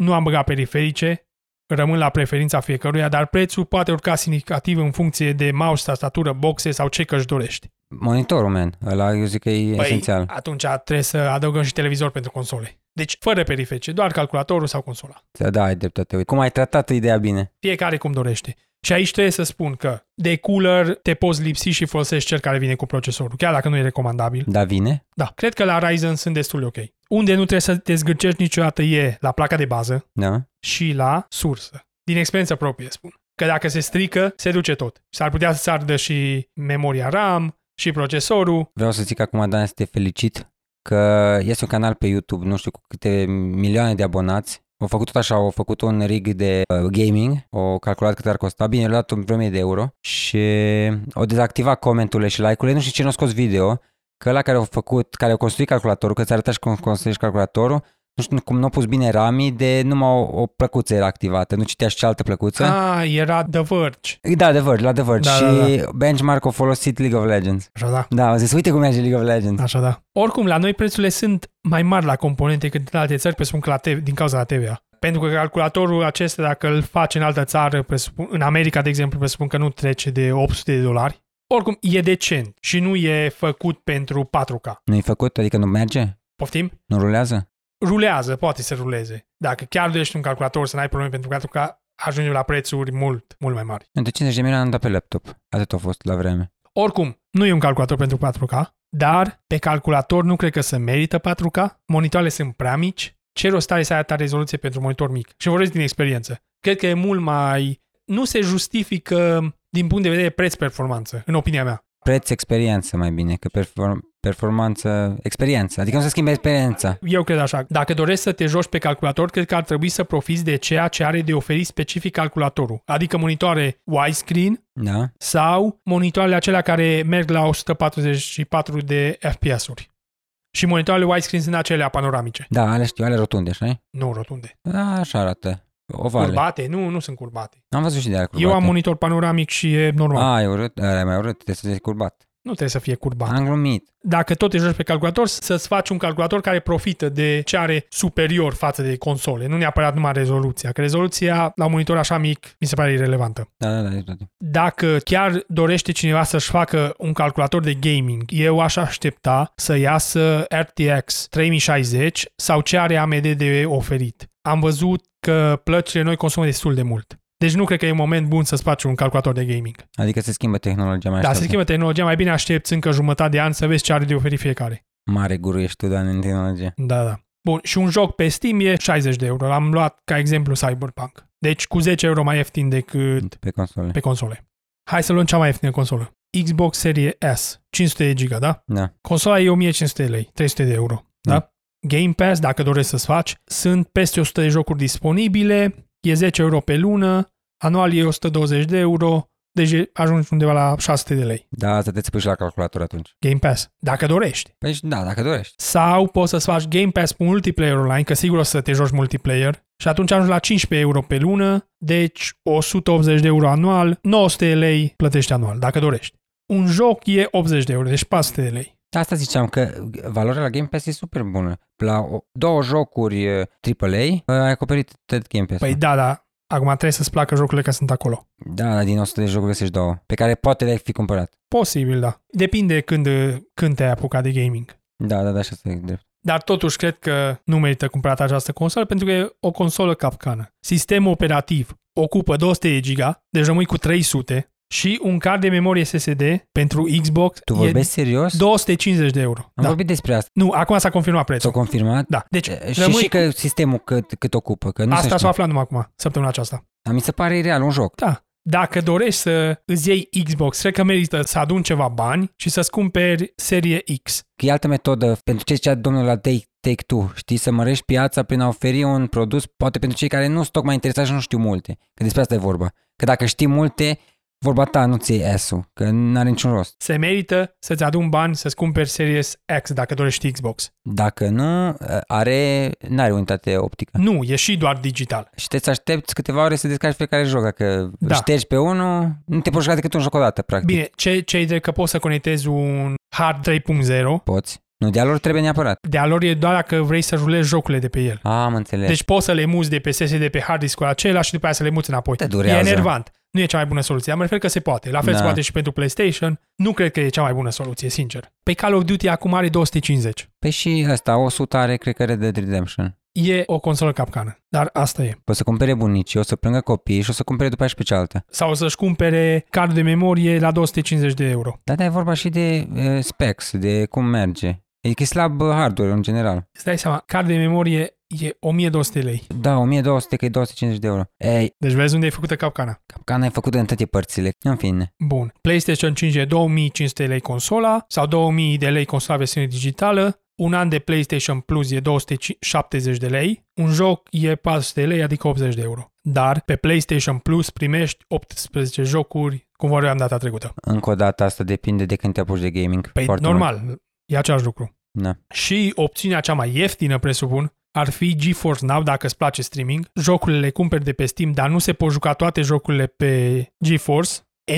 S1: nu am băgat periferice, rămân la preferința fiecăruia, dar prețul poate urca semnificativ în funcție de mouse, tastatură, boxe sau ce că își dorești.
S2: Monitorul, man. Ăla eu zic că e
S1: Păi,
S2: esențial.
S1: atunci trebuie să adăugăm și televizor pentru console. Deci, fără periferice, doar calculatorul sau consola.
S2: Da, ai dreptate. Uite, cum ai tratat ideea bine.
S1: Fiecare cum dorește. Și aici trebuie să spun că de cooler te poți lipsi și folosești cel care vine cu procesorul, chiar dacă nu e recomandabil.
S2: Da, vine?
S1: Da, cred că la Ryzen sunt destul de ok. Unde nu trebuie să te zgârcești niciodată e la placa de bază,
S2: Da.
S1: și la sursă. Din experiență proprie spun. Că dacă se strică, se duce tot. S-ar putea să ardă și memoria RAM, și procesorul.
S2: Vreau să zic acum, Dan, să te felicit că este un canal pe YouTube, nu știu cu câte milioane de abonați. Au făcut tot așa, au făcut un rig de uh, gaming, au calculat cât ar costa, bine, le-au dat un vreo mie de euro și au dezactivat comenturile și like-urile, nu știu ce nu au scos video, că ăla care au făcut, care au construit calculatorul, că ți arăta și cum construiești calculatorul, nu știu cum nu au pus bine ramii, de numai o, o plăcuță era activată, nu citeai și cealaltă plăcuță. Ah.
S1: A, era The Verge.
S2: Da, adevăr, la adevăr.
S1: Da,
S2: Da, și
S1: da,
S2: da, da. benchmark au folosit League of Legends.
S1: Așa da.
S2: Da, au zis, uite cum merge League of Legends.
S1: Așa da. Oricum, la noi prețurile sunt mai mari la componente cât în alte țări, presupun că la TV, din cauza la TVA. Pentru că calculatorul acesta, dacă îl faci în altă țară, presupun, în America, de exemplu, presupun că nu trece de 800 de dolari. Oricum, e decent și nu e făcut pentru 4K.
S2: Nu-i făcut? Adică nu merge?
S1: Poftim?
S2: Nu rulează?
S1: Rulează, poate să ruleze. Dacă chiar ești un calculator să n-ai probleme pentru 4K, ajungem la prețuri mult, mult mai mari.
S2: Între 50 de milioane am dat pe laptop. Atât a fost la vreme.
S1: Oricum, nu e un calculator pentru 4K, dar pe calculator nu cred că se merită 4K, monitoarele sunt prea mici, ce rost are să ai atâta rezoluție pentru monitor mic? Și vorbesc din experiență. Cred că e mult mai... Nu se justifică din punct de vedere preț-performanță, în opinia mea.
S2: Preț, experiență mai bine, că perform- performanță, experiență. Adică nu se schimbe experiența.
S1: Eu cred așa. Dacă dorești să te joci pe calculator, cred că ar trebui să profiți de ceea ce are de oferit specific calculatorul. Adică monitoare widescreen
S2: Da?
S1: sau monitoarele acelea care merg la 144 de FPS-uri. Și monitoarele widescreen sunt acelea panoramice,
S2: Da, ale știu, ale rotunde, știi?
S1: nu rotunde.
S2: Da, așa arată. Ovale.
S1: Curbate? Nu, nu sunt curbate.
S2: Am văzut și de ale curbate. Ah.
S1: Eu am monitor panoramic și e normal.
S2: A, e urât, ăla e mai urât, trebuie să zici curbat.
S1: Nu trebuie să fie curbat.
S2: Am glumit.
S1: Dacă tot te joci pe calculator, să-ți faci un calculator care profită de ce are superior față de console, nu neapărat numai rezoluția, că rezoluția la un monitor așa mic mi se pare irelevantă.
S2: Da, da, da, zici toate.
S1: Dacă chiar dorește cineva să-și facă un calculator de gaming, eu aș aștepta să iasă RTX 3060 sau ce are AMD de oferit. Am văzut că plăcile noi consumă destul de mult. Deci nu cred că e un moment bun să-ți faci un calculator de gaming.
S2: Adică se schimbă tehnologia
S1: Da,
S2: mai
S1: se
S2: așteaptă.
S1: schimbă tehnologia, mai bine aștepți încă jumătate de an să vezi ce are de oferit fiecare.
S2: Mare guru ești tu, Dan, în tehnologie.
S1: Da, da. Bun, și un joc pe Steam e 60 de euro. L-am luat ca exemplu Cyberpunk. Deci cu 10 euro mai ieftin decât
S2: Pe console.
S1: pe console. Hai să luăm cea mai ieftină consolă. Xbox Serie S, 500 de giga, da?
S2: Da.
S1: Consola e 1500 de lei, 300 de euro, da?
S2: Da.
S1: Game Pass, dacă dorești să-ți faci, sunt peste 100 de jocuri disponibile, e 10 euro pe lună, anual e 120 de euro, deci ajungi undeva la 600 de lei.
S2: Da, să te țipui și la calculator atunci.
S1: Game Pass, dacă dorești.
S2: Păi și da, dacă dorești.
S1: Sau poți să-ți faci Game Pass cu multiplayer online, că sigur o să te joci multiplayer. Și atunci ajungi la 15 euro pe lună, deci 180 de euro anual, 900 de lei plătești anual, dacă dorești. Un joc e 80 de euro, deci 400 de lei.
S2: Asta ziceam că valoarea la Game Pass e super bună. La o, două jocuri eh, AAA eh, ai acoperit tot Game Pass.
S1: Păi da, da, acum trebuie să-ți placă jocurile care sunt acolo.
S2: Da, dar din 100 de jocuri găsești două, pe care poate le-ai fi cumpărat.
S1: Posibil, da. Depinde când, când te-ai apucat de gaming.
S2: Da, da, da, și asta e drept.
S1: Dar totuși cred că nu merită cumpărat această consolă pentru că e o consolă capcană. Sistemul operativ ocupă 200 de giga, deci rămâi cu 300 și un card de memorie SSD pentru Xbox
S2: Tu
S1: e
S2: vorbești serios?
S1: 250 de euro.
S2: Am
S1: Da.
S2: vorbit despre asta.
S1: Nu, acum s-a confirmat
S2: S-a
S1: prețul.
S2: confirmat?
S1: Da, deci
S2: E, Și,
S1: rămâi
S2: și că sistemul cât, cât ocupă, că nu se
S1: Asta s-a
S2: știe.
S1: aflat numai acum, săptămâna aceasta.
S2: Dar mi se pare real un joc.
S1: Da. Dacă dorești să îți iei Xbox, cred că merită să adun ceva bani și să-ți cumperi serie X.
S2: Că e altă metodă pentru ce zicea domnul la Take, Take Two, știi, să mărești piața prin a oferi un produs, poate pentru cei care nu sunt tocmai interesați și nu știu multe, că despre asta e vorba. Că dacă știi multe, vorba ta nu ți iei S-ul, că nu are niciun rost.
S1: Se merită să-ți adun bani să-ți cumperi Series X dacă dorești Xbox.
S2: Dacă nu, ă, are, n-are unitate optică.
S1: Nu, e și doar digital.
S2: Și te să aștepți câteva ore să descarci fiecare joc. Dacă
S1: Da.
S2: da. ștergi pe unul, nu te poți juca decât un joc odată, practic.
S1: Bine, ce, ce e drept că poți să conectezi un hard 3.0,
S2: Poți. Nu, de-a lor trebuie neapărat.
S1: de-a lor e doar dacă vrei să rulezi jocurile de pe el.
S2: Am înțeles. Deci,
S1: Deci poți să le muți de pe SSD pe hard disk acela și după aia să le muți înapoi.
S2: Te
S1: E
S2: durează.
S1: enervant. Nu e cea mai bună soluție. Mă refer că se poate. La fel se
S2: Da.
S1: poate și pentru PlayStation. Nu cred că e cea mai bună soluție, sincer. Pe Call of Duty acum are 250.
S2: Păi și ăsta, 100 are, cred că Red Dead Redemption.
S1: E o consolă capcană, dar asta e.
S2: Poți să cumpere bunicii, o să plângă copiii și o să cumpere după aia și pe cealaltă.
S1: Sau să-și cumpere card de memorie la 250 de euro.
S2: Dar da, e vorba și de uh, specs, de cum merge. Adică e slab uh, hardware în general.
S1: Îți dai seama, card de memorie e 1200 lei.
S2: Da, 1200 că e 250 de euro. Ei,
S1: Deci vezi unde e făcută capcana.
S2: capcana e făcută în toate părțile. În fine.
S1: Bun. PlayStation 5 e 2500 lei consola sau 2000 de lei consola versiune digitală. Un an de PlayStation Plus e 270 de lei. Un joc e 400 de lei, adică 80 de euro. Dar pe PlayStation Plus primești 18 jocuri, cum vorbeam data trecută.
S2: Încă o dată asta depinde de când te apuci de gaming.
S1: Păi
S2: Foarte
S1: normal, e același lucru.
S2: Da.
S1: Și opțiunea cea mai ieftină, presupun, ar fi GeForce Now dacă îți place streaming. Jocurile le cumperi de pe Steam, dar nu se pot juca toate jocurile pe GeForce.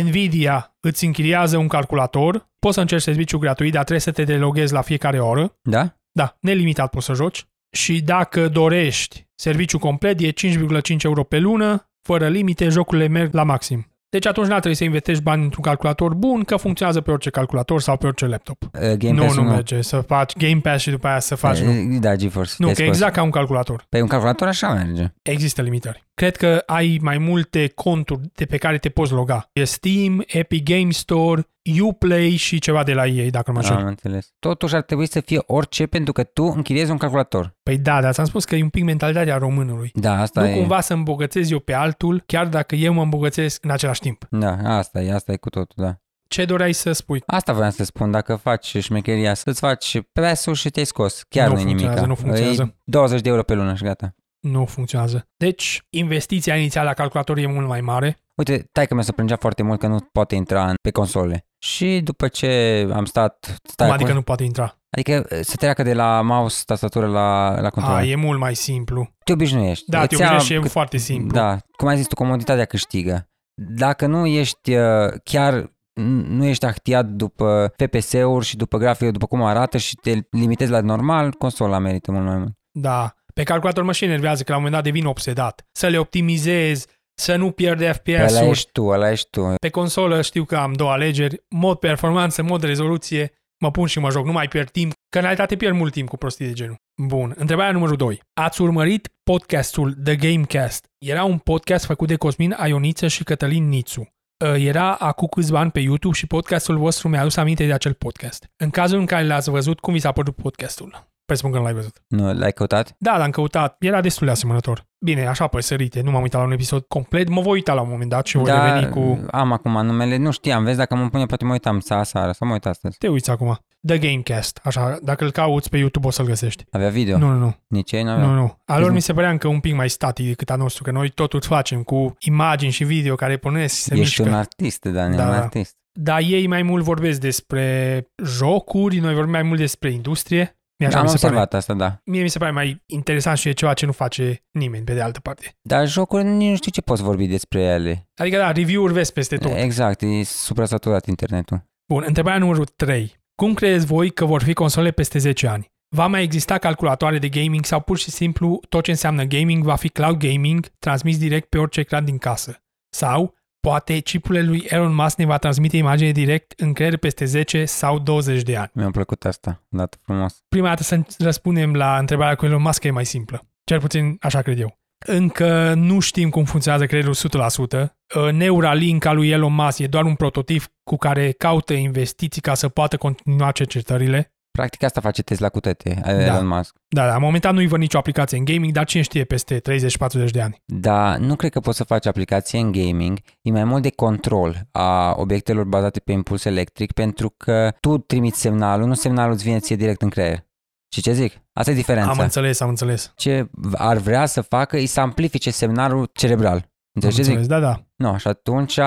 S1: Nvidia îți închiriază un calculator, poți să încerci serviciul gratuit, dar trebuie să te deloghezi la fiecare oră.
S2: Mult. Da?
S1: Da, nelimitat poți să joci. Și dacă dorești serviciul complet, e 5,5 euro pe lună, fără limite, jocurile merg la maxim. Deci atunci n-ar trebui să investești bani într-un calculator bun, că funcționează pe orice calculator sau pe orice laptop.
S2: Uh, Game
S1: nu,
S2: Pass
S1: nu merge. Să faci Game Pass și după aia să faci... nu,
S2: Uh, Da, GeForce.
S1: nu
S2: Yes,
S1: că
S2: of course.
S1: exact ca un calculator.
S2: Pe Păi un calculator așa merge.
S1: Există limitări. Cred că ai mai multe conturi de pe care te poți loga. E Steam, Epic Game Store, Uplay și ceva de la ei, dacă nu mă înșel.
S2: Am înțeles. Totuși ar trebui să fie orice pentru că tu închiriezi un calculator.
S1: Păi da, dar ți-am spus că e un pic mentalitatea românului.
S2: Da, asta
S1: nu
S2: e.
S1: cumva să îmbogățez eu pe altul, chiar dacă eu mă îmbogățesc în același timp.
S2: Da, asta e, asta e cu totul, da.
S1: Ce doreai să spui?
S2: Asta voiam să spun, dacă faci șmecheria, asta, îți faci pass-ul și te-ai scos. Chiar
S1: Nu
S2: nu, e nimic.
S1: funcționează, nu funcționează.
S2: 20 de euro pe lună și gata.
S1: Nu funcționează. Deci, investiția inițială a calculatorului e mult mai mare.
S2: Uite, taică mi-a să plângea foarte mult că nu poate intra în- pe console. Și după ce am stat...
S1: Da,
S2: stai
S1: cum adică
S2: acum-
S1: nu poate intra?
S2: adică să treacă de la mouse, tastatură la, la control.
S1: A, e mult mai simplu.
S2: Te obișnuiești.
S1: Da, te
S2: Îți ia
S1: obișnuiești și e
S2: cât-
S1: foarte simplu.
S2: Da, cum ai zis tu, comoditatea câștigă. Dacă nu ești uh, chiar n- nu ești ahtiat după FPS-uri și după grafică, după cum arată și te limitezi la normal, consola merită mult mai mult.
S1: Da. Pe calculator mă și enervează că la un moment dat devin obsedat. Să le optimizez, să nu pierd
S2: Păi Ăla
S1: FPS-uri.
S2: ești tu, ăla ești tu.
S1: Pe consolă știu că am două alegeri, mod performanță, mod rezoluție, mă pun și mă joc, nu mai pierd timp, că în realitate pierd mult timp cu prostii de genul. Bun, întrebarea numărul 2. Ați urmărit podcastul The Gamecast? Era un podcast făcut de Cosmin Aioniță și Cătălin Nițu. Ă, Era acum câțiva ani pe YouTube și podcastul vostru mi-a adus aminte de acel podcast. În cazul în care l-ați văzut, cum vi s-a părut podcastul? Presupun că nu l-ai văzut.
S2: Nu, l-ai căutat?
S1: Da, l-am căutat. Era destul de asemănător. Bine, așa pe sărite. Nu m-am uitat la un episod complet. Mă voi uita la un moment dat și voi da, reveni cu...
S2: am acum numele, nu știam, vezi, dacă mă pune, poate mă uitam sa seara sau mă uit astăzi.
S1: Te uiți acum. The Gamecast. Așa, dacă îl cauți pe YouTube o să-l găsești.
S2: Avea video?
S1: Nu, nu, nu.
S2: Nici ei nu avea?
S1: Nu, nu. Al lor
S2: Da. Deci-
S1: mi se părea încă un pic mai static decât a nostru, că noi totul facem cu imagini și video care punesc și se
S2: Ești
S1: mișcă.
S2: un artist, Daniel,
S1: Da,
S2: un
S1: da.
S2: artist.
S1: Dar ei mai mult vorbesc despre jocuri, noi vorbim mai mult despre industrie. Mi așa
S2: am
S1: mi se pare.
S2: observat asta, da.
S1: Mie mi se pare mai interesant și e ceva ce nu face nimeni pe de altă parte.
S2: Dar jocuri, nici nu știu ce poți vorbi despre ele.
S1: Adică da, review-uri vezi peste tot.
S2: Exact, e suprasaturat internetul.
S1: Bun, întrebarea numărul 3. Cum credeți voi că vor fi console peste 10 ani? Va mai exista calculatoare de gaming sau pur și simplu tot ce înseamnă gaming va fi cloud gaming transmis direct pe orice ecran din casă? Sau poate chipurile lui Elon Musk ne va transmite imagine direct în creier peste 10 sau 20 de ani?
S2: Mi-a plăcut asta, dat frumos.
S1: Prima dată să răspundem la întrebarea cu Elon Musk că e mai simplă. Cel puțin așa cred eu. Încă nu știm cum funcționează creierul 100%. Uh, Neuralink al lui Elon Musk e doar un prototip cu care caută investiții ca să poată continua cercetările.
S2: Practic asta face Tesla cu tete, da. Elon Musk.
S1: Da, da, momentan nu-i văd nicio aplicație în gaming, dar cine știe peste 30-40 de ani.
S2: Dar nu cred că poți să faci aplicație în gaming, e mai mult de control a obiectelor bazate pe impuls electric pentru că tu trimiți semnalul, nu semnalul îți vine ție direct în creier. Și ce zic? Asta e
S1: Am
S2: diferența.
S1: înțeles, am înțeles.
S2: Ce ar vrea să facă e să amplifice semnalul cerebral. Înțelegi
S1: am
S2: Deci ce zic?
S1: înțeles, da, da.
S2: Nu, și atunci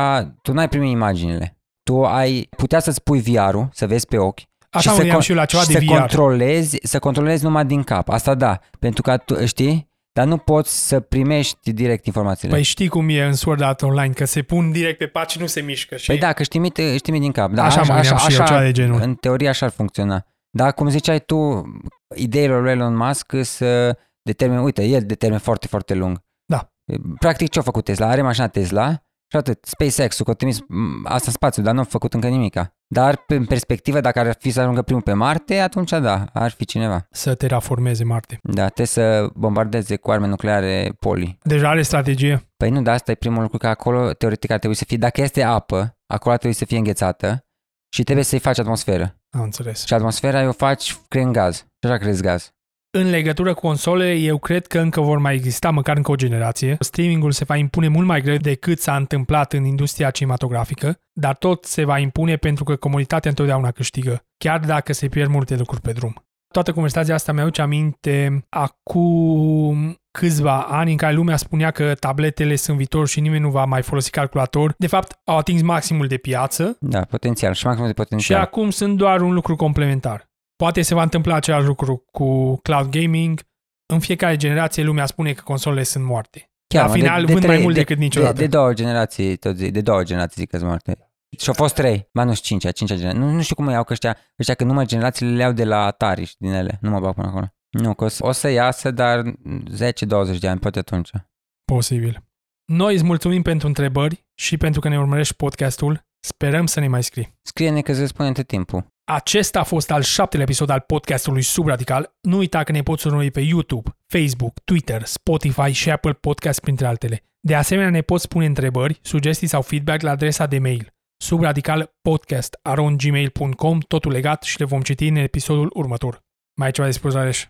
S2: tu n-ai primit imaginile. Tu ai putea să-ți pui VR-ul, să vezi pe ochi,
S1: Așa mă
S2: să
S1: gândeam
S2: con-
S1: și eu la ceva
S2: și
S1: de
S2: să
S1: VR.
S2: controlezi, să controlezi numai din cap. Asta da, pentru că tu, știi, dar nu poți să primești direct informațiile.
S1: Păi știi cum e în Sword Art Online, că se pun direct pe pat și nu se mișcă. Și...
S2: păi da, că știmi, știmi din cap. Da,
S1: Așa mă gândeam și eu, ceva de genul.
S2: În teorie așa ar funcționa. Dar cum ziceai tu, ideile lui Elon Musk să determine, uite, el determine foarte, foarte lung.
S1: Da.
S2: Practic ce-a făcut Tesla? Are mașina Tesla și atât. SpaceX-ul că a trimis m, asta în spațiu, dar nu a făcut încă nimica. Dar pe- în perspectivă, dacă ar fi să ajungă primul pe Marte, atunci da, ar fi cineva.
S1: Să terraformeze Marte.
S2: Da, trebuie să bombardeze cu arme nucleare poli.
S1: Deja are strategie.
S2: Păi nu, dar asta e primul lucru, că acolo teoretic ar trebui să fie, dacă este apă, acolo ar trebui să fie înghețată și trebuie să-i faci atmosferă.
S1: Am înțeles.
S2: Și atmosfera o faci creând gaz. Și așa crezi gaz.
S1: În legătură cu console, eu cred că încă vor mai exista, măcar încă o generație. Streamingul se va impune mult mai greu decât s-a întâmplat în industria cinematografică, dar tot se va impune pentru că comunitatea întotdeauna câștigă, chiar dacă se pierd multe lucruri pe drum. Toată conversația asta mi-aduce aminte acum câțiva ani în care lumea spunea că tabletele sunt viitor și nimeni nu va mai folosi calculator. De fapt, au atins maximul de piață
S2: Da, potențial. Și maxim de
S1: și
S2: potențial.
S1: acum sunt doar un lucru complementar. Poate se va întâmpla același lucru cu cloud gaming. În fiecare generație lumea spune că consolele sunt moarte. la
S2: mă,
S1: final vând mai mult
S2: de,
S1: decât
S2: de,
S1: niciodată.
S2: de, două generații, tot zi, de două generații zic că sunt moarte. Și au fost trei, ba nu știu, cincea, cincea generație. Nu, nu știu cum îi iau că ăștia, ăștia că numai generațiile le iau de la Atari și din ele. Nu mă bag până acolo. Nu, că o să, o să iasă, dar 10-20 de ani, poate atunci.
S1: Posibil. Noi îți mulțumim pentru întrebări. și pentru că ne urmărești podcastul. Sperăm să ne mai scrii.
S2: Scrie-ne că îți spune între timpul.
S1: Acesta a fost al șaptele episod al podcastului Subradical. Nu uita că ne poți urmări pe YouTube, Facebook, Twitter, Spotify și Apple Podcast printre altele. De asemenea, ne poți pune întrebări, sugestii sau feedback la adresa de mail subradicalpodcast.gmail.com totul legat și le vom citi în episodul următor. Mai ai ceva de spus, Aleș?